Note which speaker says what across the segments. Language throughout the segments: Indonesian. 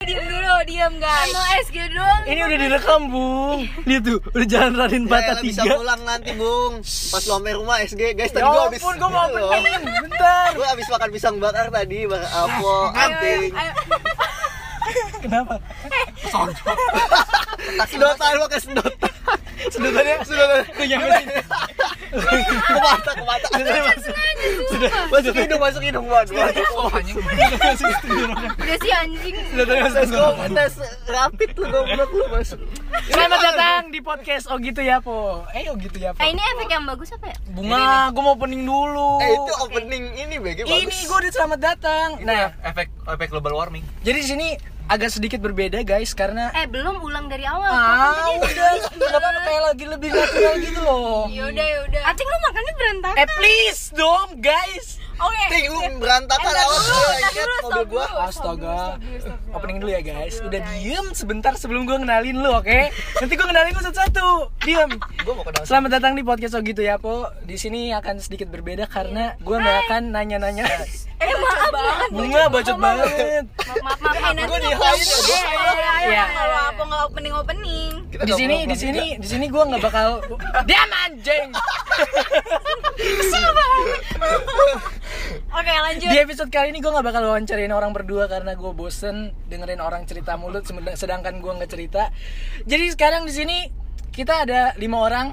Speaker 1: Diam dulu, diam guys. Mau SG doang.
Speaker 2: Ini udah direkam, Bung. Lihat tuh, udah jalan Raden Pata
Speaker 3: Saya Iya, bisa
Speaker 2: 3.
Speaker 3: pulang nanti, Bung. Pas lo sampai rumah SG, guys, tadi
Speaker 2: Ya
Speaker 3: gua habis.
Speaker 2: ampun, gua mau
Speaker 3: Loh.
Speaker 2: pening. Bentar.
Speaker 3: Gua habis makan pisang bakar tadi, bakar apo, anting.
Speaker 1: Ayo,
Speaker 2: Kenapa?
Speaker 3: Sedotan pakai sedotan.
Speaker 2: Sedotannya
Speaker 3: Sedotan.
Speaker 2: Kok nyampe sini?
Speaker 3: Kemata, kemata.
Speaker 2: Sedotannya masuk. Sudah.
Speaker 3: Masuk hidung, masuk hidung, waduh. waduh.
Speaker 1: udah sih anjing.
Speaker 2: Sedotannya masuk.
Speaker 3: Tes gua tes rapid lu goblok lu masuk.
Speaker 2: Selamat datang di podcast Oh gitu ya, Po. Eh, oh gitu ya, Po.
Speaker 1: Eh ini efek yang bagus apa ya?
Speaker 2: Bunga, gua mau pening dulu.
Speaker 3: Eh itu opening ini BG
Speaker 2: Oh,
Speaker 3: bagus.
Speaker 2: Ini gua udah selamat datang. Nah,
Speaker 4: efek efek global warming.
Speaker 2: jadi di sini agak sedikit berbeda, guys, karena
Speaker 1: Eh belum ulang dari awal.
Speaker 2: Ah, udah, nggak apa-apa kayak lagi lebih natural gitu loh.
Speaker 1: Yaudah, yaudah. Acing lu makannya berantakan. Oh, iya.
Speaker 2: Eh please dong guys.
Speaker 1: Oke.
Speaker 3: Ting lu berantakan
Speaker 1: Eh, ntar dulu,
Speaker 3: awas gua
Speaker 1: ntar
Speaker 3: ingat
Speaker 1: dulu,
Speaker 3: mobil
Speaker 1: stop
Speaker 3: gua.
Speaker 1: dulu.
Speaker 2: Astaga. Opening dulu ya guys. Udah diem sebentar sebelum gue kenalin lu, oke? Nanti gue kenalin lu satu-satu. Diem.
Speaker 3: Gua mau ke dalam.
Speaker 2: Selamat datang di podcast Oh gitu ya po. Di sini akan sedikit berbeda karena
Speaker 3: Iya.
Speaker 2: gue nggak akan nanya-nanya.
Speaker 1: Eh maaf banget.
Speaker 2: Bunga bacot banget.
Speaker 1: Maaf, maaf, maaf. Eh, nanti
Speaker 3: Gua
Speaker 1: nggak pulang.
Speaker 3: dihain ya,
Speaker 1: Eh,
Speaker 3: gua.
Speaker 1: ayo, ayo,
Speaker 2: Iya.
Speaker 1: Kalau apa nggak opening opening.
Speaker 3: Kita
Speaker 2: Di
Speaker 3: nggak
Speaker 2: sini,
Speaker 3: perlu
Speaker 2: di sini, di sini gue nggak bakal. Diam anjing.
Speaker 1: Oke lanjut.
Speaker 2: Di episode kali ini gue gak bakal wawancarain orang berdua karena gue bosen dengerin orang cerita mulut semeda- sedangkan gue nggak cerita. Jadi sekarang di sini kita ada lima orang.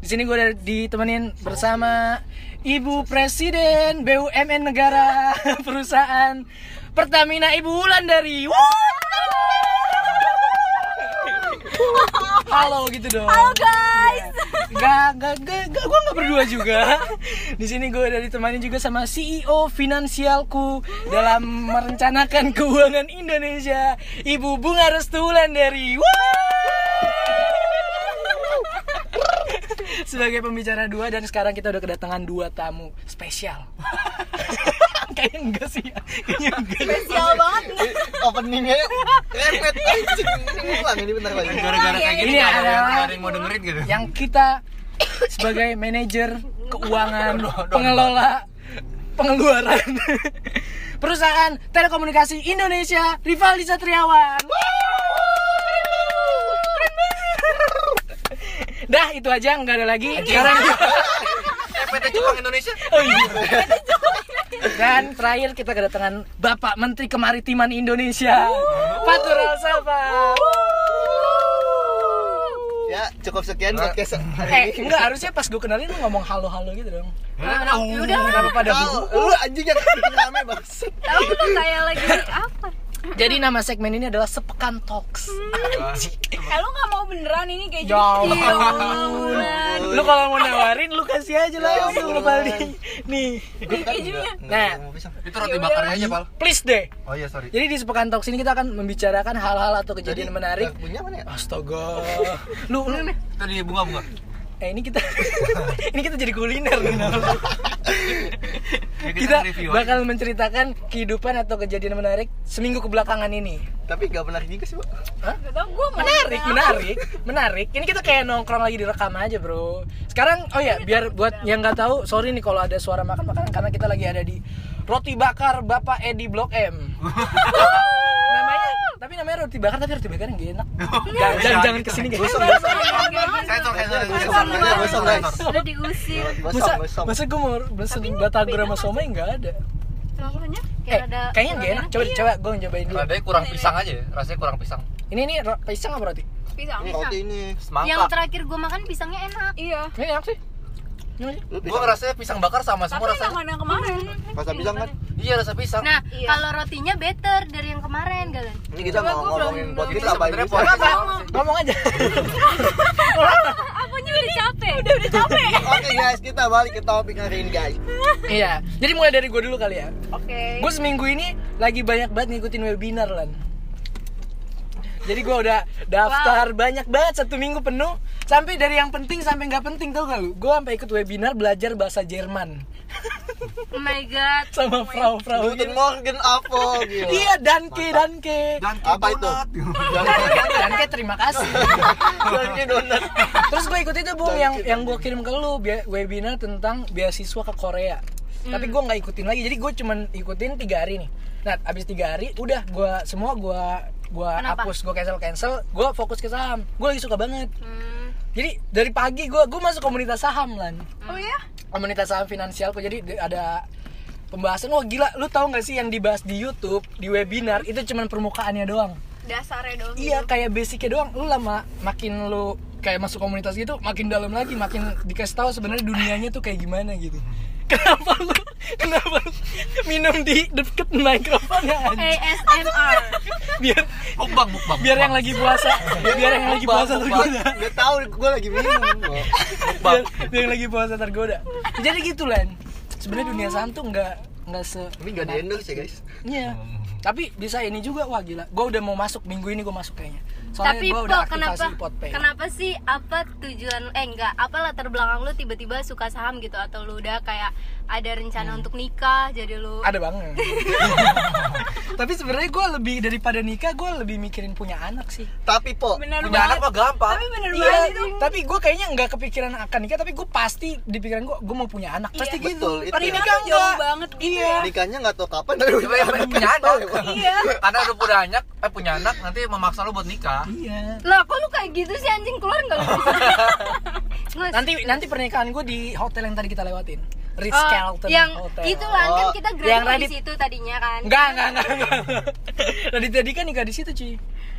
Speaker 2: Di sini gue ada- ditemenin bersama Ibu Presiden BUMN Negara Perusahaan Pertamina Ibu Wulandari. Wuh! Halo gitu dong.
Speaker 1: Halo guys.
Speaker 2: Gak, gak, gak, gak, gue gak berdua juga. Di sini gue udah ditemani juga sama CEO finansialku dalam merencanakan keuangan Indonesia, Ibu Bunga Restulan dari. Sebagai pembicara dua dan sekarang kita udah kedatangan dua tamu spesial. Kayaknya enggak sih. ya. Kayaknya enggak.
Speaker 1: Sial banget.
Speaker 3: Openingnya repet anjing. Ini ulang ini bentar lagi.
Speaker 4: Gara-gara kayak gini
Speaker 2: Ini
Speaker 4: nggak ada, yang-
Speaker 2: adalah-
Speaker 4: nggak ada yang mau dengerin gitu.
Speaker 2: yang kita sebagai manajer keuangan, pengelola, pengeluaran perusahaan telekomunikasi Indonesia Rivaldi Satriawan. Dah itu aja nggak ada lagi. Sekarang
Speaker 4: Eh, PT Jepang Indonesia.
Speaker 2: dan terakhir kita kedatangan Bapak Menteri Kemaritiman Indonesia Fatur Alsafa.
Speaker 3: Ya, cukup sekian podcast
Speaker 2: Eh
Speaker 3: hari ini.
Speaker 2: enggak harusnya pas gue kenalin lu ngomong halo-halo gitu dong.
Speaker 1: Udah lah.
Speaker 2: Kenapa pada
Speaker 3: Tahu,
Speaker 2: gugup?
Speaker 3: lu anjing yang bikin rame banget.
Speaker 1: Tahu lu kayak lagi apa?
Speaker 2: Jadi nama segmen ini adalah Sepekan Talks.
Speaker 1: Eh lu nggak mau beneran ini kayak
Speaker 2: Ya
Speaker 1: jadi. Ya
Speaker 2: ampun.
Speaker 1: Allah.
Speaker 2: Lu kalau mau nawarin lu kasih aja langsung lu Baldi. Nih. Nah,
Speaker 4: Itu roti bakarnya aja, Pal.
Speaker 2: please deh.
Speaker 4: Oh iya, sorry.
Speaker 2: Jadi di Sepekan Talks ini kita akan membicarakan hal-hal atau kejadian menarik.
Speaker 3: Punya mana ya?
Speaker 2: Astaga. Lu lu
Speaker 4: Itu di bunga-bunga.
Speaker 2: eh ini kita ini kita jadi kuliner nih. Nol.
Speaker 4: Ya,
Speaker 2: Kita
Speaker 4: review aja.
Speaker 2: bakal menceritakan kehidupan atau kejadian menarik seminggu kebelakangan ini.
Speaker 3: Tapi gak menarik juga sih, Bang.
Speaker 1: Gak tau gue
Speaker 4: Oh,
Speaker 1: mau
Speaker 2: menarik menarik menarik ini kita kayak nongkrong lagi direkam aja bro sekarang oh ya biar buat yang nggak tahu sorry nih kalau ada suara makan makanan karena kita lagi ada di roti bakar bapak Edi Blok M namanya tapi namanya roti bakar tapi roti bakar yang gak enak
Speaker 4: Oh.
Speaker 2: jangan jangan, jangan kesini guys
Speaker 4: Sensor, sensor, sensor,
Speaker 3: Gosong,
Speaker 4: sensor,
Speaker 3: gosong,
Speaker 4: sensor.
Speaker 3: guys.
Speaker 1: Udah diusir.
Speaker 2: masa
Speaker 3: Gosong, gosong.
Speaker 2: masa gue mau mesen batagor sama somai nggak ada
Speaker 1: Rasanya kan?
Speaker 2: eh
Speaker 1: kayak ada. Iya.
Speaker 2: kayaknya nggak enak coba coba gue nyobain dulu
Speaker 4: Radanya kurang pisang aja, ya. rasanya kurang pisang.
Speaker 2: ini ini ro- pisang apa roti
Speaker 1: Pisang.
Speaker 3: Ini roti ini.
Speaker 1: Iya, Yang
Speaker 4: Semangka.
Speaker 1: terakhir gue makan pisangnya enak. Iya.
Speaker 2: ini enak sih Ini aja.
Speaker 3: Lu
Speaker 4: Gua
Speaker 3: bisa-
Speaker 4: ngerasanya pisang bakar sama semua rasanya.
Speaker 1: yang kemarin.
Speaker 3: Rasa pisang kan?
Speaker 4: Iya, rasa pisang.
Speaker 1: Nah, kalau rotinya better dari yang kemarin, Galan.
Speaker 3: Ini kita
Speaker 1: Coba
Speaker 3: mau
Speaker 1: gua
Speaker 3: ngomongin
Speaker 1: belum-
Speaker 3: buat
Speaker 4: Ini
Speaker 3: kita apa ini?
Speaker 4: sebenarnya podcast.
Speaker 2: ngomong aja
Speaker 1: Apanya udah capek? Udah udah capek.
Speaker 3: Oke guys, kita balik ke topik hari ini guys.
Speaker 2: iya jadi mulai dari gue dulu kali ya
Speaker 1: Oke.
Speaker 2: Gue seminggu ini lagi banyak banget ngikutin webinar lan. Jadi gue udah daftar banyak banget satu minggu penuh sampai dari yang penting sampai nggak penting tau gak lu? Gue sampai ikut webinar belajar bahasa Jerman
Speaker 1: Oh my god.
Speaker 2: sama Frau Frau.
Speaker 3: Guten Morgen Apo gila.
Speaker 2: Oh, Iya Danke Danke.
Speaker 4: Dan
Speaker 3: Apa itu?
Speaker 2: Danke terima kasih.
Speaker 3: Ini donat.
Speaker 2: Terus gue ikut itu bung yang yang gue kirim ke lu bia- webinar tentang beasiswa ke Korea. Tapi gue nggak ikutin lagi, jadi gue cuman ikutin tiga hari nih. Nah, abis tiga hari, udah gue semua gue gua
Speaker 1: Kenapa?
Speaker 2: hapus gua cancel cancel gua fokus ke saham gua lagi suka banget
Speaker 1: Hmm.
Speaker 2: jadi dari pagi gua gua masuk komunitas saham lan
Speaker 5: Oh
Speaker 1: iya?
Speaker 5: ya?
Speaker 2: komunitas saham finansialku jadi di- ada pembahasan wah gila lu tahu nggak sih yang dibahas di YouTube di webinar itu cuman permukaannya doang
Speaker 5: Dasarnya dong.
Speaker 2: Iya
Speaker 1: gitu.
Speaker 2: kayak basicnya doang lu lama makin lu kayak masuk komunitas gitu makin dalam lagi makin dikasih tahu sebenarnya dunianya tuh kayak gimana gitu kenapa lu kenapa lu minum di deket mikrofonnya anjing?
Speaker 1: ASMR.
Speaker 2: biar
Speaker 4: Mukbang, mukbang.
Speaker 2: biar yang lagi puasa biar yang lagi puasa tergoda
Speaker 3: Gak tau, gue lagi minum gua.
Speaker 2: biar, biar yang lagi puasa tergoda jadi gitu Len sebenarnya dunia saham tuh nggak nggak se
Speaker 3: Ini gak di endorse ya guys
Speaker 2: Iya. Tapi bisa ini juga wah gila. Gua udah mau masuk minggu ini gua masuk kayaknya. Soalnya
Speaker 1: Tapi
Speaker 2: gua
Speaker 1: Po,
Speaker 2: udah
Speaker 1: kenapa
Speaker 2: aktivasi Potpay.
Speaker 1: kenapa sih apa tujuan eh enggak apa latar belakang lu tiba-tiba suka saham gitu atau lu udah kayak ada rencana untuk nikah jadi lu
Speaker 2: Ada banget. Tapi sebenarnya gua lebih daripada nikah gua lebih mikirin punya anak sih.
Speaker 3: Tapi po,
Speaker 5: Bener
Speaker 4: Punya
Speaker 5: banget.
Speaker 4: anak mah gampang.
Speaker 5: Tapi bener
Speaker 2: Iya,
Speaker 5: banget
Speaker 1: gitu.
Speaker 5: itu.
Speaker 2: tapi gue kayaknya nggak kepikiran akan nikah, tapi gue pasti di pikiran gue, gue mau punya anak, pasti
Speaker 3: Iya.
Speaker 2: gitu.
Speaker 3: Betul, itu.
Speaker 2: Tapi
Speaker 3: Nikah
Speaker 2: nikah
Speaker 5: tuh jauh
Speaker 2: enggak.
Speaker 5: banget gitu
Speaker 2: Iya.
Speaker 3: nikahnya gak tau kapan Tapi
Speaker 4: Coba yang pengen punya anak.
Speaker 5: Iya.
Speaker 4: Karena udah punya anak, eh punya anak nanti memaksa lu buat nikah.
Speaker 2: Iya.
Speaker 1: lah kok lu kayak gitu sih anjing keluar nggak lu Ngus.
Speaker 2: Nanti nanti pernikahan gue di hotel yang tadi kita lewatin, Ritz
Speaker 1: Oh,
Speaker 2: Carlton
Speaker 1: yang
Speaker 2: Hotel.
Speaker 1: itu lah kan
Speaker 3: Oh,
Speaker 1: kita graduate
Speaker 2: yang
Speaker 1: di
Speaker 2: Reddit.
Speaker 1: situ tadinya kan
Speaker 2: Enggak, enggak, enggak. enggak. Tadi tadi kan nikah di situ, cuy.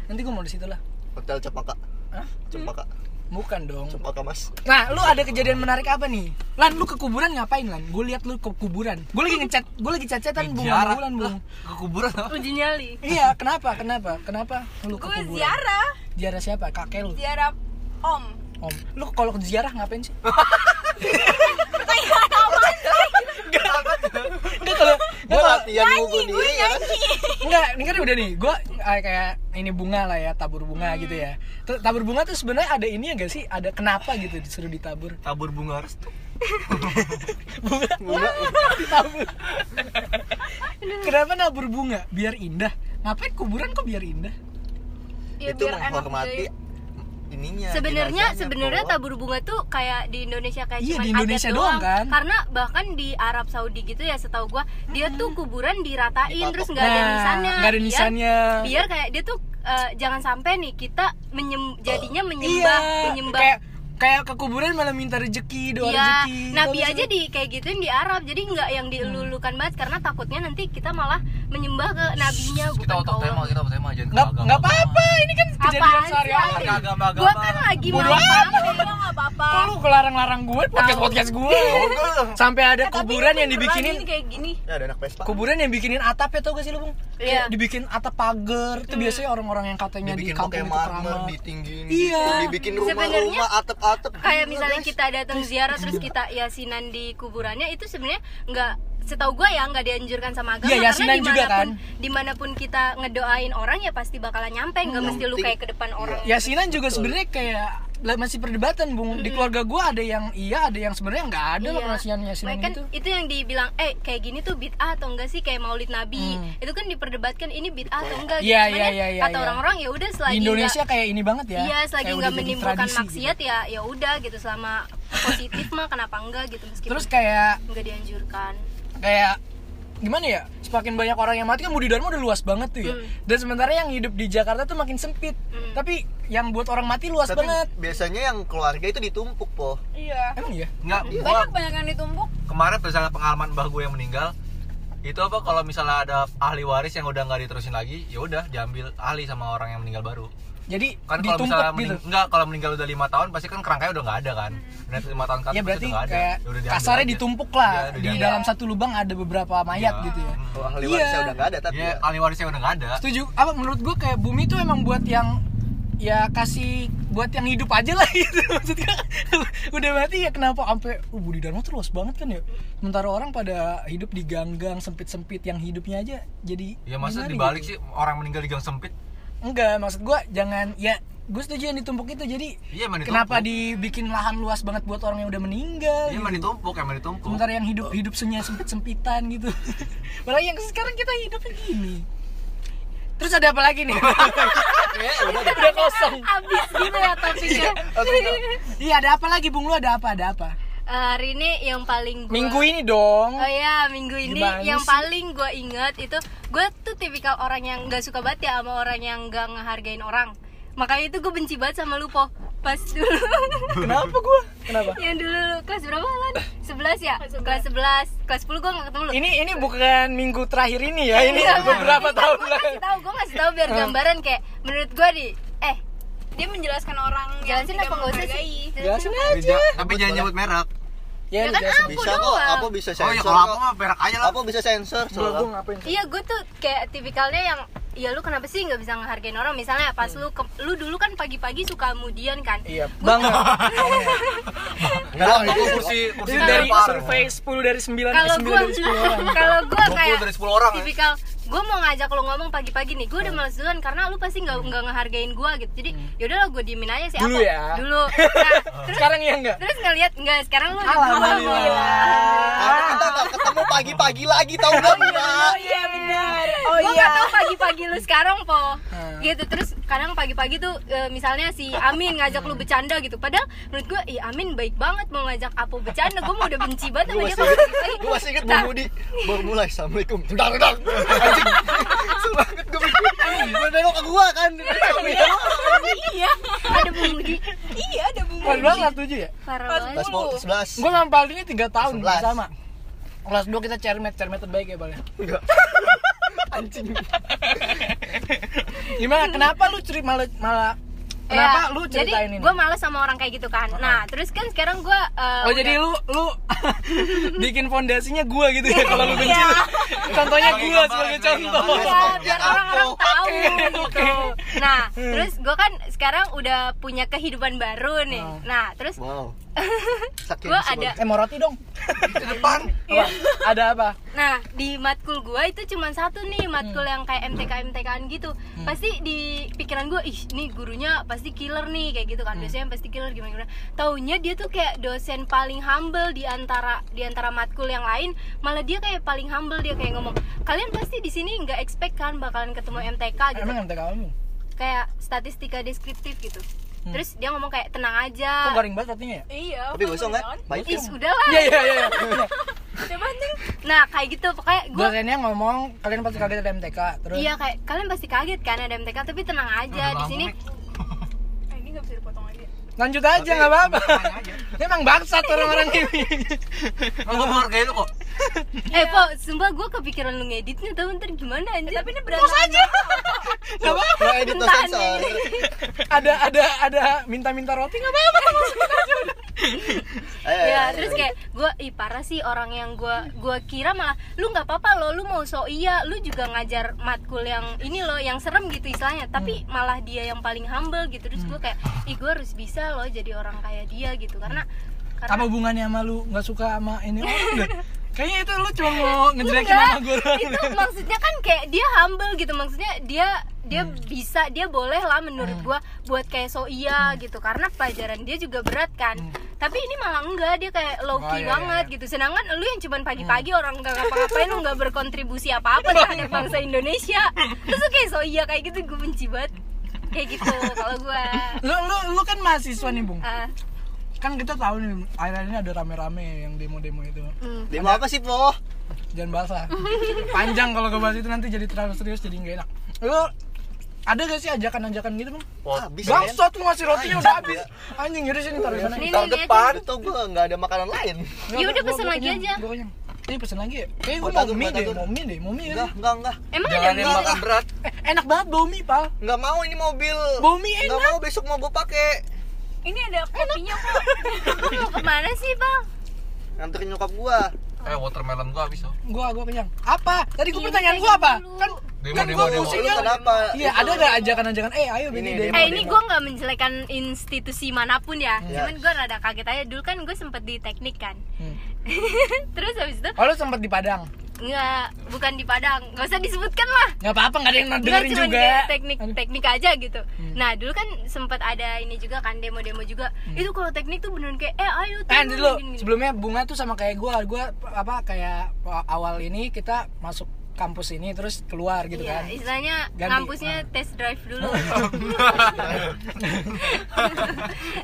Speaker 2: Nanti gue mau di situ lah.
Speaker 3: Hotel Cepaka
Speaker 2: Hah?
Speaker 3: Cepaka,
Speaker 2: Bukan dong.
Speaker 3: Cepaka mas
Speaker 2: Nah, lu ada kejadian menarik apa nih? Lan, lu ke kuburan ngapain, Lan? Gue lihat lu ke kuburan. Gue lagi ngecat, gue lagi cacatan bung
Speaker 4: Ziarah.
Speaker 2: bulan, Bung.
Speaker 4: Ke kuburan apa?
Speaker 1: uji nyali
Speaker 2: Iya, kenapa? Kenapa? Kenapa lu ke
Speaker 5: Gue
Speaker 2: kuburan?
Speaker 5: ziarah,
Speaker 2: Ziarah siapa? Kakek lu,
Speaker 5: ziarah om.
Speaker 2: Om. Lu kalau ke ziarah ngapain sih?
Speaker 5: Pertanyaan apa?
Speaker 2: Enggak kalau
Speaker 3: Gue latihan
Speaker 5: Nyanyi,
Speaker 3: mukul
Speaker 5: gue
Speaker 3: diri ya kan
Speaker 5: nyanyi.
Speaker 1: Iya,
Speaker 2: Enggak, ini kan udah nih, gue kayak ini bunga lah ya, tabur bunga gitu
Speaker 1: Hmm.
Speaker 2: ya. Ter- Tabur bunga tuh sebenarnya ada ini ya gak sih? Ada kenapa gitu disuruh ditabur?
Speaker 4: Tabur bunga restu.
Speaker 2: bunga ditabur kenapa nabur bunga biar indah ngapain kuburan kok biar indah
Speaker 5: Ya,
Speaker 3: Itu
Speaker 5: biar enak
Speaker 3: menghormati
Speaker 5: aja.
Speaker 2: Iya,
Speaker 3: ininya
Speaker 1: sebenarnya
Speaker 3: jenazahnya,
Speaker 1: sebenarnya
Speaker 3: Po.
Speaker 1: tabur bunga tuh kayak di Indonesia kayak
Speaker 2: Iya,
Speaker 1: cuman
Speaker 2: di
Speaker 1: adat
Speaker 2: Indonesia doang, kan?
Speaker 1: karena bahkan di Arab Saudi gitu ya setahu gua dia tuh kuburan diratain
Speaker 3: Dipatok.
Speaker 1: terus nggak ada
Speaker 2: Nah,
Speaker 1: nisannya Iya.
Speaker 2: nggak ada
Speaker 1: Biar-
Speaker 2: nisannya.
Speaker 1: biar, kayak dia tuh eh, jangan sampai nih kita menyem- jadinya menyembah menyembah
Speaker 2: Oh, iya, kayak kayak ke kuburan malah minta rezeki doa
Speaker 1: Iya,
Speaker 2: rezeki
Speaker 1: nabi
Speaker 2: Tau gak sih Hmm.
Speaker 1: aja
Speaker 2: lu?
Speaker 1: di kayak gituin di Arab, jadi nggak yang dilulukan banget karena takutnya nanti kita malah menyembah ke nabinya bukan
Speaker 4: Kita
Speaker 1: ke
Speaker 4: otak tema,
Speaker 1: Allah.
Speaker 4: kita otak tema jangan
Speaker 2: nggak
Speaker 4: ke agama.
Speaker 2: nggak apa-apa ini kan kejadian
Speaker 1: Apaan
Speaker 2: sehari-hari
Speaker 1: sih?
Speaker 4: Ke agama-agama.
Speaker 1: Gua kan lagi ya
Speaker 2: Bodo
Speaker 1: main
Speaker 5: Tapi lo nggak apa-apa.
Speaker 2: Kok lu kelarang-larang gue podcast podcast gue
Speaker 1: Iya.
Speaker 2: sampai ada
Speaker 5: Eh, tapi
Speaker 2: kuburan yang
Speaker 5: bener
Speaker 2: dibikinin
Speaker 5: lagi nih kayak gini.
Speaker 3: Ya ada anak Vespa
Speaker 2: kuburan yang bikinin atapnya tau gak sih lu bung
Speaker 1: Iya. Hmm.
Speaker 2: Kayak dibikin atap pagar tuh biasanya orang-orang yang katanya di
Speaker 3: Dibikin pakai
Speaker 2: kampung itu
Speaker 3: marmer,
Speaker 2: keramat
Speaker 3: ditinggiin
Speaker 2: Iya.
Speaker 3: Dibikin
Speaker 1: Sebenarnya,
Speaker 3: rumah-rumah, atap-atap
Speaker 1: kayak
Speaker 3: Gila,
Speaker 1: misalnya
Speaker 3: guys.
Speaker 1: kita datang ziarah terus kita yasinan di kuburannya itu sebenarnya nggak setahu gue ya nggak dianjurkan sama agama
Speaker 2: Iya, yasinan
Speaker 1: karena
Speaker 2: juga, kan?
Speaker 1: dimanapun dimanapun kita ngedoain orang ya pasti bakalan nyampe nggak
Speaker 3: Hmm.
Speaker 1: mesti lu kayak ke depan orang
Speaker 2: Yasinan juga sebenarnya kayak lah, masih perdebatan bung di keluarga gue ada yang iya ada yang sebenarnya nggak ada
Speaker 1: Hmm. Iya.
Speaker 2: loh perasaan yasinan gitu.
Speaker 1: Makanya kan
Speaker 2: itu
Speaker 1: itu yang dibilang eh kayak gini tuh bid'ah atau enggak sih kayak maulid nabi itu kan diperdebatkan ini bid'ah atau enggak
Speaker 2: Hmm. Iya,
Speaker 1: Cuman
Speaker 2: iya,
Speaker 1: ya,
Speaker 2: iya, iya,
Speaker 1: kata
Speaker 2: iya.
Speaker 1: orang-orang ya udah
Speaker 2: di
Speaker 1: selagi
Speaker 2: Indonesia
Speaker 1: nggak-
Speaker 2: kayak ini banget ya
Speaker 1: iya selagi
Speaker 2: kayak udah
Speaker 1: nggak
Speaker 2: jadi
Speaker 1: menimbulkan
Speaker 2: tradisi gitu.
Speaker 1: maksiat ya ya udah gitu selama positif mah kenapa enggak gitu meskipun
Speaker 2: terus kayak
Speaker 1: nggak dianjurkan
Speaker 2: kayak gimana ya semakin banyak orang yang mati kan budi dharma udah luas banget tuh ya dan sementara yang hidup di Jakarta tuh makin sempit tapi yang buat orang mati luas
Speaker 3: Tapi
Speaker 2: banget
Speaker 3: biasanya yang keluarga itu ditumpuk po
Speaker 5: Iya.
Speaker 2: emang ya
Speaker 4: Nggak, gua
Speaker 5: Banyak banyak yang ditumpuk.
Speaker 4: kemarin misalnya pengalaman mbah gue yang meninggal itu apa kalau misalnya ada ahli waris yang udah nggak diterusin lagi ya udah diambil ahli sama orang yang meninggal baru
Speaker 2: jadi
Speaker 4: kan kalau
Speaker 2: ditumpuk
Speaker 4: misalnya
Speaker 2: gitu
Speaker 4: mening- nggak kalau meninggal udah lima tahun pasti kan kerangkanya udah nggak ada kan
Speaker 5: Hmm.
Speaker 4: udah lima tahun kan
Speaker 2: ya berarti
Speaker 4: udah nggak ada
Speaker 2: kayak
Speaker 4: Ya udah diambil
Speaker 2: kasarnya
Speaker 4: aja.
Speaker 2: ditumpuk
Speaker 4: Iya,
Speaker 2: lah
Speaker 4: udah
Speaker 2: di
Speaker 4: diambil.
Speaker 2: dalam satu lubang ada beberapa mayat
Speaker 4: Iya.
Speaker 2: gitu ya
Speaker 3: Kalau ahli
Speaker 2: Iya.
Speaker 3: warisnya udah gak ada tapi
Speaker 4: Iya,
Speaker 3: ya.
Speaker 4: ahli warisnya udah nggak ada
Speaker 2: setuju apa menurut gue kayak bumi tuh emang buat yang ya kasih buat yang hidup aja lah gitu maksudnya udah mati ya kenapa sampai uh, Budi Dharma tuh luas banget kan ya sementara orang pada hidup di gang-gang sempit-sempit yang hidupnya aja jadi
Speaker 4: ya masa
Speaker 2: gimana
Speaker 4: dibalik
Speaker 2: gitu?
Speaker 4: sih orang meninggal di gang sempit
Speaker 2: enggak maksud gue jangan ya gue setuju yang ditumpuk itu jadi
Speaker 4: Iya, emang
Speaker 2: kenapa
Speaker 4: ditumpuk.
Speaker 2: dibikin lahan luas banget buat orang yang udah meninggal
Speaker 4: ini
Speaker 2: gitu.
Speaker 4: mah ditumpuk Iya, emang ditumpuk
Speaker 2: sementara yang hidup hidup senja sempit sempitan gitu malah yang sekarang kita hidupnya gini terus ada apa lagi nih udah kosong
Speaker 1: abis gitu ya topiknya
Speaker 2: iya ada apa lagi bung lu ada apa ada apa
Speaker 1: eh, hari ini yang paling gua-
Speaker 2: Minggu ini dong.
Speaker 1: Oh iya, minggu ini
Speaker 2: Gimana
Speaker 1: yang
Speaker 2: sih?
Speaker 1: paling gue inget itu Gue tuh tipikal orang yang gak suka banget ya sama orang yang gak ngehargain orang Makanya itu gue benci banget sama lu, Po Pas dulu
Speaker 2: Kenapa gua? Kenapa?
Speaker 1: Yang dulu lu, kelas berapa, Lan? 11 ya? Kelas 11 Kelas 10 gue gak ketemu lu
Speaker 2: Ini ini bukan minggu terakhir ini ya, ini
Speaker 1: Iya, iya,
Speaker 2: beberapa tahun
Speaker 1: gua
Speaker 2: lah.
Speaker 1: kasih tahu gue ngasih tahu biar gambaran kayak menurut gue di eh
Speaker 5: Dia menjelaskan orang yang
Speaker 1: jelasin
Speaker 5: tidak
Speaker 1: apa nggak usah sih
Speaker 5: menghargai.
Speaker 2: Iya, Jelasin
Speaker 4: Tapi
Speaker 2: aja.
Speaker 4: ja- tapi jangan nyebut merek
Speaker 2: Ya,
Speaker 1: Ya kan
Speaker 2: jelasin.
Speaker 1: aku
Speaker 3: Bisa
Speaker 1: doang.
Speaker 3: kok, aku bisa
Speaker 4: oh
Speaker 3: sensor.
Speaker 4: ya kalau aku
Speaker 3: kok.
Speaker 4: mah merek aja lah
Speaker 3: Aku bisa sensor
Speaker 2: Gua gua
Speaker 3: soalnya.
Speaker 2: ngapain?
Speaker 1: iya gue tuh kayak tipikalnya yang ya lu kenapa sih nggak bisa ngehargain orang misalnya pas lu ke- lu dulu kan pagi-pagi suka kemudian kan
Speaker 2: Hmm. Iya, banget.
Speaker 4: Gua- gua kursi kursi
Speaker 2: Itu dari
Speaker 4: lempar.
Speaker 2: survei 10 dari 9
Speaker 1: kalau
Speaker 2: 9
Speaker 1: gue
Speaker 2: kan dari 10 orang.
Speaker 1: kalau gue
Speaker 4: 20
Speaker 1: kayak
Speaker 4: dari 10 orang, ya?
Speaker 1: tipikal gue mau ngajak lo ngomong pagi-pagi nih gue
Speaker 2: Hmm.
Speaker 1: udah males duluan karena lu pasti nggak nggak ngehargain gue gitu jadi yaudah lah gue diemin aja sih
Speaker 2: Dulu
Speaker 1: apa-
Speaker 2: ya.
Speaker 1: dulu nah terus
Speaker 2: Sekarang ya enggak?
Speaker 1: terus ngeliat nggak sekarang lu gitu." udah
Speaker 3: Karena kita nggak Ah, ketemu pagi-pagi lagi tau nggak
Speaker 4: Oh,
Speaker 3: Mbak?
Speaker 5: iya benar. Oh
Speaker 1: gue
Speaker 5: iya.
Speaker 1: gak tau pagi-pagi lu sekarang po
Speaker 2: Hmm.
Speaker 1: gitu terus kadang pagi-pagi tuh e, misalnya si Amin ngajak lu bercanda gitu padahal menurut gue ih Amin baik banget mau ngajak Apo bercanda gue mau udah benci banget sama
Speaker 3: Gue
Speaker 1: dia
Speaker 3: masih
Speaker 1: pas
Speaker 3: inget,
Speaker 1: pagi-pagi.
Speaker 3: gue masih inget
Speaker 1: Nah,
Speaker 3: Bang Budi Baru mulai, Assalamualaikum Dang, dang Anjing Semangat gue mikir Gue belok ke gue kan
Speaker 1: iya ada bumbu di
Speaker 5: Iya ada bumbu.
Speaker 2: Kelas 2 kelas 7 ya?
Speaker 1: parah
Speaker 5: Pas
Speaker 1: banget
Speaker 3: Kelas mau sebelas
Speaker 2: Gua sama Paldinya 3 tahun
Speaker 3: Sebelas.
Speaker 2: sama. Kelas 2 kita cermet, cermet terbaik ya, Bal. ya?
Speaker 3: Enggak Anjing
Speaker 2: Gimana? Kenapa lu cerita malah malah Kenapa lu ceritain
Speaker 1: Ya, jadi,
Speaker 2: ini? Hmm.
Speaker 1: gue males sama orang kayak gitu kan nah terus kan sekarang gue
Speaker 2: Oh jadi lu lu bikin fondasinya gua gitu ya kalau lu benci. lu. Contohnya
Speaker 4: Sebagai
Speaker 2: gua
Speaker 4: gambaran,
Speaker 2: sebagai
Speaker 4: sebagai
Speaker 2: contoh.
Speaker 1: Iya, biar orang-orang tahu
Speaker 2: Oke, Hmm.
Speaker 1: gitu. Nah, terus gue kan sekarang udah punya kehidupan baru nih.
Speaker 2: Hmm.
Speaker 1: Nah, terus
Speaker 3: Wow Sakit
Speaker 1: Gua
Speaker 3: semua.
Speaker 1: ada
Speaker 2: Eh mau roti dong.
Speaker 4: di depan
Speaker 2: Apa? Ada apa?
Speaker 1: Nah, di matkul gua itu cuma satu nih, matkul
Speaker 3: Hmm.
Speaker 1: yang kayak MTK MTKan gitu. Pasti di pikiran gua, ih, nih gurunya pasti killer nih kayak gitu
Speaker 3: Hmm.
Speaker 1: kan. Biasanya pasti killer gimana gimana. Taunya dia tuh kayak dosen paling humble di antara di antara matkul yang lain, malah dia kayak paling humble dia kayak ngomong, "Kalian pasti di sini nggak expect kan bakalan ketemu MTK gitu."
Speaker 3: ya?
Speaker 2: Emang MTK kamu?
Speaker 1: Kayak statistika deskriptif gitu.
Speaker 2: Hmm.
Speaker 1: Terus dia ngomong kayak tenang
Speaker 2: Kok
Speaker 1: aja.
Speaker 2: garing banget rotinya ya?
Speaker 5: Iya.
Speaker 3: Tapi gosong kan? Baik
Speaker 1: Ih, udahlah.
Speaker 2: Iya iya iya.
Speaker 5: Coba nih.
Speaker 1: Nah, kayak gitu pokoknya gua
Speaker 2: Dosennya ngomong kalian pasti kaget ada MTK terus.
Speaker 1: Iya kayak kalian pasti kaget kan ada MTK tapi tenang aja di
Speaker 4: lama,
Speaker 1: sini
Speaker 4: Mek.
Speaker 5: Eh, Ini nggak bisa dipotong aja.
Speaker 2: Lanjut aja nggak apa-apa.
Speaker 4: Tanya aja.
Speaker 2: Emang bangsat orang-orang ini.
Speaker 4: Oh, gua menghargai lu kok
Speaker 1: Eh
Speaker 5: Iya.
Speaker 1: Po, sumpah gue kepikiran lu ngeditnya tau ntar gimana
Speaker 5: Eh,
Speaker 1: anjir Tapi ini
Speaker 5: Pos aja.
Speaker 2: Nggak apa-apa.
Speaker 3: Nah edit no
Speaker 1: Bentar nih.
Speaker 3: sensor
Speaker 2: Ada ada ada minta-minta roti nggak apa-apa.
Speaker 3: Ayo, ayo,
Speaker 1: Ya
Speaker 3: ayo.
Speaker 1: terus kayak gue, ih parah sih orang yang gue gua kira malah Lu gak apa-apa loh, lu mau so iya Lu juga ngajar matkul yang ini loh, yang serem gitu istilahnya Tapi malah dia yang paling humble gitu Terus gue kayak, ih gue harus bisa loh jadi orang kayak dia gitu Karena
Speaker 2: Apa
Speaker 1: karena
Speaker 2: hubungannya sama lu nggak suka sama ini orang deh? Kayaknya itu lu cuma mau ngejelekin
Speaker 1: Enggak,
Speaker 2: nama gue doang.
Speaker 1: itu maksudnya kan kayak dia humble gitu maksudnya dia dia bisa dia boleh lah menurut gua buat kayak so iya gitu karena pelajaran dia juga berat kan tapi ini malah enggak dia kayak low
Speaker 2: Oh,
Speaker 1: key
Speaker 2: iya,
Speaker 1: banget
Speaker 2: iya.
Speaker 1: gitu sedangkan lu yang cuman pagi-pagi orang nggak ngapa-ngapain lu nggak berkontribusi apa-apa terhadap bangsa Indonesia terus lu kayak so iya kayak gitu gue benci banget kayak gitu kalau gua
Speaker 2: Lu lu lu kan mahasiswa nih, Bung.
Speaker 1: Ah,
Speaker 2: Kan kita tahu nih akhir ini ada rame-rame yang demo-demo itu.
Speaker 1: hmm.
Speaker 3: Demo apa sih Po?
Speaker 2: Jangan bahas lah. Panjang kalau gue bahas itu nanti jadi terlalu serius jadi nggak enak. Lu ada gak sih ajakan-ajakan gitu, Bung?
Speaker 3: Ah, Habis men.
Speaker 2: Bangsat lu ngasih rotinya udah habis. Anjing, yaudah sini taruh di sana.
Speaker 1: Ini,
Speaker 3: Tahun
Speaker 1: ini aja.
Speaker 3: depan tuh gue nggak ada makanan lain
Speaker 1: Ya udah,
Speaker 2: Gua-
Speaker 1: pesen
Speaker 2: gua
Speaker 1: lagi
Speaker 2: kenyang,
Speaker 1: aja.
Speaker 2: gua kenyang. Ini pesen lagi ya? Kayaknya gue
Speaker 3: Buat
Speaker 2: mau
Speaker 3: aku,
Speaker 2: mie
Speaker 3: buat
Speaker 2: deh,
Speaker 3: aku.
Speaker 2: mau mie deh, mau
Speaker 1: Iya.
Speaker 2: mie
Speaker 3: Enggak,
Speaker 2: deh.
Speaker 3: enggak, enggak
Speaker 1: emang ada
Speaker 4: jangan yang
Speaker 1: mie?
Speaker 4: makan berat
Speaker 2: Eh, enak banget bau mie, Pal.
Speaker 3: Enggak mau ini mobil
Speaker 2: Bau mie
Speaker 3: Enggak
Speaker 2: enak.
Speaker 3: mau besok mau gue pakai
Speaker 5: Ini ada kopinya kok.
Speaker 1: lu mau kemana sih bang
Speaker 3: Nganterin nyokap gue
Speaker 4: eh watermelon gua habis oh
Speaker 2: Gua gua kenyang. Apa? Tadi gue
Speaker 1: Ini
Speaker 2: pertanyaan
Speaker 1: kayak
Speaker 2: gua apa?
Speaker 1: Iya, dulu.
Speaker 2: Kan
Speaker 4: Demo,
Speaker 2: kan
Speaker 4: demo,
Speaker 2: gua
Speaker 4: demo.
Speaker 3: Lu
Speaker 2: pusingnya.
Speaker 3: kenapa?
Speaker 2: Iya,
Speaker 3: Itu-
Speaker 2: ada gak ajakan-ajakan? Eh, ayo
Speaker 3: Ini
Speaker 2: bini
Speaker 3: demo.
Speaker 2: demo.
Speaker 1: Eh ini gue nggak menjelekan institusi manapun ya,
Speaker 3: Iya.
Speaker 1: cuman gue rada kaget aja dulu kan gue sempet di teknik kan,
Speaker 2: Hmm.
Speaker 1: terus habis itu
Speaker 2: Oh, lu sempet di Padang.
Speaker 1: nggak bukan di Padang, nggak usah disebutkan lah,
Speaker 2: Gak apa-apa, gak ada yang
Speaker 1: Nggak,
Speaker 2: dengerin
Speaker 1: cuman
Speaker 2: juga.
Speaker 1: kayak teknik
Speaker 2: Aduh. Hmm.
Speaker 1: teknik aja gitu. Nah dulu kan sempet ada ini juga kan demo-demo juga, itu kalau teknik tuh beneran kayak eh ayo tuh
Speaker 2: Eh, nanti Hmm. dulu
Speaker 1: gini-gini.
Speaker 2: sebelumnya bunga tuh sama kayak gua, gua apa kayak awal ini eh, kita masuk kampus ini terus keluar gitu
Speaker 1: Iya,
Speaker 2: kan
Speaker 1: istilahnya
Speaker 2: Ganti. Ah.
Speaker 1: kampusnya test drive dulu.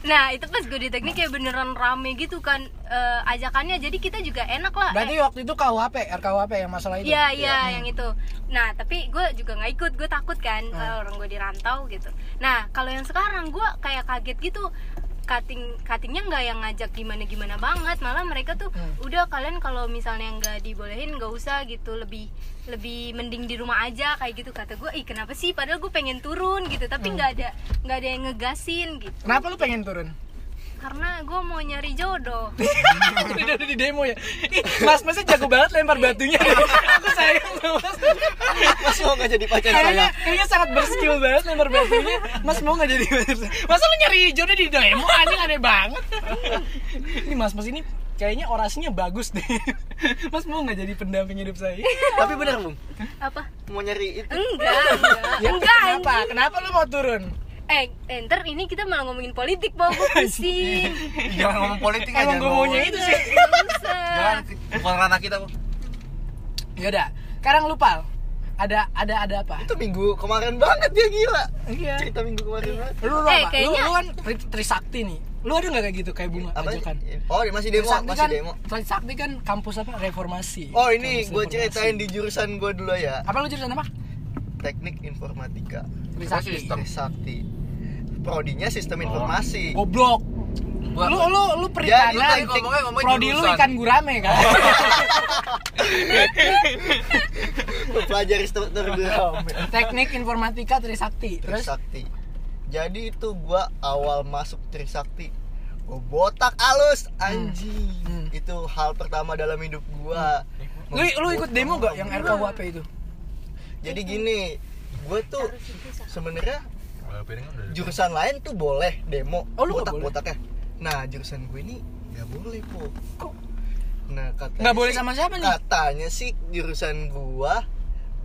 Speaker 1: nah, itu pas gue di teknik kayak beneran rame gitu kan eh, ajakannya. Jadi kita juga enak lah.
Speaker 2: berarti waktu itu KUHP RKUHP yang masalah itu
Speaker 1: Iya iya yang itu. Nah tapi gue juga nggak ikut, gue takut kan
Speaker 2: Ah.
Speaker 1: eh, orang gue dirantau gitu. Nah kalau yang sekarang gue kayak kaget gitu. Cutting, cuttingnya nggak yang ngajak gimana gimana banget malah mereka tuh
Speaker 2: Hmm.
Speaker 1: udah kalian kalau misalnya nggak dibolehin nggak usah gitu lebih lebih mending di rumah aja kayak gitu kata gue ih kenapa sih padahal gue pengen turun gitu
Speaker 2: Hmm.
Speaker 1: tapi nggak ada nggak ada yang ngegasin gitu
Speaker 2: kenapa lu pengen turun
Speaker 1: karena gue mau nyari jodoh
Speaker 2: Jadi udah di demo ya Ih, mas masnya jago banget lempar batunya aku sayang sama mas
Speaker 3: Mas mau nggak jadi
Speaker 1: Iya,
Speaker 3: pacar
Speaker 2: kayaknya
Speaker 3: saya?
Speaker 2: kayaknya sangat berskill banget lempar batunya mas mau nggak jadi pacar saya? masa lu nyari jodoh di demo anjing aneh banget ini mas mas ini kayaknya orasinya bagus deh mas mau nggak jadi pendamping hidup saya
Speaker 3: Tapi bener Bung,
Speaker 1: apa
Speaker 3: mau nyari itu
Speaker 1: enggak enggak
Speaker 2: Ya,
Speaker 1: enggak
Speaker 2: kenapa
Speaker 1: anjing.
Speaker 2: kenapa lu mau turun
Speaker 1: Eh, eh, ntar ini kita malah ngomongin politik, Bob. Gue pusing.
Speaker 4: jangan ngomong politik aja
Speaker 2: emang gue maunya itu sih
Speaker 1: Nggak usah.
Speaker 4: jangan bukan ranah kita bu
Speaker 2: yaudah Ya sekarang lu pal ada ada ada apa
Speaker 3: itu minggu kemarin banget dia gila.
Speaker 2: iya
Speaker 3: Cerita minggu kemarin banget.
Speaker 2: lu, lu
Speaker 1: Eh,
Speaker 2: apa
Speaker 1: kayaknya-
Speaker 2: lu, lu kan tri- trisakti nih lu ada nggak kayak gitu kayak bunga
Speaker 3: Apa?
Speaker 2: ajakan
Speaker 3: Oh, masih demo,
Speaker 2: Trisakti
Speaker 3: masih
Speaker 2: kan
Speaker 3: demo.
Speaker 2: Trisakti kan kampus apa reformasi
Speaker 3: Oh ini
Speaker 2: Kampus
Speaker 3: gue
Speaker 2: reformasi.
Speaker 3: ceritain di jurusan gue dulu ya
Speaker 2: apa lu jurusan apa
Speaker 3: Teknik Informatika
Speaker 2: Trisakti
Speaker 4: Sistem.
Speaker 3: Trisakti Prodinya Sistem
Speaker 4: Oh.
Speaker 3: Informasi
Speaker 2: goblok
Speaker 4: Gua-
Speaker 2: lu lu lu
Speaker 3: Jadi,
Speaker 2: perikanan
Speaker 3: tadi
Speaker 4: ngomongnya- ngomongnya
Speaker 2: prodi lu
Speaker 4: jurusan.
Speaker 2: ikan gurame kan
Speaker 3: Pelajari struktur geram
Speaker 2: teknik informatika Trisakti terus
Speaker 3: Trisakti Jadi itu gue awal masuk Trisakti Gue botak alus anjing
Speaker 2: Hmm.
Speaker 3: Itu hal pertama dalam hidup gue
Speaker 2: lu lu ikut demo gak yang RKUHP itu
Speaker 3: Jadi gini Gue tuh sebenarnya
Speaker 4: Kalau piring kan udah ada.
Speaker 3: jurusan lain tuh boleh demo
Speaker 2: Oh, lu nggak
Speaker 3: botak botaknya nah jurusan gue ini nggak boleh po
Speaker 2: Kok?
Speaker 3: nah katanya
Speaker 2: Nggak boleh
Speaker 3: sih-
Speaker 2: sama siapa nih?
Speaker 3: katanya sih jurusan gua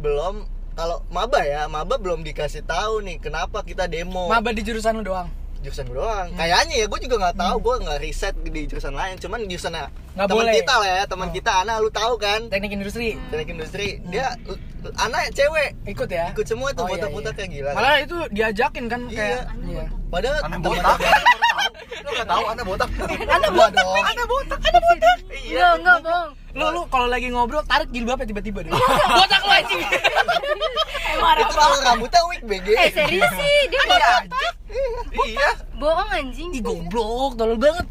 Speaker 3: belum kalau maba ya maba belum dikasih tahu nih kenapa kita demo
Speaker 2: maba di jurusan lu doang
Speaker 3: jurusan gue doang
Speaker 2: Hmm.
Speaker 3: kayaknya ya gue juga nggak tahu gua gue nggak riset di jurusan lain cuman jurusan
Speaker 2: Nggak
Speaker 3: teman
Speaker 2: boleh.
Speaker 3: kita lah ya teman
Speaker 2: Oh.
Speaker 3: kita Ana lu tahu kan
Speaker 2: teknik industri
Speaker 3: teknik industri dia Ana cewek
Speaker 2: ikut ya
Speaker 3: ikut semua
Speaker 2: Oh,
Speaker 3: tuh
Speaker 2: iya,
Speaker 3: botak-botak kayak gila
Speaker 2: malah itu diajakin kan kayak
Speaker 3: Iya. padahal
Speaker 4: Anak
Speaker 3: teman-
Speaker 4: botak. Lu nggak tahu anak botak.
Speaker 2: Iya.
Speaker 3: Ana botak Ana botak Ana botak
Speaker 1: Iya. Enggak, enggak, bohong.
Speaker 2: lu lu kalau lagi ngobrol tarik jilbabnya tiba-tiba deh botak lu anjing
Speaker 3: Itu kalau rambutnya wig BG
Speaker 1: Eh, serius sih, dia bohong.
Speaker 4: Iya.
Speaker 1: Bohong anjing.
Speaker 2: Ih goblok, tolol banget.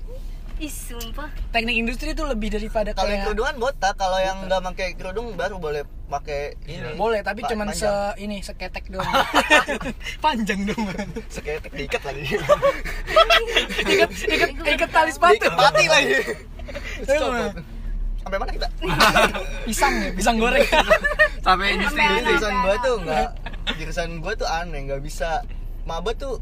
Speaker 1: Ih, sumpah.
Speaker 2: Teknik industri itu lebih daripada
Speaker 3: Kalau
Speaker 2: kayak
Speaker 3: yang keruduan botak Kalau yang nggak pakai kerudung baru boleh pakai ini
Speaker 2: Iya, boleh tapi
Speaker 3: Pa-
Speaker 2: cuman se
Speaker 3: panjang.
Speaker 2: ini seketek doang. panjang dong.
Speaker 3: Seketek diikat lagi
Speaker 2: ikat ikat ikat tali sepatu.
Speaker 3: Diikat mati lagi
Speaker 2: Ayo,
Speaker 3: Stop.
Speaker 2: Bang.
Speaker 3: Sampai mana kita?
Speaker 2: Pisang ya, pisang goreng.
Speaker 4: Sampai industri.
Speaker 2: Nah,
Speaker 3: Jadi jurusan gua tuh enggak Jurusan gua tuh aneh nggak bisa Maba tuh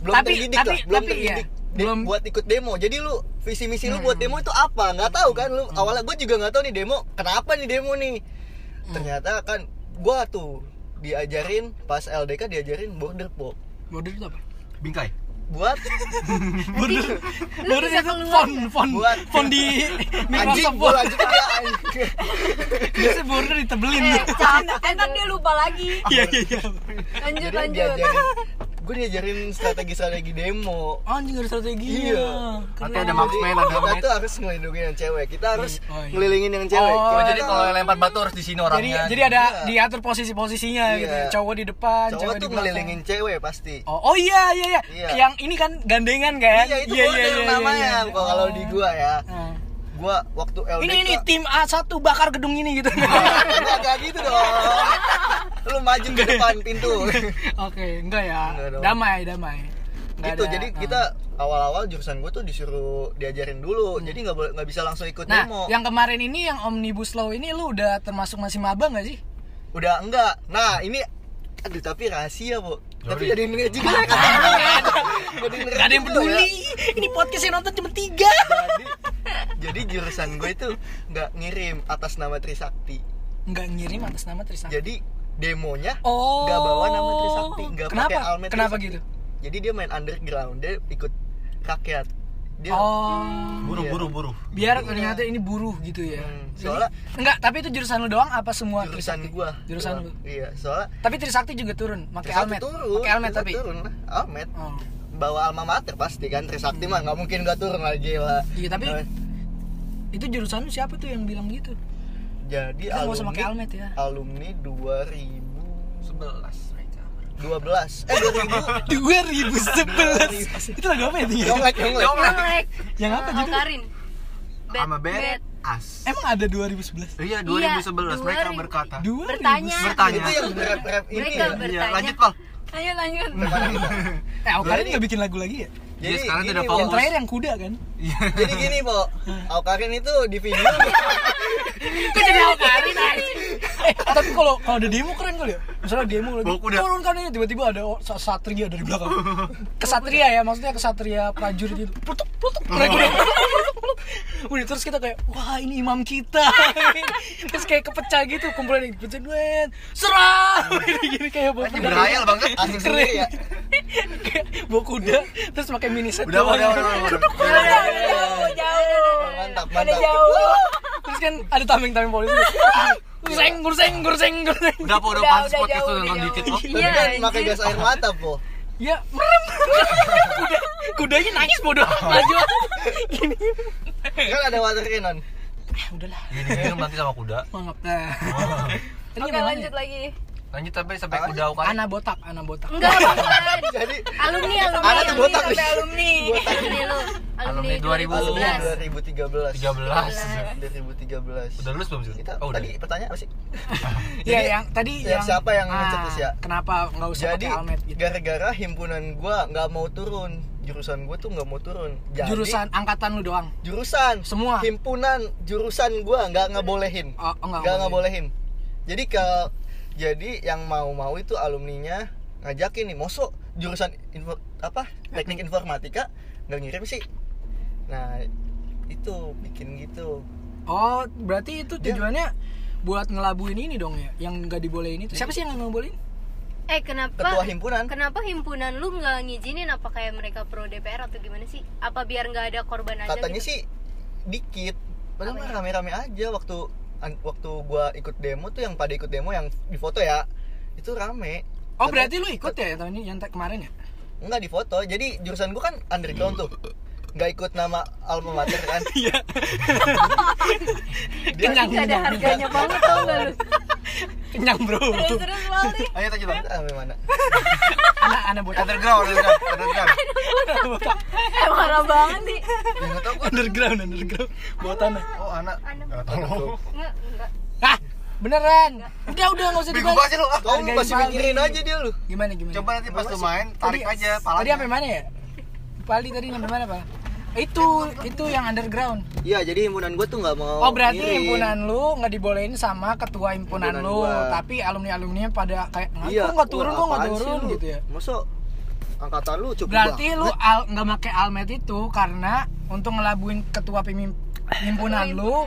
Speaker 3: belum
Speaker 2: Tapi-
Speaker 3: terdidik
Speaker 2: tapi-
Speaker 3: lah Belum
Speaker 2: tapi
Speaker 3: terdidik
Speaker 2: iya, Hmm.
Speaker 3: Di-
Speaker 2: belum-
Speaker 3: buat ikut demo jadi lu visi misi lu buat demo itu apa nggak tahu kan lu awalnya gue juga nggak tahu nih demo kenapa nih demo nih
Speaker 2: Hmm.
Speaker 3: ternyata kan gua tuh diajarin pas LDK diajarin border po
Speaker 2: Border itu apa?
Speaker 4: Bingkai.
Speaker 3: buat
Speaker 2: Border. Border
Speaker 1: bisa
Speaker 2: itu
Speaker 1: keluar.
Speaker 2: font font
Speaker 3: Buat-
Speaker 2: font di
Speaker 3: anjing
Speaker 2: Microsoft
Speaker 3: gue
Speaker 2: Word.
Speaker 3: lanjutin ya anjing.
Speaker 2: Biasanya border ditebelin.
Speaker 5: Eh, jangan. Entar dia lupa lagi.
Speaker 2: Iya iya iya.
Speaker 5: Lanjut,
Speaker 3: jadi
Speaker 5: lanjut.
Speaker 3: diajarin gue diajarin strategi strategi demo
Speaker 2: Anjing ada strategi.
Speaker 3: Iya.
Speaker 4: Nanti ada marksman, ada
Speaker 3: kita
Speaker 4: med.
Speaker 3: tuh harus ngelindungi yang cewek kita harus
Speaker 2: Oh, iya.
Speaker 3: ngelilingin yang
Speaker 2: Oh,
Speaker 3: cewek
Speaker 4: Oh,
Speaker 3: Kita
Speaker 4: jadi
Speaker 3: tuh
Speaker 4: kalau lempar batu harus di
Speaker 2: Jadi
Speaker 4: sini orangnya.
Speaker 2: jadi ada
Speaker 3: Iya.
Speaker 2: diatur posisi-posisinya
Speaker 3: Iya.
Speaker 2: gitu. Cowok di depan,
Speaker 3: cowok
Speaker 2: cewek di
Speaker 3: tuh
Speaker 2: belakang.
Speaker 3: ngelilingin cewek pasti
Speaker 2: Oh, oh iya iya iya.
Speaker 3: Iya.
Speaker 2: Yang ini kan gandengan kan?
Speaker 3: iya itu border namanya Kalau- kalau di gua ya
Speaker 2: iya. Oh.
Speaker 3: gua waktu LDK
Speaker 2: Ini ini tim A1 bakar gedung ini gitu.
Speaker 3: Enggak kayak gitu dong. Lu majin ke depan pintu.
Speaker 2: Oke, enggak ya.
Speaker 3: Enggak dong.
Speaker 2: Damai, damai. Enggak
Speaker 3: gitu.
Speaker 2: ada,
Speaker 3: Jadi
Speaker 2: ah.
Speaker 3: kita awal-awal jurusan gue tuh disuruh diajarin dulu. Jadi nggak boleh nggak bisa langsung ikut
Speaker 2: Nah,
Speaker 3: demo.
Speaker 2: yang kemarin ini yang Omnibus Law ini lu udah termasuk masih maba nggak sih?
Speaker 3: Udah enggak. Nah, ini aduh tapi rahasia, Bu. Tapi
Speaker 4: Yaudah.
Speaker 3: jadi denger juga. Nggak ada yang denger
Speaker 2: Gak ada yang
Speaker 3: juga,
Speaker 2: peduli.
Speaker 3: ya.
Speaker 2: Ini podcast yang nonton cuma tiga.
Speaker 3: Jadi, jadi jurusan gue itu nggak ngirim atas nama Trisakti.
Speaker 2: Enggak ngirim atas nama Trisakti.
Speaker 3: Jadi demonya
Speaker 2: Oh.
Speaker 3: nggak bawa nama Trisakti, nggak pakai
Speaker 2: Kenapa? gitu?
Speaker 3: almet
Speaker 2: Kenapa
Speaker 3: Trisakti.
Speaker 2: gitu?
Speaker 3: Jadi dia main underground, dia ikut rakyat. dia
Speaker 2: Oh.
Speaker 4: Buruh,
Speaker 3: Iya.
Speaker 4: buruh, buruh.
Speaker 2: Biar ternyata ini buruh gitu ya.
Speaker 3: Hmm,
Speaker 2: Jadi-
Speaker 3: soalnya-
Speaker 2: enggak, tapi itu jurusan lu doang apa semua
Speaker 3: jurusan
Speaker 2: Trisakti?
Speaker 3: gua
Speaker 2: Jurusan lu.
Speaker 3: Doang. iya soalnya
Speaker 2: Tapi Trisakti juga turun, pakai
Speaker 3: Trisakti
Speaker 2: almet.
Speaker 3: turun
Speaker 2: Pakai almet
Speaker 3: Trisakti
Speaker 2: tapi.
Speaker 3: turun almet
Speaker 2: Oh.
Speaker 3: bawa alma mater pasti kan Trisakti mah nggak mungkin gak turun lagi Nah, lah
Speaker 2: Iya, tapi itu jurusan lu siapa tuh yang bilang gitu?
Speaker 3: jadi
Speaker 2: Kita nggak usah pakai
Speaker 3: alumni
Speaker 2: almet ya.
Speaker 3: alumni 2012
Speaker 4: Sebelas mereka. Iya.
Speaker 3: eh 2000
Speaker 2: 2011. itu lagu apa ya? Tia?
Speaker 3: Yonglek, yonglek.
Speaker 1: Melek.
Speaker 2: Yang apa
Speaker 1: Oh,
Speaker 2: judul?
Speaker 1: Karin. Bad,
Speaker 4: Sama
Speaker 1: bad.
Speaker 4: Beret As.
Speaker 2: Emang ada 2011?
Speaker 4: Iya, 2011 mereka
Speaker 1: 2000.
Speaker 4: berkata.
Speaker 2: 2000.
Speaker 1: Bertanya.
Speaker 4: Bertanya.
Speaker 3: itu yang rap rap ini
Speaker 1: Mereka ber-
Speaker 3: ya
Speaker 4: Iya,
Speaker 1: Bertanya.
Speaker 4: lanjut, Pal.
Speaker 1: Ayo lanjut.
Speaker 2: Eh, Aukarin
Speaker 3: Berani.
Speaker 2: nggak bikin lagu lagi ya?
Speaker 3: jadi
Speaker 4: Dia sekarang
Speaker 3: gini,
Speaker 4: tidak
Speaker 3: Wo.
Speaker 2: Yang
Speaker 4: Fokus.
Speaker 2: terakhir yang kuda kan?
Speaker 4: Iya.
Speaker 3: jadi gini po Aukarin itu di video
Speaker 2: Itu jadi Aukarin Eh, tapi kalau kalau ada demo keren kali ya. Misalnya demo lagi.
Speaker 4: Bawa kuda.
Speaker 2: Turun kan ini tiba-tiba ada o- sa- satria dari belakang. Kesatria ya, maksudnya kesatria prajurit itu. Plutuk, plutuk, naik kuda. Udah terus kita kayak, wah ini imam kita. terus kayak kepecah gitu, kumpulan ini, pecah duet, serang. Gini kayak bawa kuda.
Speaker 4: Berhayal banget.
Speaker 3: asik sendiri ya
Speaker 2: Kayak bawa kuda, terus pakai mini set.
Speaker 4: Udah, udah,
Speaker 2: doang.
Speaker 4: udah, udah, udah.
Speaker 5: Jauh, jauh.
Speaker 3: mantap
Speaker 5: Ada
Speaker 3: mantap
Speaker 5: jauh.
Speaker 2: Terus kan ada tameng-tameng polisi. Gurseng, gurseng, gurseng, gurseng.
Speaker 4: Udah, Po, udah,
Speaker 5: Udah,
Speaker 4: pantas
Speaker 5: udah,
Speaker 4: podcast
Speaker 5: jauh,
Speaker 4: tuh
Speaker 5: udah,
Speaker 4: nonton
Speaker 5: jauh.
Speaker 4: dikit, Po.
Speaker 1: Iya.
Speaker 3: dan kan pakai
Speaker 1: anjir.
Speaker 3: gas air mata po
Speaker 2: Ya, merem. Kuda, kudanya nangis bodoh amat
Speaker 3: Ah,
Speaker 2: maju. Gini.
Speaker 3: kan ada water cannon
Speaker 2: Ah, udahlah.
Speaker 4: Gini, minum nanti sama kuda.
Speaker 2: Mangap dah. Tadi
Speaker 5: Oke,
Speaker 2: gimana
Speaker 5: lanjut
Speaker 2: ya?
Speaker 5: lagi.
Speaker 4: Lanjut sampai sampai kuda Aukarin.
Speaker 2: Ana botak, ana botak.
Speaker 1: Enggak, bukan.
Speaker 3: jadi
Speaker 1: Alumni, alumni.
Speaker 3: Ada tuh botak
Speaker 5: Sampai
Speaker 3: nih.
Speaker 5: alumni.
Speaker 1: Alumni lu. Alumni
Speaker 4: Alumni
Speaker 1: 2011.
Speaker 4: 2011.
Speaker 3: 2013 2013
Speaker 4: 13. Udah lulus belum sih?
Speaker 3: kita
Speaker 4: Oh, udah.
Speaker 3: tadi pertanyaan apa sih
Speaker 2: Ya,
Speaker 3: Jadi,
Speaker 2: yang tadi
Speaker 3: ya,
Speaker 2: yang Ah,
Speaker 3: siapa yang ngecetus ya?
Speaker 2: Kenapa nggak usah
Speaker 3: jadi
Speaker 2: pakai almet gitu?
Speaker 3: gara-gara himpunan gua nggak mau turun jurusan gua tuh nggak mau turun jadi,
Speaker 2: Jurusan angkatan lu doang.
Speaker 3: jurusan
Speaker 2: Semua?
Speaker 3: himpunan jurusan gua nggak ngebolehin
Speaker 2: Ah. Oh, oh, nggak
Speaker 3: nggak
Speaker 2: ngebolehin.
Speaker 3: ngebolehin jadi ke jadi yang mau-mau itu alumninya ngajakin nih mosok jurusan info, apa teknik informatika nggak ngirim sih nah itu bikin gitu
Speaker 2: Oh, berarti itu
Speaker 3: Dia-
Speaker 2: tujuannya buat ngelabuin ini dong ya, yang nggak dibolehin itu. Siapa sih yang nggak ngebolehin?
Speaker 1: Eh kenapa?
Speaker 3: ketua himpunan
Speaker 1: Kenapa himpunan lu nggak ngizinin apa kayak mereka pro DPR atau gimana sih? Apa biar nggak ada korban aja?
Speaker 3: katanya
Speaker 1: gitu?
Speaker 3: sih dikit
Speaker 2: ya?
Speaker 3: padahal mah rame-rame aja waktu an- waktu gua ikut demo tuh yang pada ikut demo yang di foto ya itu rame
Speaker 2: Oh,
Speaker 3: Katanya-
Speaker 2: berarti lu ikut ya tahun ini yang te- kemarin ya?
Speaker 3: nggak di foto jadi jurusan gua kan underground tuh nggak ikut nama alma mater kan
Speaker 2: Iya.
Speaker 3: Dia-
Speaker 2: Kenyang.
Speaker 1: Nggak ada harganya banget tau gak lu?
Speaker 2: Kenyang, Bro.
Speaker 5: Terus Waldi.
Speaker 4: Ayo tanya bang.
Speaker 3: ah mana
Speaker 2: Anak anak botak.
Speaker 4: Underground, underground, underground.
Speaker 2: Anak botak.
Speaker 5: Eh, marah banget sih.
Speaker 4: Ya nggak tahu gua.
Speaker 2: underground underground bawah tanah
Speaker 4: Oh, anak. Nggak tahu.
Speaker 1: Nggak, nggak.
Speaker 2: ah beneran udah udah nggak usah
Speaker 4: Bingung
Speaker 2: dibahas
Speaker 4: banget sih lu. ah.
Speaker 3: kau
Speaker 2: Hargain
Speaker 3: masih
Speaker 2: banget.
Speaker 3: mikirin aja dia lu
Speaker 2: gimana gimana
Speaker 4: Coba nanti pas lu main,
Speaker 2: Tadi-
Speaker 4: tarik aja
Speaker 2: tadi sampai
Speaker 4: palanya.
Speaker 2: mana ya Pali tadi sampai mana pak itu itu yang underground
Speaker 3: iya jadi himpunan gua tuh nggak mau
Speaker 2: oh berarti
Speaker 3: ngirim.
Speaker 2: himpunan lu nggak dibolehin sama ketua himpunan
Speaker 3: Himpunan
Speaker 2: lu
Speaker 3: gua.
Speaker 2: tapi alumni alumninya pada kayak "Nah,
Speaker 3: iya
Speaker 2: kok nggak turun
Speaker 3: Wah,
Speaker 2: kok nggak
Speaker 3: apaan sih
Speaker 2: turun
Speaker 3: lu?
Speaker 2: gitu ya
Speaker 3: masuk angkatan lu cukup
Speaker 2: berarti lu
Speaker 3: banget.
Speaker 2: al- nggak pakai almet itu karena untuk ngelabuin ketua pimim- himpunan lu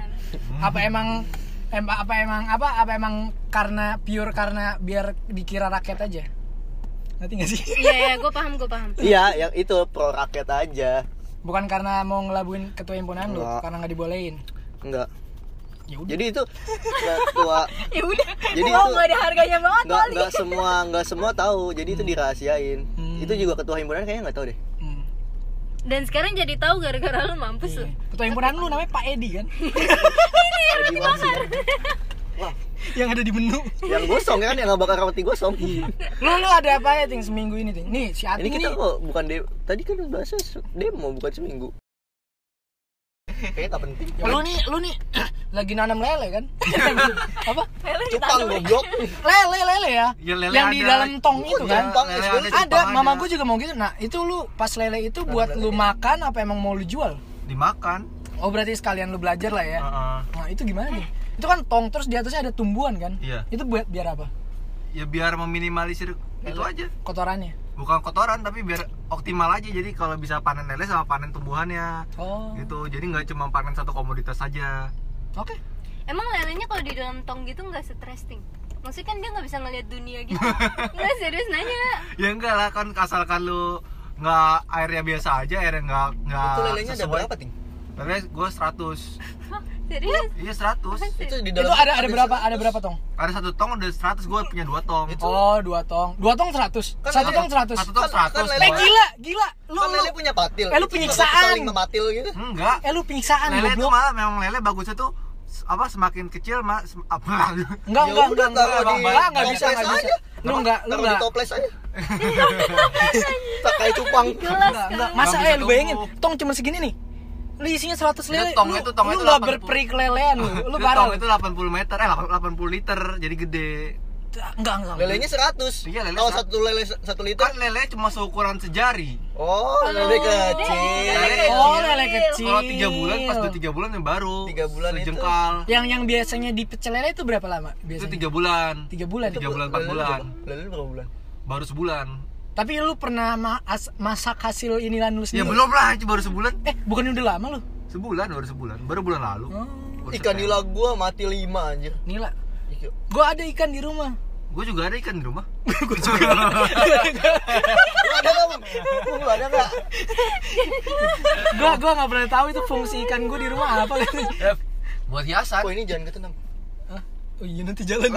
Speaker 2: apa emang em- apa emang apa apa emang karena pure karena biar dikira rakyat aja ngerti nggak sih
Speaker 1: Iya ya, gue paham, gue paham.
Speaker 3: iya yang itu pro rakyat aja
Speaker 2: bukan karena mau ngelabuin ketua himpunan lu
Speaker 3: Nggak.
Speaker 2: karena nggak dibolehin
Speaker 3: enggak
Speaker 2: ya udah
Speaker 3: jadi itu ketua
Speaker 5: Ya udah.
Speaker 3: Jadi
Speaker 5: Wow,
Speaker 3: itu-
Speaker 5: nggak ada harganya banget
Speaker 3: nggak
Speaker 5: Waldi.
Speaker 3: nggak semua nggak semua tahu jadi itu dirahasiain
Speaker 2: Hmm.
Speaker 3: itu juga ketua himpunan kayaknya nggak tahu deh
Speaker 2: Hmm.
Speaker 1: Dan sekarang jadi tahu gara-gara lu mampus lu.
Speaker 2: ketua himpunan lu namanya Pak Edi kan
Speaker 3: Edi Wahsid. wah
Speaker 2: yang ada di menu
Speaker 3: yang gosong ya kan yang nggak bakar roti gosong
Speaker 2: Iya. lu lu ada apa ya ting seminggu ini ting nih si
Speaker 3: ini
Speaker 2: Ating
Speaker 3: kita
Speaker 2: nih
Speaker 3: kok bukan de tadi kan bahasa se- demo bukan seminggu kayaknya nggak penting
Speaker 2: lu nih lu nih lagi nanam lele kan apa
Speaker 5: Lele kita
Speaker 3: cupang
Speaker 5: ambil.
Speaker 3: goblok
Speaker 2: lele lele ya,
Speaker 4: Ya, lele
Speaker 2: yang di
Speaker 4: ada.
Speaker 2: dalam tong
Speaker 3: Oh,
Speaker 2: itu kan
Speaker 3: Jepang, es
Speaker 4: Lele ada,
Speaker 3: goyang.
Speaker 2: ada
Speaker 4: Jepang
Speaker 2: mama
Speaker 4: ada.
Speaker 2: gue juga mau gitu nah itu lu pas lele itu buat lu makan apa emang mau lu jual
Speaker 4: dimakan.
Speaker 2: oh berarti sekalian lu belajar lah ya
Speaker 4: Heeh.
Speaker 2: nah itu gimana nih itu kan tong terus di atasnya ada tumbuhan kan
Speaker 4: Iya.
Speaker 2: itu buat biar apa
Speaker 4: Ya biar meminimalisir itu aja.
Speaker 2: kotorannya
Speaker 4: Bukan kotoran tapi biar optimal aja. Jadi kalau bisa panen lele sama panen tumbuhannya.
Speaker 2: oh
Speaker 4: Gitu. Jadi nggak cuma panen satu komoditas saja.
Speaker 2: oke
Speaker 1: Emang lelenya kalau di dalam tong gitu nggak stres ting? Maksudnya kan dia nggak bisa ngelihat dunia gitu. Nggak serius nanya.
Speaker 4: Ya enggak lah kan asalkan lu nggak airnya biasa aja airnya nggak nggak
Speaker 3: itu lelenya ada berapa ting
Speaker 4: lele gue 100
Speaker 1: serius
Speaker 4: iya 100
Speaker 3: itu di dalam
Speaker 2: Itu ada ada berapa? Ada berapa tong?
Speaker 4: ada satu tong udah 100 gue punya dua tong
Speaker 3: Itu-
Speaker 2: Oh, dua tong. Dua tong 100.
Speaker 3: Kan
Speaker 2: Satu
Speaker 3: ada-
Speaker 2: tong 100.
Speaker 4: satu tong
Speaker 3: Kan-
Speaker 4: 100
Speaker 3: kan lele-
Speaker 2: Eh gila, gila. Lu
Speaker 3: kan
Speaker 2: lu
Speaker 3: lele punya patil
Speaker 2: Eh, lu
Speaker 3: Itu juga
Speaker 2: penyiksaan.
Speaker 3: bakal lima matil gitu
Speaker 4: enggak
Speaker 2: Eh lu pingsan
Speaker 4: lele itu
Speaker 2: goblok.
Speaker 4: malah memang lele bagusnya tuh s- apa semakin kecil mah sem- apa
Speaker 2: Enggak,
Speaker 3: Ya
Speaker 2: enggak,
Speaker 3: udah,
Speaker 2: enggak, enggak,
Speaker 3: taruh
Speaker 2: enggak,
Speaker 4: di
Speaker 2: enggak, enggak bisa,
Speaker 3: toples
Speaker 2: enggak bisa.
Speaker 3: aja.
Speaker 2: Lu enggak, lu
Speaker 3: taruh di
Speaker 2: enggak.
Speaker 3: toples aja pakai cupang
Speaker 1: gelas
Speaker 2: Enggak, enggak.
Speaker 1: kan
Speaker 2: Masa
Speaker 4: Nggak bisa
Speaker 2: eh lu bayangin,
Speaker 4: tumbuh.
Speaker 2: tong cuma segini nih. Lu isinya 100
Speaker 4: Itu
Speaker 2: lele.
Speaker 4: Iya, tong
Speaker 2: lu-
Speaker 4: itu, tong
Speaker 2: lu
Speaker 4: itu
Speaker 2: enggak
Speaker 4: 80.
Speaker 2: berperi kelelean lu. Lu
Speaker 4: Itu
Speaker 2: barang.
Speaker 4: tong itu 80 meter eh 80 liter jadi gede
Speaker 2: Enggak, enggak.
Speaker 3: lelenya 100
Speaker 4: Iya, lele
Speaker 3: kalau
Speaker 4: seratus.
Speaker 3: satu lele satu liter
Speaker 4: kan lele cuma seukuran sejari
Speaker 3: oh lele kecil
Speaker 4: Lele-
Speaker 2: Oh, lele kecil.
Speaker 4: kalau tiga bulan pas udah tiga bulan yang baru
Speaker 3: Tiga bulan itu-
Speaker 4: sejengkal
Speaker 2: Yang yang biasanya dipecel lele itu berapa lama
Speaker 4: itu
Speaker 2: Ya, biasanya?
Speaker 4: tiga bulan
Speaker 2: Tiga bulan.
Speaker 4: Tiga bulan, empat
Speaker 3: Lele
Speaker 4: bulan.
Speaker 3: berapa- lele berapa bulan
Speaker 4: baru sebulan
Speaker 2: Tapi lu pernah ma- as- masak hasil inilan lu
Speaker 4: ya
Speaker 2: sendiri?
Speaker 4: belum lah itu baru sebulan
Speaker 2: Eh, bukan udah lama lu?
Speaker 4: sebulan baru sebulan baru bulan lalu
Speaker 2: Oh.
Speaker 4: ya.
Speaker 3: ikan
Speaker 4: Baru September.
Speaker 3: nila gua mati lima anjir
Speaker 2: Nila.
Speaker 3: Iki-
Speaker 2: Gua ada ikan di rumah.
Speaker 4: gue juga ada ikan di rumah
Speaker 3: Lu ada nggak Bung? Bung, lu ada nggak
Speaker 2: Gua gua nggak pernah tahu itu fungsi ikan gua di rumah apa gitu.
Speaker 4: Eh, buat hiasan
Speaker 3: oh ini jangan ketenang
Speaker 2: Hah? Oh iya nanti jalan.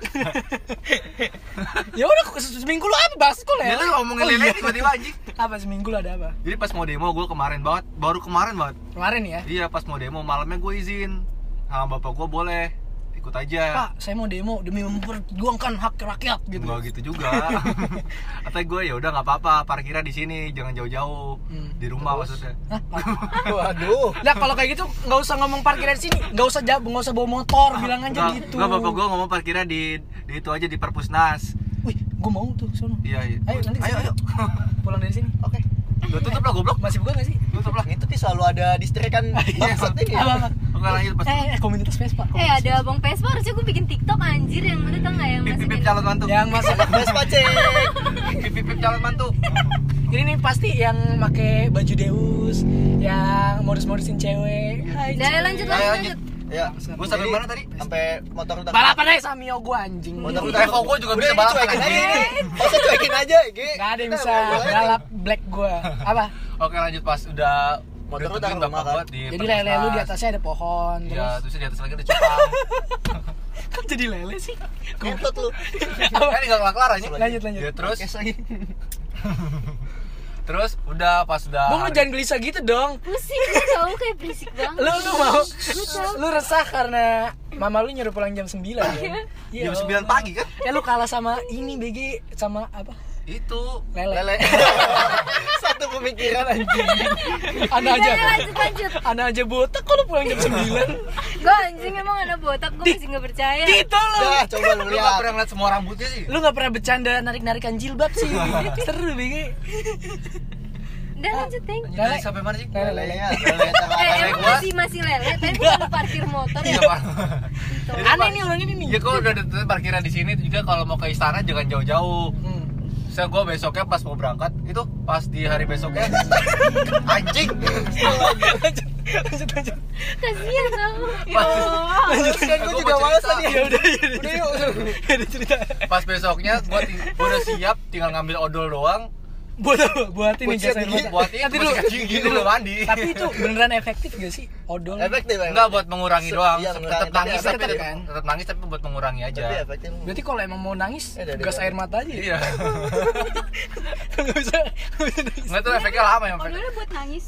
Speaker 2: ya udah kok se- seminggu lu apa bahas kok
Speaker 4: ya
Speaker 2: lele?
Speaker 4: lu ngomongin
Speaker 2: Oh,
Speaker 4: lele
Speaker 2: iya.
Speaker 4: tiba-tiba anjing
Speaker 2: Apa seminggu lu ada apa?
Speaker 4: jadi pas mau demo gue kemarin banget baru kemarin banget
Speaker 2: Kemarin ya.
Speaker 4: iya pas mau demo malamnya gue izin sama bapak gue boleh ikut aja
Speaker 2: Pak, saya mau demo demi memperjuangkan hak rakyat gitu.
Speaker 4: Nggak gitu juga atau gue ya udah nggak apa-apa parkirnya di sini jangan jauh-jauh
Speaker 2: Hmm.
Speaker 4: di rumah maksudnya
Speaker 2: Hah? Pak?
Speaker 3: waduh
Speaker 2: Nah kalau kayak gitu nggak usah ngomong parkiran di sini, nggak usah jab, nggak usah bawa motor,
Speaker 4: Ah,
Speaker 2: bilang aja
Speaker 4: Nggak,
Speaker 2: gitu.
Speaker 4: nggak, bapak gue ngomong parkirnya di, di itu aja di perpusnas
Speaker 2: Wih, gue mau tuh sono.
Speaker 4: iya iya
Speaker 2: Ayo nanti
Speaker 4: ayo,
Speaker 2: kesini.
Speaker 4: ayo.
Speaker 2: Pulang dari sini.
Speaker 3: oke
Speaker 4: Lu tutup lah goblok
Speaker 2: Masih buka nggak sih?
Speaker 4: tutup lah
Speaker 3: itu sih selalu ada distrikan bangsat ini
Speaker 4: Iya.
Speaker 3: ya.
Speaker 2: Apa-apa?
Speaker 4: oke lanjut pas
Speaker 2: Eh, eh, komunitas Vespa.
Speaker 1: eh
Speaker 2: komunitas
Speaker 1: ada abang Vespa harusnya gue bikin tiktok anjir yang mana tau nggak yang
Speaker 4: pip pip
Speaker 1: masukin
Speaker 4: pip calon mantu
Speaker 2: Vespa. Yang masih
Speaker 3: Vespa cek
Speaker 4: pip pip pip calon mantu
Speaker 2: Ini nih pasti yang pakai baju Deus, yang modus-modusin cewek. Hai.
Speaker 1: gitu? Udah, ayo lanjut lanjut
Speaker 4: Ayo, lanjut.
Speaker 1: lanjut
Speaker 3: ya
Speaker 4: Gua sampai
Speaker 3: jadi
Speaker 4: mana tadi?
Speaker 3: sampai motor udah
Speaker 2: Balapan Eh, aja Samio gua anjing.
Speaker 3: motor
Speaker 4: Motor
Speaker 3: udah
Speaker 4: Evo gua juga
Speaker 3: Udah,
Speaker 4: bisa
Speaker 3: ini
Speaker 4: balapan,
Speaker 3: cuekin aja
Speaker 4: anjing.
Speaker 3: ini. masa cuekin aja Gi
Speaker 2: Gak ada yang
Speaker 3: Kita
Speaker 2: bisa
Speaker 3: boleh, Ting.
Speaker 2: galap black gua. Apa?
Speaker 4: oke lanjut pas udah
Speaker 3: Motor lu
Speaker 4: udah
Speaker 3: taruh
Speaker 4: tungguin bapak
Speaker 3: rumah, kan?
Speaker 4: gua di
Speaker 2: Jadi lele lu di
Speaker 4: perpusnas.
Speaker 2: atasnya ada pohon.
Speaker 4: Iya,
Speaker 2: Terus
Speaker 4: terus di atas lagi ada Eh, cupang.
Speaker 2: kok jadi lele sih?
Speaker 3: Kentut lu
Speaker 2: Apa?
Speaker 4: kan enggak kelar-kelar ini.
Speaker 2: Lanjut lanjut.
Speaker 4: Ya, terus
Speaker 3: Kes lagi
Speaker 4: terus udah pas udah
Speaker 2: Bung lu
Speaker 4: hari-
Speaker 2: jangan gelisah gitu dong.
Speaker 1: pusing gue tau kayak berisik banget
Speaker 2: Lu tuh mau
Speaker 1: Gue tau
Speaker 2: lu resah karena mama lu nyuruh pulang jam 9 ya.
Speaker 1: Iya.
Speaker 4: jam
Speaker 2: Allah.
Speaker 4: 9 pagi kan?
Speaker 2: Eh lu kalah sama ini BG sama apa?
Speaker 4: Itu
Speaker 2: Lele.
Speaker 3: lele satu pemikiran anjing
Speaker 2: Ana aja.
Speaker 1: Udah, Iya, lanjut lanjut
Speaker 2: Ana aja botak kok lu pulang jam 9.
Speaker 1: gue anjing emang anak botak gue masih nggak percaya
Speaker 2: gitu lu.
Speaker 3: dah coba lu
Speaker 4: Iya, lu gak
Speaker 3: lihat
Speaker 4: pernah ngeliat semua rambutnya sih.
Speaker 2: Lu gak pernah bercanda narik-narikan jilbab sih. Seru BG.
Speaker 1: udah lanjut thank you.
Speaker 4: Anjing, tadi sampai mana sih?
Speaker 2: Lele.
Speaker 3: lele ya lele
Speaker 1: eh
Speaker 3: tengah lele
Speaker 1: emang
Speaker 4: gua.
Speaker 1: masih masih lele tapi bukan parkir motor ya
Speaker 4: Iya, Pak.
Speaker 1: Gitu.
Speaker 4: Jadi,
Speaker 2: Aneh
Speaker 4: Pak,
Speaker 2: nih orang ini nih.
Speaker 4: Ya gua udah ada parkiran di sini juga kalau mau ke istana jangan jauh-jauh.
Speaker 2: Hmm.
Speaker 4: Saya gua besoknya pas mau berangkat itu pas di hari besoknya anjing.
Speaker 2: lanjut lanjut lanjut
Speaker 1: kasian kamu
Speaker 4: Pas,
Speaker 3: terus kan
Speaker 4: Gua
Speaker 3: gue
Speaker 4: mau
Speaker 3: juga males
Speaker 4: cerita.
Speaker 3: tadi
Speaker 2: ya udah
Speaker 3: udah yuk
Speaker 2: ada cerita
Speaker 4: pas besoknya gua, ting- gua udah siap tinggal ngambil odol doang
Speaker 2: buat apa buat ini
Speaker 3: Buat sikat
Speaker 2: jasa
Speaker 3: gigi.
Speaker 4: buat itu
Speaker 2: nanti dulu
Speaker 4: sikat gigi dulu mandi.
Speaker 2: tapi itu beneran efektif gak sih odol
Speaker 3: efektif Bang.
Speaker 4: Enggak buat mengurangi
Speaker 3: Se-
Speaker 4: doang.
Speaker 3: iya, mengurangi.
Speaker 4: tetap nangis
Speaker 3: Tapi
Speaker 4: tapi
Speaker 2: efektif
Speaker 4: tetap,
Speaker 2: kan?
Speaker 4: tetap nangis tapi buat mengurangi aja.
Speaker 3: tapi efektif
Speaker 2: berarti kalau emang mau nangis
Speaker 3: Eh, dari-
Speaker 2: gas air mata aja ya?
Speaker 4: Iya.
Speaker 2: nggak bisa nggak bisa nangis.
Speaker 4: Enggak tuh efeknya lama ya.
Speaker 5: Oh,
Speaker 4: efeknya.
Speaker 1: Odolnya buat nangis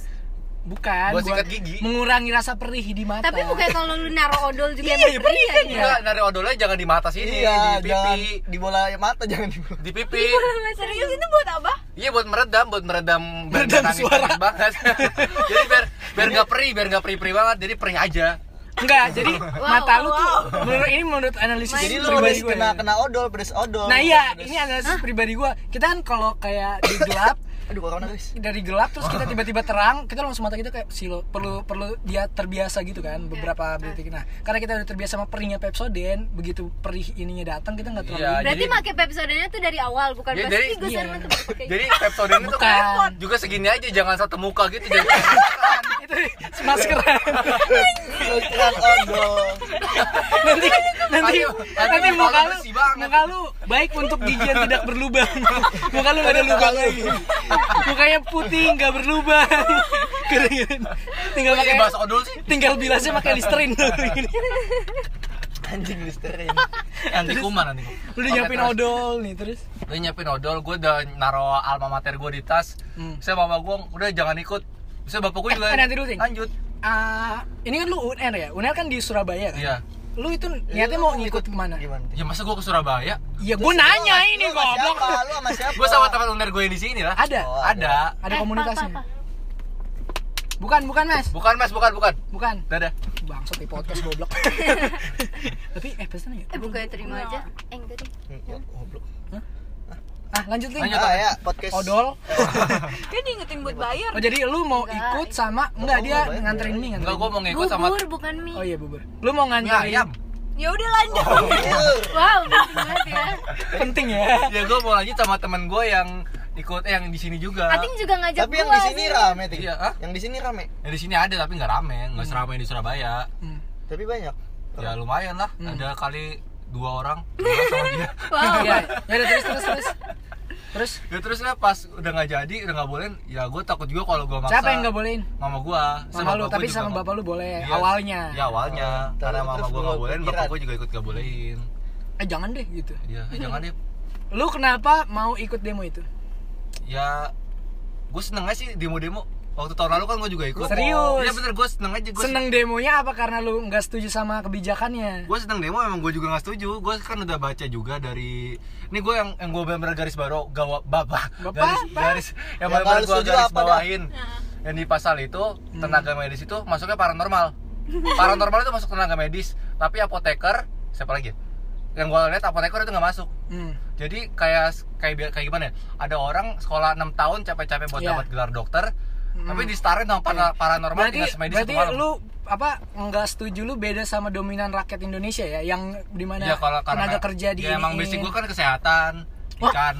Speaker 2: bukan
Speaker 4: Buat sikat gigi.
Speaker 2: mengurangi rasa perih di mata
Speaker 1: tapi bukan kalau lu naro odol juga
Speaker 2: Iya,
Speaker 1: yang perih ya
Speaker 2: perih.
Speaker 4: Enggak, dari odolnya jangan di mata sini,
Speaker 3: iya
Speaker 4: di
Speaker 3: jangan
Speaker 4: pipi.
Speaker 3: di bola mata jangan di bola
Speaker 4: Di pipi.
Speaker 5: serius itu buat apa
Speaker 4: Iya buat meredam, buat meredam biar
Speaker 2: Meredam
Speaker 4: nggak nangis,
Speaker 2: suara.
Speaker 4: nangis banget. Jadi biar biar enggak perih, biar enggak perih-perih banget. Jadi perih aja.
Speaker 2: enggak jadi mata lu tuh
Speaker 5: wow.
Speaker 2: menurut ini menurut analisis
Speaker 3: jadi lu
Speaker 2: pribadi ya.
Speaker 3: udah
Speaker 2: gue
Speaker 3: kena kena odol pedes odol
Speaker 4: Oh,
Speaker 2: nah iya
Speaker 3: Pedes-
Speaker 2: ini analisis pribadi gue kita kan kalau kayak di gelap
Speaker 3: aduh corona guys
Speaker 2: dari gelap terus kita tiba-tiba terang kita langsung mata kita kayak silo perlu perlu dia terbiasa gitu kan
Speaker 4: Iya.
Speaker 2: beberapa detik nah karena kita udah terbiasa sama perihnya Pepsodent begitu perih ininya datang kita nggak terlalu
Speaker 4: Iya,
Speaker 1: berarti
Speaker 4: jadi-
Speaker 1: pakai pepsodanya tuh dari awal bukan
Speaker 4: Iya,
Speaker 1: pasti
Speaker 4: dari-
Speaker 1: gue
Speaker 2: iya.
Speaker 1: sama tuh pakai.
Speaker 4: Jadi Pepsodent itu
Speaker 2: Bukan.
Speaker 4: kan juga segini aja, jangan satu muka gitu. Jadi
Speaker 2: itu maskeran
Speaker 3: terus kan odol
Speaker 2: nanti nanti
Speaker 4: Ayo, ayo,
Speaker 2: nanti
Speaker 4: ayo,
Speaker 2: muka lu
Speaker 4: bersih banget.
Speaker 2: muka lu baik untuk gigi yang tidak berlubang muka lu gak ada lubang lagi mukanya putih nggak berlubang keren keren. tinggal
Speaker 4: Kok
Speaker 2: pakai
Speaker 4: jadi bahas odol sih?
Speaker 2: tinggal bilasnya pakai listerin Gini.
Speaker 3: anjing listerin
Speaker 2: Eh,
Speaker 4: Anti kuman nanti
Speaker 2: lu
Speaker 4: kuman.
Speaker 2: udah
Speaker 4: Oke,
Speaker 2: nyiapin
Speaker 4: terus.
Speaker 2: odol nih terus
Speaker 4: Udah nyiapin odol, gue udah naro alma mater gue di tas.
Speaker 2: Hmm.
Speaker 4: Saya mama gue udah jangan ikut. Saya bapak gue
Speaker 2: Eh,
Speaker 4: juga.
Speaker 2: nanti dulu, Ting.
Speaker 4: Lanjut.
Speaker 2: Ah, ini kan lu UNR ya UNR kan di Surabaya kan
Speaker 4: Iya.
Speaker 2: lu itu niatnya mau ngikut kemana
Speaker 3: gimana
Speaker 4: Ya masa gue ke Surabaya?
Speaker 2: ya gue nanya ini
Speaker 3: Lu sama
Speaker 2: goblok
Speaker 3: siapa? lu sama siapa
Speaker 4: Gue sama teman uner gue yang di sini lah.
Speaker 2: ada
Speaker 3: Oh,
Speaker 4: Ada.
Speaker 2: ada
Speaker 1: Eh, pa,
Speaker 2: komunikasi
Speaker 1: pa, pa.
Speaker 2: bukan bukan mas
Speaker 4: Bukan mas, bukan, bukan.
Speaker 2: bukan
Speaker 4: Dadah.
Speaker 2: bangsat di podcast goblok tapi eh pesan ya
Speaker 1: eh bukannya terima aja eh enggak deh
Speaker 3: Hmm, goblok.
Speaker 2: ah lanjut lagi
Speaker 4: Lanjut.
Speaker 3: ah ya podcast
Speaker 2: odol
Speaker 5: Dia diingetin buat bayar.
Speaker 2: oh jadi lu mau ikut sama enggak dia
Speaker 3: Enggak,
Speaker 2: nganterin mie nganterin
Speaker 4: Enggak, gue mau iya. ngikut sama
Speaker 1: bubur bukan mie
Speaker 2: oh iya Oh, bubur lu mau
Speaker 4: mie
Speaker 2: nganterin
Speaker 4: ayam.
Speaker 5: Ya udah lanjut.
Speaker 2: iya.
Speaker 3: Anjir.
Speaker 1: wow penting banget ya
Speaker 2: penting ya
Speaker 4: Ya gue mau lanjut sama teman gue yang ikut eh yang di sini juga.
Speaker 1: Ating juga ngajak
Speaker 3: tapi yang
Speaker 1: gua
Speaker 3: di sini
Speaker 1: sih.
Speaker 3: rame Ting.
Speaker 4: Iya, ah?
Speaker 3: yang di sini rame
Speaker 4: Yang di sini ada tapi nggak rame, nggak seramai yang di Surabaya.
Speaker 2: Hmm.
Speaker 3: tapi banyak
Speaker 4: Ya lumayan lah.
Speaker 2: Hmm.
Speaker 4: Ada kali dua orang. Dua sama dia.
Speaker 1: wow
Speaker 2: Iya, ya udah terus terus terus terus
Speaker 4: Ya terusnya pas udah nggak jadi, udah nggak bolehin, ya gue takut juga kalau gue maksa.
Speaker 2: siapa yang nggak bolehin
Speaker 4: Mama gue.
Speaker 2: sama lu tapi sama bapak lu boleh awalnya
Speaker 4: Ya
Speaker 3: Oh,
Speaker 4: awalnya. Karena
Speaker 3: terus-
Speaker 4: mama
Speaker 3: terus
Speaker 4: gue
Speaker 3: gua
Speaker 4: nggak bolehin, bapak
Speaker 3: kepikiran.
Speaker 4: gue juga ikut nggak bolehin.
Speaker 2: eh jangan deh gitu
Speaker 4: Ya eh, jangan deh.
Speaker 2: lu kenapa mau ikut demo itu
Speaker 4: Ya gue seneng aja sih demo-demo. Waktu tahun lalu kan gue juga ikut.
Speaker 2: Serius?
Speaker 4: Iya bener gue seneng aja. Gua
Speaker 2: seneng demonya apa karena lu nggak setuju sama kebijakannya
Speaker 4: gue seneng demo emang gue juga nggak setuju gue kan udah baca juga dari ini gue yang yang gue bener garis baru gawa bapak
Speaker 2: Bapak,
Speaker 4: garis
Speaker 2: Pak.
Speaker 4: garis yang
Speaker 3: Yang
Speaker 4: bener
Speaker 3: nggak
Speaker 4: gue
Speaker 3: setuju
Speaker 4: garis
Speaker 3: apa dah?
Speaker 4: bawahin
Speaker 2: Ya.
Speaker 4: yang di pasal itu
Speaker 2: Hmm.
Speaker 4: tenaga medis itu masuknya paranormal paranormal itu masuk tenaga medis tapi apoteker siapa lagi ya? yang gue lihat apoteker itu nggak masuk
Speaker 2: hmm.
Speaker 4: jadi kayak kayak bi- kayak gimana ya? Ada orang sekolah 6 tahun capek-capek buat
Speaker 2: Iya. Hmm.
Speaker 4: dapat gelar dokter, tapi di starin sama para- paranormal
Speaker 2: berarti
Speaker 4: dinas medis
Speaker 2: berarti
Speaker 4: satu malam.
Speaker 2: lu apa nggak setuju lu beda sama dominan rakyat Indonesia ya yang dimana
Speaker 4: Iya, kalau karena
Speaker 2: tenaga kerja di
Speaker 4: ya, emang
Speaker 2: ini-
Speaker 4: basic gue kan kesehatan, ikan.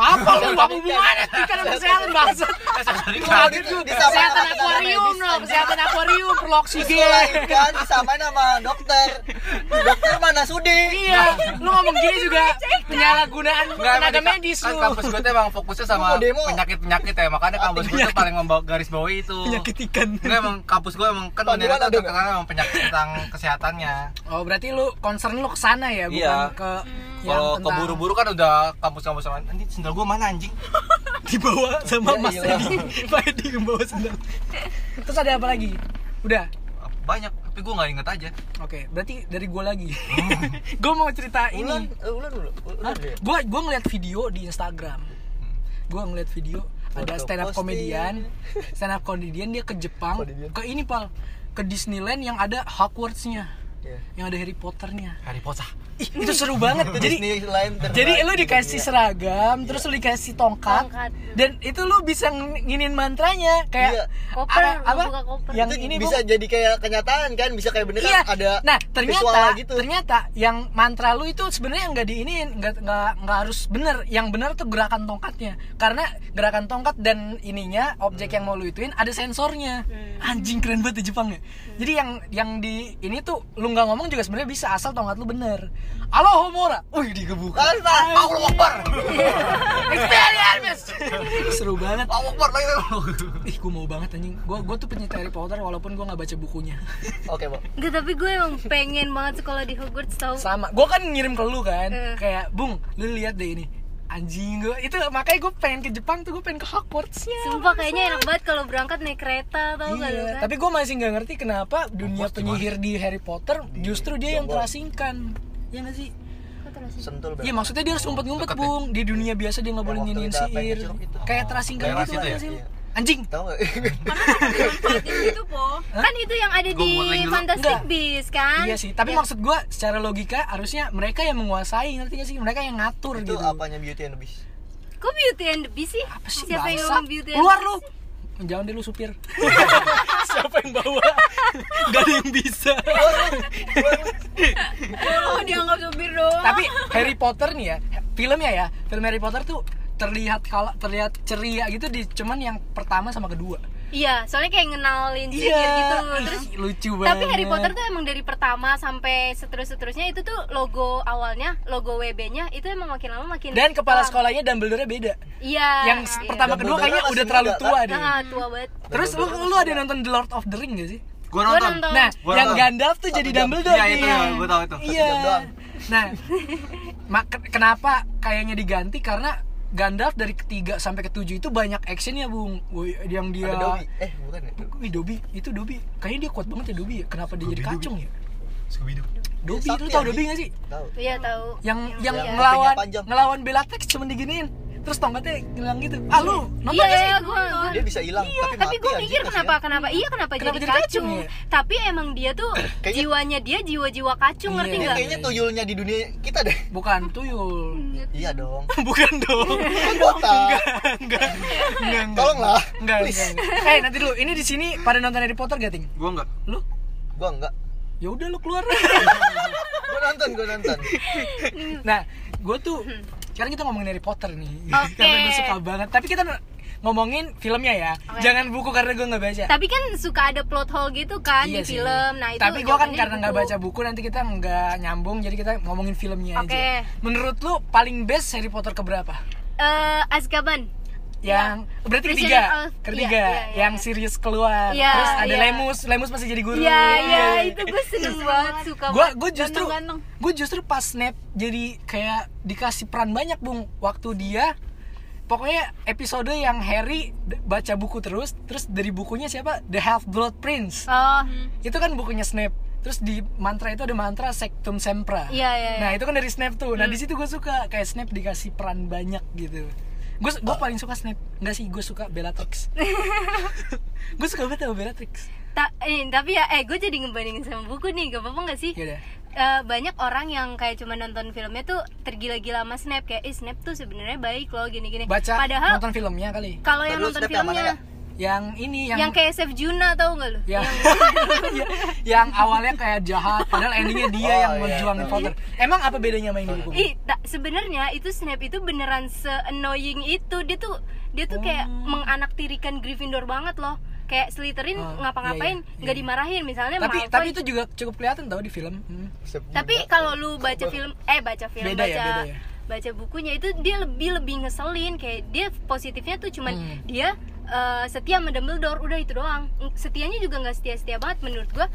Speaker 2: apa lu apa hubungannya ikan sama kesehatan bangsat
Speaker 4: Eh, sorry, ikan.
Speaker 2: Kaget lu. kesehatan akuarium loh kesehatan akuarium perlu
Speaker 3: sekolah
Speaker 2: oksigen
Speaker 3: ikan disamain sama dokter dokter mana sudi
Speaker 2: iya lu ngomong gini juga penyalahgunaan
Speaker 4: Nggak, emang
Speaker 2: tenaga
Speaker 4: di-
Speaker 2: medis
Speaker 4: kan
Speaker 2: lu
Speaker 4: kampus gue tuh emang fokusnya sama
Speaker 3: Lu mau demo?
Speaker 4: penyakit-penyakit ya makanya kampus gue tuh paling membawa garis bawah itu
Speaker 2: penyakit ikan
Speaker 4: Enggak emang kampus gue emang kan
Speaker 3: Panduan
Speaker 4: bendera
Speaker 3: ada
Speaker 4: tuh
Speaker 3: nggak?
Speaker 4: terkenal emang penyakit tentang kesehatannya
Speaker 2: oh berarti lu concern lu kesana ya bukan
Speaker 4: Iya.
Speaker 2: ke yang
Speaker 4: Kalau
Speaker 2: tentang-
Speaker 4: keburu-buru kan udah kampus-kampus lain. Nanti sendal gua mana anjing?
Speaker 2: dibawa sama
Speaker 3: Ya
Speaker 2: Mas
Speaker 3: iyalah.
Speaker 2: Edi Pak Edi yang bawa sendal terus ada apa lagi udah
Speaker 4: Banyak, tapi gua nggak inget aja.
Speaker 2: Oke, berarti dari gue lagi. gue mau cerita
Speaker 3: ulan
Speaker 2: ini.
Speaker 3: eh, ulan dulu ulan deh
Speaker 2: Gue gue ngeliat video di Instagram. Gue ngeliat video ada
Speaker 3: Foto
Speaker 2: stand up
Speaker 3: posting.
Speaker 2: komedian, stand up komedian dia ke Jepang,
Speaker 3: Komedian.
Speaker 2: ke ini pal, ke Disneyland yang ada Hogwarts-nya,
Speaker 3: Iya.
Speaker 2: yang ada Harry Potter-nya.
Speaker 4: Harry Potter.
Speaker 2: Ih, itu seru banget. Jadi
Speaker 3: Disney lain terbaik
Speaker 2: jadi lu
Speaker 3: di
Speaker 2: dikasih
Speaker 3: dunia.
Speaker 2: seragam, terus lu dikasih tongkat,
Speaker 1: Tongkat.
Speaker 2: dan itu lu bisa ng- nginin mantranya kayak
Speaker 3: Iya.
Speaker 1: Koper,
Speaker 2: ada-
Speaker 1: lu buka koper.
Speaker 2: yang
Speaker 3: Itu
Speaker 2: ini
Speaker 3: bisa
Speaker 2: Bu.
Speaker 3: jadi kayak kenyataan kan bisa kayak beneran
Speaker 2: iya.
Speaker 3: ada
Speaker 2: nah
Speaker 3: visual
Speaker 2: ternyata
Speaker 3: gitu
Speaker 2: ternyata yang mantra lu itu sebenarnya nggak di ini nggak nggak nggak harus bener yang bener tuh gerakan tongkatnya karena gerakan tongkat dan ininya
Speaker 3: Hmm.
Speaker 2: objek yang mau lu ituin ada sensornya
Speaker 1: Hmm.
Speaker 2: anjing keren banget di Jepang ya jadi yang yang di ini tuh lu nggak ngomong juga sebenarnya bisa asal tongkat lu bener halo homora wih digebukin
Speaker 3: Alfa
Speaker 4: Allah Akbar.
Speaker 2: Expelliarmus! seru banget
Speaker 4: Allah Akbar lagi.
Speaker 2: ih gue mau banget anjing gue gue tuh pencinta Harry Potter walaupun gue nggak baca bukunya
Speaker 3: oke bu
Speaker 1: Enggak, tapi gue emang pengen banget sekolah di Hogwarts tau
Speaker 2: sama gue kan ngirim ke lu kan
Speaker 1: Eh.
Speaker 2: kayak bung lu lihat deh ini anjing gue itu makanya gue pengen ke Jepang tuh gue pengen ke Hogwarts ya
Speaker 1: Sumpah kayaknya enak banget kalau berangkat naik kereta tau gak lu kan
Speaker 2: Iya, tapi gue masih nggak ngerti kenapa dunia
Speaker 4: Hogwarts
Speaker 2: penyihir di Harry Potter justru dia yang
Speaker 3: Hogwarts.
Speaker 2: terasingkan
Speaker 1: Iya
Speaker 2: ya nggak sih
Speaker 1: Kok terasa?
Speaker 3: sentul
Speaker 2: Iya maksudnya dia harus ngumpet-ngumpet
Speaker 4: Deket ya?
Speaker 2: bung di dunia biasa dia nggak boleh
Speaker 3: Yang waktu
Speaker 2: nginin
Speaker 3: kita pengen
Speaker 2: sihir
Speaker 3: ngecurug itu.
Speaker 2: kayak terasingkan
Speaker 4: Lewat
Speaker 2: gitu
Speaker 4: situ
Speaker 2: ya?
Speaker 4: ya?
Speaker 2: sih lu?
Speaker 3: Iya.
Speaker 2: anjing
Speaker 3: tau nggak
Speaker 5: Manfaatin gitu, Po.
Speaker 1: Kan itu yang ada
Speaker 4: Gua
Speaker 1: di
Speaker 4: mau link dulu.
Speaker 1: Fantastic
Speaker 2: Enggak.
Speaker 1: Beasts kan
Speaker 2: Iya sih, tapi maksud gue secara logika harusnya mereka yang menguasai, ngerti gak sih? Mereka yang ngatur
Speaker 3: itu
Speaker 2: gitu.
Speaker 3: apanya beauty and the beast
Speaker 1: Kok Beauty and the Beast sih?
Speaker 2: apa sih
Speaker 1: Siapa yang
Speaker 2: bangsat?
Speaker 1: ngomong Beauty and
Speaker 2: keluar
Speaker 1: the
Speaker 2: lu jangan deh lu supir siapa yang bawa gak ada yang bisa
Speaker 5: Oh, dianggap supir doang.
Speaker 2: tapi Harry Potter nih ya filmnya ya film Harry Potter tuh terlihat kalau terlihat ceria gitu di cuman yang pertama sama kedua
Speaker 1: Iya, soalnya kayak ngenalin
Speaker 2: Iya.
Speaker 1: sihir gitu. Terus
Speaker 2: ih, lucu banget.
Speaker 1: tapi Harry Potter tuh emang dari pertama sampai seterus-seterusnya itu tuh logo awalnya, logo WB-nya itu emang makin lama makin
Speaker 2: dan kepala
Speaker 1: hilang.
Speaker 2: sekolahnya Dumbledore beda.
Speaker 1: Iya.
Speaker 2: Yang
Speaker 1: iya.
Speaker 2: pertama kedua
Speaker 3: Dumbledore
Speaker 2: kayaknya
Speaker 3: masih
Speaker 2: udah terlalu
Speaker 3: muda,
Speaker 2: tua
Speaker 3: kan?
Speaker 2: deh.
Speaker 1: Nah, tua banget.
Speaker 2: Terus lu lu ada nonton The Lord of the Ring gak sih?
Speaker 4: Gue
Speaker 1: Gua
Speaker 4: nonton.
Speaker 1: nonton.
Speaker 2: Nah,
Speaker 4: Gua
Speaker 2: yang
Speaker 4: tahu.
Speaker 2: Gandalf tuh jadi Dumbledore
Speaker 4: Iya itu,
Speaker 2: nih.
Speaker 4: gue tahu itu.
Speaker 2: Iya.
Speaker 3: jam doang.
Speaker 2: Nah, mak kenapa kayaknya diganti karena Gandalf dari ketiga sampai ketujuh itu banyak actionnya bung, Woi, yang dia
Speaker 3: Ada Dobby. Eh, bukan ya?
Speaker 2: Wih Dobi, itu Dobi. Kayaknya dia kuat banget ya Dobi ya. Kenapa dia jadi
Speaker 4: Dobby,
Speaker 2: kacung ya?
Speaker 4: Scooby-Doo.
Speaker 2: Dobi,
Speaker 3: Sakti
Speaker 2: lu tau
Speaker 3: anjing.
Speaker 2: Dobi gak sih?
Speaker 3: ya? Tahu.
Speaker 1: Iya, tahu.
Speaker 2: Yang yang
Speaker 3: Yang
Speaker 2: ngelawan
Speaker 3: kupingnya panjang.
Speaker 2: ngelawan Bellatrix cuman diginiin. Terus tongkatnya hilang gitu. Ah lu, nonton
Speaker 1: Iya,
Speaker 2: gak
Speaker 1: iya,
Speaker 2: sih?
Speaker 1: gua nonton.
Speaker 3: Dia bisa hilang,
Speaker 1: Iya,
Speaker 3: tapi
Speaker 1: tapi
Speaker 3: mati
Speaker 1: gue
Speaker 3: anjing,
Speaker 1: mikir
Speaker 3: kasihan.
Speaker 1: kenapa kenapa iya kenapa, jadi,
Speaker 2: Kenapa jadi kacung
Speaker 1: kacung.
Speaker 2: ya?
Speaker 1: Tapi emang dia tuh
Speaker 3: Kayaknya-
Speaker 1: jiwanya dia jiwa-jiwa kacung, ngerti
Speaker 2: Iya.
Speaker 3: Ini
Speaker 1: nggak?
Speaker 3: kayaknya tuyulnya di dunia kita deh.
Speaker 2: Bukan tuyul.
Speaker 3: Iya dong.
Speaker 1: Hmm.
Speaker 2: Bukan dong.
Speaker 3: Kota.
Speaker 2: Enggak. Enggak. enggak.
Speaker 3: Tolonglah.
Speaker 2: Enggak, enggak. enggak. Eh, nanti dulu. Ini di sini pada nonton Harry Potter gak, Ting?
Speaker 4: Gue enggak.
Speaker 2: Lu?
Speaker 3: Gua enggak.
Speaker 2: Ya udah lu keluar.
Speaker 3: Gua nonton, gua nonton.
Speaker 2: nah, gue tuh sekarang kita ngomongin Harry Potter nih.
Speaker 1: Hmm. Oke.
Speaker 2: karena gue suka banget. Tapi kita ngomongin filmnya ya.
Speaker 1: Oke.
Speaker 2: Jangan buku karena gue nggak baca.
Speaker 1: Tapi kan suka ada plot hole gitu kan di
Speaker 2: Iya sih.
Speaker 1: film. Nah, itu
Speaker 2: Tapi gue kan
Speaker 1: jawabannya
Speaker 2: karena
Speaker 1: di
Speaker 2: nggak
Speaker 1: buku.
Speaker 2: baca buku nanti kita nggak nyambung jadi kita ngomongin filmnya
Speaker 1: Oke.
Speaker 2: aja. Menurut lu paling best Harry Potter keberapa?
Speaker 1: Eh, Azkaban. Iya.
Speaker 2: Yang berarti
Speaker 1: Prisoner
Speaker 2: ketiga,
Speaker 1: of-
Speaker 2: ketiga
Speaker 1: iya, iya, iya.
Speaker 2: yang Sirius keluar.
Speaker 1: Iya,
Speaker 2: Terus ada
Speaker 1: iya.
Speaker 2: Lemus, Lemus masih jadi guru.
Speaker 1: Iya, iya, itu gue seneng banget suka
Speaker 2: gue
Speaker 1: banget.
Speaker 2: gue justru
Speaker 5: Ganteng-ganteng.
Speaker 2: gue justru pas snap jadi kayak dikasih peran banyak bung waktu dia pokoknya episode yang Harry d- baca buku terus terus dari bukunya siapa The Half Blood Prince
Speaker 1: Oh,
Speaker 2: itu kan bukunya Snape terus di mantra itu ada mantra Sectum Sempra
Speaker 1: Iya, iya, Hmm. iya.
Speaker 2: nah itu kan dari Snape tuh nah di situ gue suka kayak Snape dikasih peran banyak gitu gue gue
Speaker 1: Oh.
Speaker 2: paling suka Snape nggak sih gue suka Bellatrix gue suka banget sama Bellatrix
Speaker 1: ta- eh, tapi ya eh gue jadi ngebandingin sama buku nih, gak apa-apa gak sih?
Speaker 2: Iya deh.
Speaker 1: Eh, banyak orang yang kayak cuma nonton filmnya tuh tergila-gila sama Snap kayak, "Ih, Snap tuh sebenarnya baik loh gini-gini."
Speaker 2: baca
Speaker 1: Padahal
Speaker 2: nonton filmnya kali
Speaker 1: kalau yang
Speaker 3: Baru
Speaker 1: nonton
Speaker 3: Snap yang mana
Speaker 1: filmnya
Speaker 3: ya?
Speaker 2: yang ini
Speaker 1: yang,
Speaker 2: yang Iya.
Speaker 1: kayak Chef Juna tau gak lu?
Speaker 2: yang yang awalnya kayak jahat padahal endingnya dia
Speaker 3: Oh,
Speaker 2: yang
Speaker 3: iya,
Speaker 2: menjuangin
Speaker 3: tahu.
Speaker 2: Potter emang apa bedanya main buku
Speaker 1: Ih, tak- sebenarnya itu Snap itu beneran se annoying itu. Dia tuh dia tuh kayak menganaktirikan Gryffindor banget loh. Kayak Slytherin
Speaker 2: Oh,
Speaker 1: ngapa-ngapain
Speaker 2: iya, iya,
Speaker 1: nggak
Speaker 2: iya.
Speaker 1: dimarahin misalnya
Speaker 2: tapi
Speaker 1: Malfoy.
Speaker 2: tapi itu juga cukup kelihatan tau di film Hmm.
Speaker 1: Tapi kalau lu baca film eh baca film
Speaker 2: Beda ya,
Speaker 1: baca
Speaker 2: beda ya.
Speaker 1: baca bukunya itu dia lebih lebih ngeselin kayak dia positifnya tuh cuman
Speaker 2: Hmm.
Speaker 1: dia eh, setia sama Dumbledore udah itu doang. Setianya juga nggak setia-setia banget menurut gua.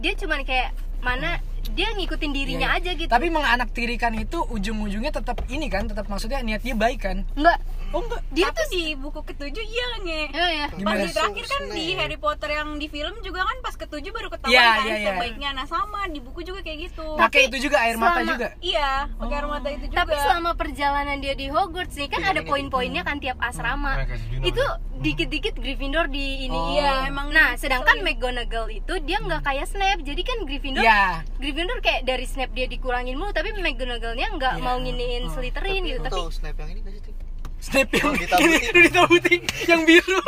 Speaker 1: Dia cuman kayak mana dia ngikutin dirinya
Speaker 2: Iya, iya.
Speaker 1: aja gitu.
Speaker 2: tapi menganaktirikan itu ujung-ujungnya tetap ini kan tetap maksudnya niatnya baik kan
Speaker 1: enggak
Speaker 2: oh enggak
Speaker 1: dia
Speaker 5: Tapi di buku ketujuh iya kan ya
Speaker 1: tuh ya, ya.
Speaker 5: Pas
Speaker 2: Gimana?
Speaker 5: di terakhir kan
Speaker 3: Snape.
Speaker 5: di Harry Potter yang di film juga kan pas ketujuh baru ketahuan
Speaker 2: Iya,
Speaker 5: kan
Speaker 2: iya, iya.
Speaker 5: terbaiknya. Nah sama di buku juga kayak gitu.
Speaker 2: pakai Oh. itu juga air mata
Speaker 1: selama-
Speaker 2: juga
Speaker 5: Iya, pakai air mata itu juga.
Speaker 1: Tapi selama perjalanan dia di Hogwarts nih
Speaker 2: Iya,
Speaker 1: kan ada poin-poinnya kan tiap asrama.
Speaker 4: Hmm, kayak Sejuna
Speaker 1: Itu dikit-dikit Gryffindor di ini.
Speaker 2: Oh.
Speaker 5: Iya, emang
Speaker 1: Nah, sedangkan McGonagall itu dia
Speaker 2: Hmm.
Speaker 1: nggak kayak Snape. Jadi kan Gryffindor
Speaker 2: ya
Speaker 1: Gryffindor kayak dari Snape dia dikurangin mulu tapi McGonagall-nya nggak
Speaker 2: Iya.
Speaker 1: mau nginiin Slytherin gitu. Tapi
Speaker 3: tahu snap yang ini gak sih? Ting?
Speaker 2: Snape yang
Speaker 3: Yang ditabutin.
Speaker 2: Rudy Tabuti yang biru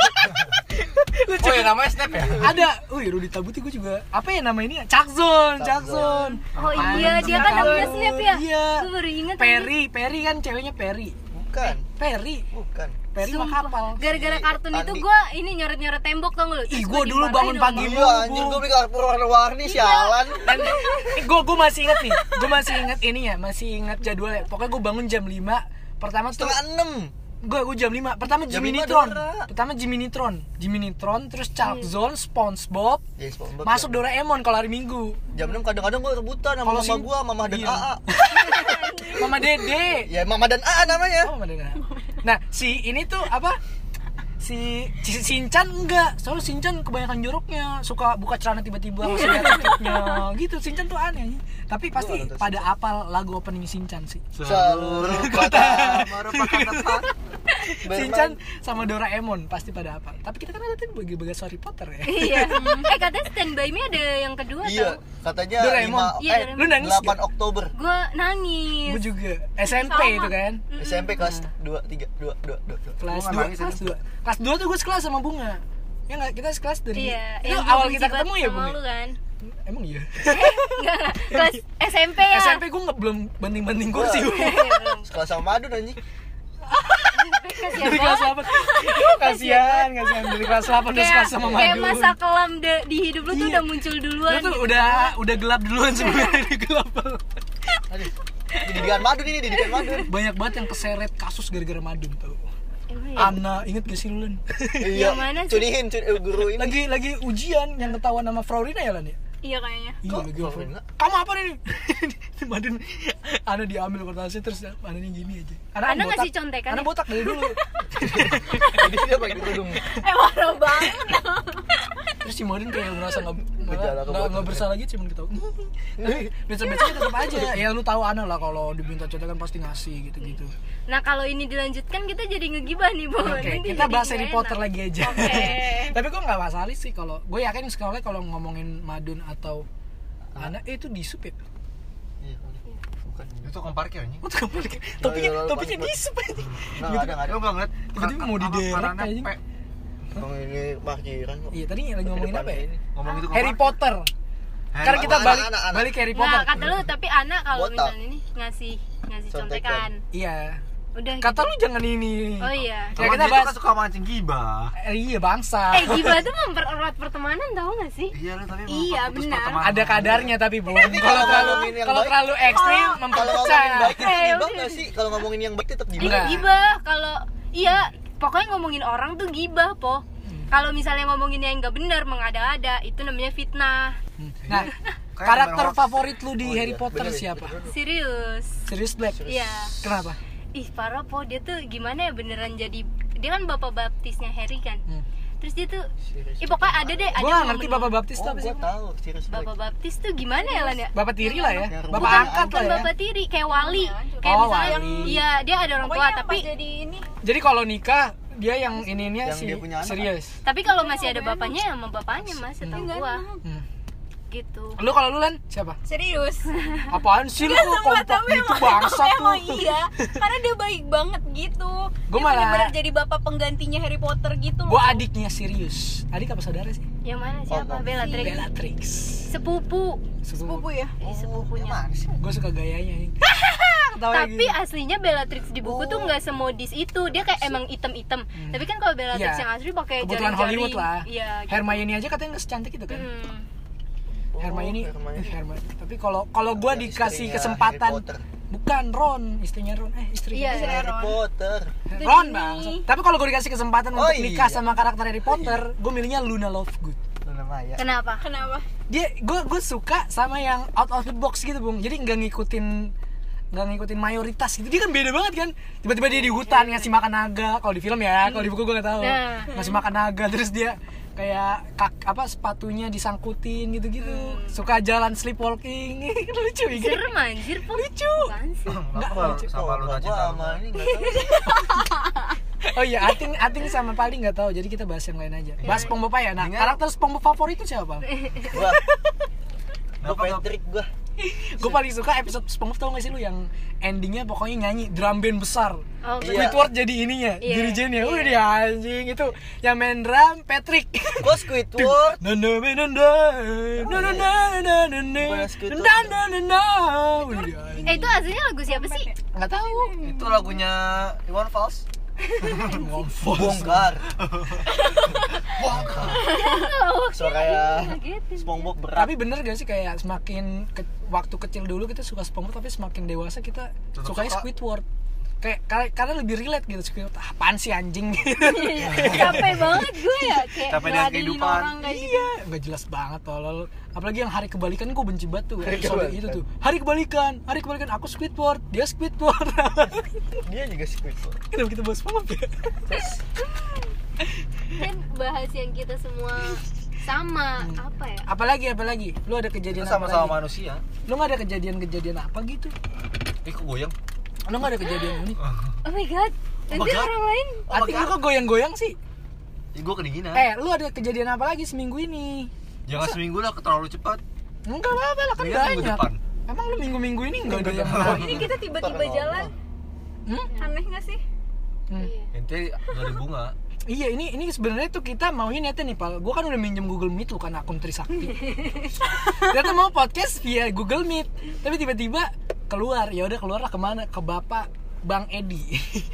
Speaker 4: Oh ya namanya Snap ya?
Speaker 2: ada, wih Rudy Tabuti gue juga apa ya nama ini ya? Cakzon, Cakzon.
Speaker 1: oh iya, dia kan namanya Snape ya.
Speaker 2: Iya.
Speaker 1: Gue baru inget
Speaker 2: Perry, Perry kan ceweknya Perry.
Speaker 3: Bukan,
Speaker 2: Perry,
Speaker 3: bukan.
Speaker 2: Perry mah kapal.
Speaker 1: Gara-gara
Speaker 3: Si
Speaker 1: kartun itu
Speaker 3: Andi.
Speaker 1: gue ini nyoret-nyoret tembok tau gak lu?
Speaker 2: Ih,
Speaker 1: Terus
Speaker 2: gua
Speaker 1: gua
Speaker 2: dulu
Speaker 1: dimarahin
Speaker 2: bangun
Speaker 1: sama
Speaker 2: pagi.
Speaker 1: mama.
Speaker 3: Iya anjing gua beli kartu
Speaker 1: Iya.
Speaker 3: warna-warni sialan.
Speaker 2: Gue gue eh, masih inget nih, gue masih inget ini ya, masih inget jadwalnya. Pokoknya gue bangun jam 5 pertama tuh
Speaker 3: Setengah enam.
Speaker 2: gue gue jam 5 pertama
Speaker 3: Jam
Speaker 2: Jimmy
Speaker 3: lima
Speaker 2: Neutron
Speaker 3: Dora.
Speaker 2: pertama Jimmy Neutron Jimmy Neutron terus Charles Zone SpongeBob
Speaker 3: Ya, SpongeBob.
Speaker 2: masuk Doraemon kalau hari Minggu
Speaker 3: Jam enam kadang-kadang gua rebutan sama
Speaker 2: Kalau
Speaker 3: mama
Speaker 2: sing-
Speaker 3: gua, mama dan
Speaker 2: Iya.
Speaker 3: AA.
Speaker 2: Mama Dede
Speaker 3: Ya mama dan AA namanya.
Speaker 2: oh Mama Dede nah si ini tuh apa si si Sinchan enggak soalnya Sinchan kebanyakan joroknya suka buka celana tiba-tiba langsung lihat tutupnya. gitu Sinchan tuh aneh tapi pasti
Speaker 3: nonton
Speaker 2: pada apal lagu opening Sinchan sih
Speaker 3: Seluruh kota merupakan tempat.
Speaker 2: Sinchan sama Doraemon pasti pada apal tapi kita kan ada tim bagi bagas Harry Potter ya
Speaker 1: Iya. Eh katanya standby me ada yang kedua
Speaker 3: Iya,
Speaker 1: tau.
Speaker 3: katanya
Speaker 2: Doraemon.
Speaker 3: lima-
Speaker 1: Iya,
Speaker 3: eh,
Speaker 1: Doraemon.
Speaker 2: lu nangis
Speaker 3: 8
Speaker 2: gak?
Speaker 3: Oktober.
Speaker 1: Gue nangis.
Speaker 2: gue juga SMP itu kan
Speaker 3: SMP kelas 2 3 2 2 2.
Speaker 2: kelas
Speaker 4: Gua nggak
Speaker 2: dua
Speaker 4: nangis
Speaker 2: kelas
Speaker 4: itu.
Speaker 2: dua kelas dua tuh gue sekelas sama bunga ya nggak kita sekelas dari
Speaker 1: Iya,
Speaker 2: itu
Speaker 1: yang
Speaker 2: awal
Speaker 1: gua
Speaker 2: kita
Speaker 1: benci
Speaker 2: ketemu
Speaker 1: banget
Speaker 2: ya
Speaker 1: sama
Speaker 2: bunga
Speaker 1: lu kan.
Speaker 2: emang iya
Speaker 1: Enggak, enggak. kelas SMP ya.
Speaker 2: SMP
Speaker 1: Iya.
Speaker 2: gue nggak belum banding banding kursi
Speaker 3: Sekelas sama Madun anjing.
Speaker 1: Kasih
Speaker 2: dari kelas 8 kasihan kasihan dari kelas 8 udah
Speaker 1: Iya.
Speaker 2: suka
Speaker 1: kayak
Speaker 2: sama
Speaker 1: kayak
Speaker 2: madu
Speaker 1: masa kelam de- di hidup lu tuh
Speaker 2: Iya.
Speaker 1: udah muncul
Speaker 2: lu
Speaker 1: duluan
Speaker 2: tuh
Speaker 1: gitu. Iya.
Speaker 2: udah udah gelap duluan sebenarnya di gelap
Speaker 3: Aduh, didikan madun ini didikan madun.
Speaker 2: banyak banget yang keseret kasus gara-gara madu tau
Speaker 1: Emang ya?
Speaker 2: Ana inget gak sih lu Lan?
Speaker 1: Yang mana sih?
Speaker 3: Iya, Cunihin cun- eh, guru ini.
Speaker 2: lagi lagi ujian yang ketahuan sama Fraurina ya Lan ya
Speaker 5: Iya kayaknya.
Speaker 2: Iya,
Speaker 3: Kok
Speaker 2: lagi
Speaker 3: Frau
Speaker 2: open.
Speaker 3: Rina?
Speaker 2: Kamu apa nih? Di Madun Ana Anu diambil kertasnya terus Ananya gini aja.
Speaker 1: Ana
Speaker 2: botak.
Speaker 1: ngasih contekan
Speaker 2: Ana
Speaker 1: ya?
Speaker 2: botak dari dulu.
Speaker 3: Jadi dia pakai kerudung.
Speaker 5: Eh marah banget.
Speaker 2: terus si Madun kayak merasa nggak
Speaker 3: Gejala
Speaker 2: nggak- nggak
Speaker 3: kebotakan.
Speaker 2: nggak bersalah gitu cuman gitu. Becek-beceknya tetap aja. Ya lu tahu Ana lah kalau diminta contekan pasti ngasih gitu-gitu.
Speaker 1: Nah kalau ini dilanjutkan kita jadi ngegibah nih bu.
Speaker 2: Oke,
Speaker 1: Nanti Iya,
Speaker 2: kita
Speaker 1: jadi
Speaker 2: bahas
Speaker 1: nggak
Speaker 2: Harry
Speaker 1: enak.
Speaker 2: Potter lagi aja.
Speaker 1: Oke.
Speaker 2: Tapi gue nggak masalah sih kalau gue yakin sekali kalau ngomongin Madun atau Ana eh, itu disup ya.
Speaker 3: Iya, Bukan.
Speaker 4: Itu tukang parkir anjing.
Speaker 2: Oh, tukang parkir. Topinya
Speaker 3: lalu
Speaker 2: topinya
Speaker 3: parkir.
Speaker 2: disup aja.
Speaker 3: Nah, nggak ada nggak ada.
Speaker 4: Lu enggak ngeliat
Speaker 2: Tiba-tiba mau
Speaker 4: apa,
Speaker 2: diderek
Speaker 4: parahnya,
Speaker 2: anjing.
Speaker 4: Pe.
Speaker 3: Bang ini parkiran kok.
Speaker 2: Iya, tadi lagi ngomongin apa ya?
Speaker 3: Ini.
Speaker 4: Ngomong gitu ke
Speaker 2: Harry
Speaker 4: parkir.
Speaker 2: Potter. Karena kita
Speaker 3: Anak,
Speaker 2: balik
Speaker 3: anak, anak.
Speaker 2: balik ke Harry Potter.
Speaker 1: Nah kata lu tapi anak kalau
Speaker 3: Botak.
Speaker 1: misalnya ini ngasih ngasih
Speaker 3: Contekan.
Speaker 1: contekan.
Speaker 2: Iya.
Speaker 1: Udah.
Speaker 2: Kata
Speaker 1: gitu.
Speaker 2: lu jangan ini.
Speaker 1: Oh iya.
Speaker 4: Sama
Speaker 2: Ya, kita
Speaker 4: dia tuh
Speaker 2: bahas-
Speaker 4: kan suka mancing gibah.
Speaker 2: Eh, iya bangsa.
Speaker 1: Eh gibah tuh mempererat pertemanan tau gak sih?
Speaker 4: Iya lu tapi
Speaker 5: Iya, benar.
Speaker 2: Ada kadarnya tapi bu. Kalau
Speaker 3: kalau
Speaker 2: terlalu
Speaker 3: ngomongin yang
Speaker 2: kalau
Speaker 3: baik-
Speaker 2: terlalu ekstrim
Speaker 3: Kalau ngomongin
Speaker 2: memperpecah.
Speaker 3: baik itu
Speaker 1: Eh,
Speaker 3: gibah
Speaker 1: udah.
Speaker 3: nggak sih? Kalau ngomongin yang baik tetap
Speaker 1: Ini
Speaker 3: gibah.
Speaker 2: Enggak.
Speaker 1: Iya, gibah kalau iya pokoknya ngomongin orang tuh gibah po.
Speaker 2: Hmm.
Speaker 1: Kalau misalnya ngomongin yang nggak benar mengada-ada itu namanya fitnah.
Speaker 2: Nah,
Speaker 4: Kayak
Speaker 2: karakter
Speaker 4: gambar hoax.
Speaker 2: favorit lu di
Speaker 3: Oh,
Speaker 2: Harry
Speaker 3: iya,
Speaker 2: Potter
Speaker 3: bener,
Speaker 2: siapa?
Speaker 3: bener.
Speaker 1: Serius.
Speaker 2: Sirius Black.
Speaker 1: Iya.
Speaker 2: Kenapa?
Speaker 1: Ih parah po dia tuh gimana ya beneran jadi dia kan bapak baptisnya Harry kan.
Speaker 2: Hmm.
Speaker 1: Terus dia tuh
Speaker 3: Serius.
Speaker 1: Ih pokoknya ada deh ada
Speaker 2: Gua nggak ngerti Bapak
Speaker 1: momen-momen.
Speaker 2: Baptis tuh
Speaker 3: Oh,
Speaker 2: apa sih?
Speaker 3: gua tahu. Serius.
Speaker 1: Bapak baptis tuh gimana ya Lan ya?
Speaker 2: Bapak tiri lah ya.
Speaker 3: Yang
Speaker 2: Bapak
Speaker 3: rumah
Speaker 2: angkat
Speaker 1: Bukan
Speaker 2: lah ya.
Speaker 1: bapak tiri kayak wali. Kayak
Speaker 2: Oh,
Speaker 1: misalnya
Speaker 2: wali.
Speaker 1: iya dia ada orang tua
Speaker 5: Pokoknya
Speaker 1: tapi
Speaker 5: pas jadi ini
Speaker 2: Jadi kalau nikah dia yang ininya
Speaker 3: Yang
Speaker 2: sih
Speaker 3: dia punya anak.
Speaker 2: serius.
Speaker 1: tapi kalau masih ada bapaknya ya sama bapaknya Mas setahu
Speaker 5: enggak
Speaker 1: gua
Speaker 5: enak.
Speaker 2: Hmm.
Speaker 1: gitu.
Speaker 2: Lu kalau lu Lan siapa?
Speaker 5: Serius.
Speaker 2: Apaan sih lu kok
Speaker 5: Sumpah,
Speaker 2: kompak gitu bangsa
Speaker 5: emang
Speaker 2: tuh?
Speaker 5: iya. Karena dia baik banget gitu.
Speaker 2: Gua
Speaker 5: dia
Speaker 2: malah-
Speaker 5: bener-bener jadi bapak penggantinya Harry Potter gitu loh.
Speaker 2: Gua adiknya serius. Adik apa saudara sih?
Speaker 1: Yang mana siapa?
Speaker 3: Bapak.
Speaker 1: Bella Trix.
Speaker 2: Bellatrix.
Speaker 1: Sepupu.
Speaker 5: Sepupu Eh, ya.
Speaker 3: Oh,
Speaker 1: Eh, sepupunya.
Speaker 2: Gue suka gayanya ini. Ketawanya
Speaker 1: tapi
Speaker 2: gitu.
Speaker 1: aslinya Bellatrix di buku tuh nggak semodis itu dia kayak emang item-item tapi kan kalau Bellatrix
Speaker 2: Iya.
Speaker 1: yang asli pakai
Speaker 2: kebetulan
Speaker 1: jaring-jaring
Speaker 2: Hollywood lah.
Speaker 1: iya gitu.
Speaker 2: Hermione aja katanya nggak secantik itu kan.
Speaker 1: Hmm.
Speaker 2: Hermione,
Speaker 3: Oh, Hermione.
Speaker 2: eh, Hermione. Tapi kalau kalau gue
Speaker 3: Yang
Speaker 2: dikasih
Speaker 3: istrinya Harry
Speaker 2: kesempatan,
Speaker 3: Potter.
Speaker 2: bukan Ron, istrinya Ron, eh istrinya
Speaker 1: Iya,
Speaker 2: Ron.
Speaker 3: Harry Potter.
Speaker 5: Itu
Speaker 2: Ron
Speaker 5: Ginny.
Speaker 2: bang. Tapi kalau gue dikasih kesempatan
Speaker 3: Oh,
Speaker 2: untuk nikah
Speaker 3: iya.
Speaker 2: sama karakter Harry Potter, gue milihnya Luna Lovegood.
Speaker 3: Luna Maya.
Speaker 1: kenapa
Speaker 5: Kenapa?
Speaker 2: Dia, gue gue suka sama yang out of the box gitu bung. Jadi nggak ngikutin nggak ngikutin mayoritas gitu dia kan beda banget kan tiba-tiba dia di hutan ngasih makan naga kalau di film ya kalau di buku gue nggak tahu
Speaker 1: Nah.
Speaker 2: ngasih makan naga terus dia kayak kak, apa sepatunya disangkutin gitu-gitu suka jalan sleepwalking lucu gitu
Speaker 1: serem anjir po
Speaker 2: Lucu.
Speaker 1: Apaan sih?
Speaker 4: Kenapa lu sama lu
Speaker 3: Kok gua
Speaker 4: aja tahu?
Speaker 3: sama ini nggak tahu.
Speaker 2: Oh iya, Ating Ating sama Paling nggak tahu, jadi kita bahas yang lain aja. Bahas SpongeBob ya. Nah,
Speaker 4: Dengan-
Speaker 2: karakter SpongeBob favorit itu siapa?
Speaker 3: Gua gua
Speaker 4: Kenapa lu-
Speaker 3: Patrick gua.
Speaker 2: gue paling suka episode SpongeBob tau gak sih lu yang endingnya pokoknya nyanyi drum band besar.
Speaker 1: oh,
Speaker 3: Iya.
Speaker 2: Squidward jadi ininya,
Speaker 1: Iya.
Speaker 2: dirijennya.
Speaker 1: Iya.
Speaker 2: Udah dia anjing itu yang main drum Patrick.
Speaker 3: Gua Squidward.
Speaker 2: Na na na na na na na na na na na
Speaker 3: Bukan Squidward.
Speaker 2: na na na na. Udah dia anjing.
Speaker 1: eh itu aslinya lagu siapa sih
Speaker 2: Nggak tahu.
Speaker 3: Itu lagunya Iwan Fals.
Speaker 2: Bongga.
Speaker 3: Bongkar.
Speaker 1: Lawak sih,
Speaker 3: Soraya.
Speaker 1: ngagetin.
Speaker 3: SpongeBob berat.
Speaker 2: Tapi bener gak sih kayak semakin ke- waktu kecil dulu kita suka SpongeBob tapi semakin dewasa kita
Speaker 4: Tetep
Speaker 2: sukanya
Speaker 4: suka.
Speaker 2: Squidward. Kayak karena, karena lebih relate gitu Squidward. Ah, Apaan sih anjing?
Speaker 1: capek banget gue ya kayak
Speaker 4: Capek dengan
Speaker 1: ngeladenin
Speaker 4: kehidupan.
Speaker 1: orang kayak gitu.
Speaker 2: iya, nggak jelas banget tolol. Apalagi yang hari kebalikan gue benci banget tuh
Speaker 3: Hari
Speaker 2: episode
Speaker 3: kebalikan.
Speaker 2: itu tuh. Hari kebalikan, hari kebalikan aku Squidward, dia Squidward.
Speaker 3: Dia juga Squidward.
Speaker 2: Kenapa kita bahas SpongeBob ya?
Speaker 1: kan bahas yang kita semua sama apa ya
Speaker 2: Apalagi apalagi? Lu ada kejadian
Speaker 4: Itu
Speaker 2: apa
Speaker 4: sama-sama
Speaker 2: lagi?
Speaker 4: manusia.
Speaker 2: Lu nggak ada kejadian-kejadian apa gitu?
Speaker 4: Ih, kok goyang?
Speaker 2: Lu nggak ada kejadian ini?
Speaker 1: oh my god nanti
Speaker 4: God.
Speaker 1: orang lain
Speaker 4: Oh my
Speaker 2: Artinya
Speaker 4: God.
Speaker 2: lu kok goyang-goyang sih?
Speaker 4: Ih, gua kedinginan.
Speaker 2: Eh, lu ada kejadian apa lagi seminggu ini?
Speaker 4: Jangan seminggu lah terlalu cepat.
Speaker 2: Enggak apa-apa lah kan
Speaker 4: Mendingan Iya, minggu
Speaker 2: banyak.
Speaker 4: depan.
Speaker 2: Emang lu minggu-minggu ini enggak ada yang
Speaker 5: Oh, ini kita tiba-tiba
Speaker 3: Parah.
Speaker 5: jalan.
Speaker 2: Hmm?
Speaker 5: Aneh gak sih?
Speaker 2: Hmm.
Speaker 1: Iya.
Speaker 4: Nanti gak ada bunga.
Speaker 2: Iya ini ini sebenarnya tuh kita maunya niatnya nih Pal Gue kan udah minjem Google Meet lu kan akun Trisakti Ternyata mau podcast via Google Meet Tapi tiba-tiba keluar ya udah keluar lah kemana ke bapak Bang Edi.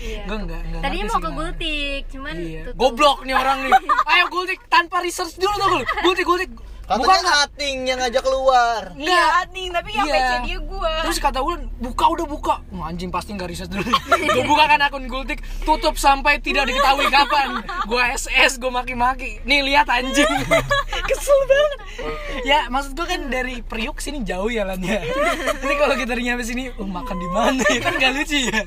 Speaker 1: Iya.
Speaker 2: Gue enggak, enggak.
Speaker 1: Tadinya mau ke
Speaker 2: ngerti sih gimana.
Speaker 1: Gultik, cuman
Speaker 2: Iya.
Speaker 1: tutup.
Speaker 2: Goblok nih orang nih. Ayo Gultik tanpa research dulu tuh Gul. Gultik Gultik. Bukan
Speaker 3: Katanya Ating yang ngajak keluar.
Speaker 5: Iya,
Speaker 2: enggak.
Speaker 5: Ading, tapi yang
Speaker 2: Iya.
Speaker 5: PC dia gua.
Speaker 2: Terus kata Ulan, buka udah buka. Wah, anjing pasti nggak riset dulu. gue buka kan akun Gultik, tutup sampai tidak diketahui kapan. Gue SS, gue maki-maki. Nih lihat anjing. Kesel banget. Ya maksud gue kan dari Priuk sini jauh ya Lan ya. Ini kalau kita nyampe sini, oh, makan di mana? Ya kan nggak lucu ya.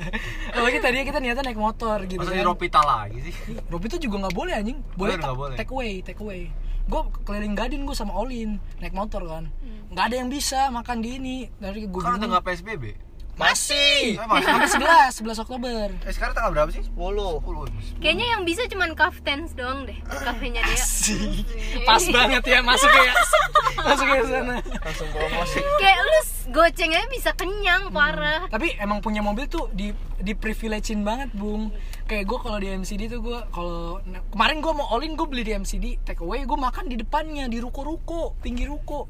Speaker 2: Apalagi tadinya kita niatnya naik motor gitu. kan.
Speaker 4: Maksudnya
Speaker 2: Gitu.
Speaker 4: Ropita lagi sih
Speaker 2: Robi tuh juga nggak boleh anjing. Boleh,
Speaker 4: Boleh, nggak
Speaker 2: ta-
Speaker 4: boleh.
Speaker 2: take away, take away. Gue keliling Gading gue sama Olin naik motor kan. Nggak ada yang bisa makan di ini. Dari gue
Speaker 4: Kan udah nggak PSBB
Speaker 3: Masih.
Speaker 4: Eh, masih
Speaker 2: Sampai 11, 11 Oktober.
Speaker 4: Eh sekarang tanggal berapa sih?
Speaker 3: 10.
Speaker 4: 10
Speaker 1: Kayaknya yang bisa cuman kaftens doang deh, kafenya dia.
Speaker 2: Asik. Pas banget ya masuk ya. Masuk ya sana.
Speaker 3: Langsung promosi.
Speaker 1: Kayak lu s- goceng aja bisa kenyang parah.
Speaker 2: Tapi emang punya mobil tuh di di privilegein banget, Bung. Kayak gue kalau di MCD tuh gue kalau nah, kemarin gue mau Olin gue beli di MCD take away gue makan di depannya di ruko-ruko, pinggir ruko.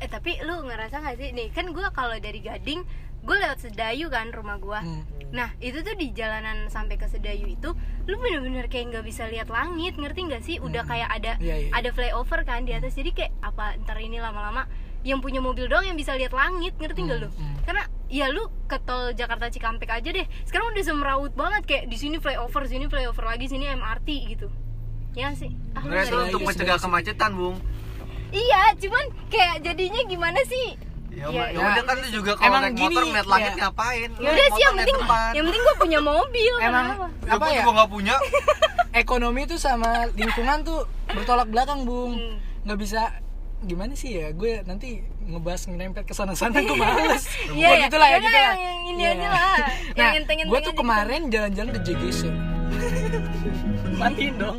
Speaker 1: Eh tapi lu ngerasa gak sih? Nih kan gua kalau dari Gading, gue lewat Sedayu kan rumah gua.
Speaker 2: Hmm.
Speaker 1: Nah itu tuh di jalanan sampai ke Sedayu itu, lu bener-bener kayak nggak bisa lihat langit, ngerti nggak sih? Udah kayak ada
Speaker 2: Iya, iya.
Speaker 1: ada flyover kan di atas, jadi kayak apa ntar ini lama-lama yang punya mobil doang yang bisa lihat langit, ngerti
Speaker 2: Hmm,
Speaker 1: nggak lu? Karena ya lu ke tol Jakarta Cikampek aja deh. Sekarang udah semrawut banget kayak di sini flyover, sini flyover lagi, sini MRT gitu. Ya sih. Ah, lu
Speaker 2: Iya,
Speaker 4: Sebenarnya itu
Speaker 1: nggak ada
Speaker 4: untuk
Speaker 1: lagi.
Speaker 4: mencegah kemacetan, Bung.
Speaker 1: Iya, cuman kayak jadinya gimana sih?
Speaker 4: Ya,
Speaker 1: Iya,
Speaker 4: ya,
Speaker 1: iya.
Speaker 4: udah kan itu juga kalau
Speaker 2: Emang
Speaker 4: naik
Speaker 2: gini,
Speaker 4: motor ngeliat langit
Speaker 2: iya.
Speaker 4: ngapain? Lu
Speaker 1: Ya udah sih
Speaker 4: naik motor
Speaker 1: yang
Speaker 4: liat
Speaker 1: penting
Speaker 4: depan.
Speaker 1: yang penting gue punya mobil kenapa?
Speaker 2: Emang
Speaker 4: Ya,
Speaker 2: apa
Speaker 4: gua
Speaker 2: ya?
Speaker 4: juga nggak punya.
Speaker 2: ekonomi tuh sama lingkungan tuh bertolak belakang bung
Speaker 1: Hmm.
Speaker 2: nggak bisa gimana sih ya gue nanti ngebahas ngerempet ke sana sana gue males
Speaker 1: Iya,
Speaker 2: Gua
Speaker 1: iya.
Speaker 2: gitulah ya
Speaker 1: Yaudah,
Speaker 2: gitulah
Speaker 1: yang- yang ini
Speaker 2: Iya.
Speaker 1: aja lah. Yang
Speaker 2: nah
Speaker 1: enteng-enteng
Speaker 2: gue tuh
Speaker 1: aja gitu.
Speaker 2: kemarin jalan-jalan ke JGC matiin dong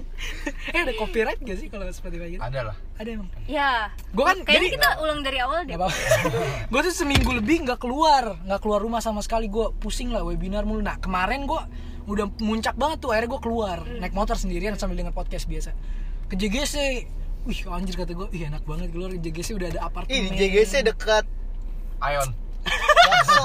Speaker 2: eh ada copyright gak sih kalau seperti gitu
Speaker 4: Ada lah.
Speaker 2: ada emang
Speaker 1: ya
Speaker 2: gue kan
Speaker 1: kayaknya
Speaker 2: jadi-
Speaker 1: kita ulang dari awal deh
Speaker 2: Gak apa-apa. gue tuh seminggu lebih nggak keluar, nggak keluar rumah sama sekali. Gue pusing lah webinar mulu. Nah kemarin gue udah muncak banget tuh. Akhirnya gue keluar
Speaker 3: Hmm.
Speaker 2: naik motor sendirian sambil dengan podcast biasa. Ke JGC, wih anjir kata gue, ih enak banget keluar ke JGC udah ada
Speaker 3: Ih, di
Speaker 2: apartemen.
Speaker 3: JGC dekat
Speaker 4: Ion.
Speaker 3: bakso.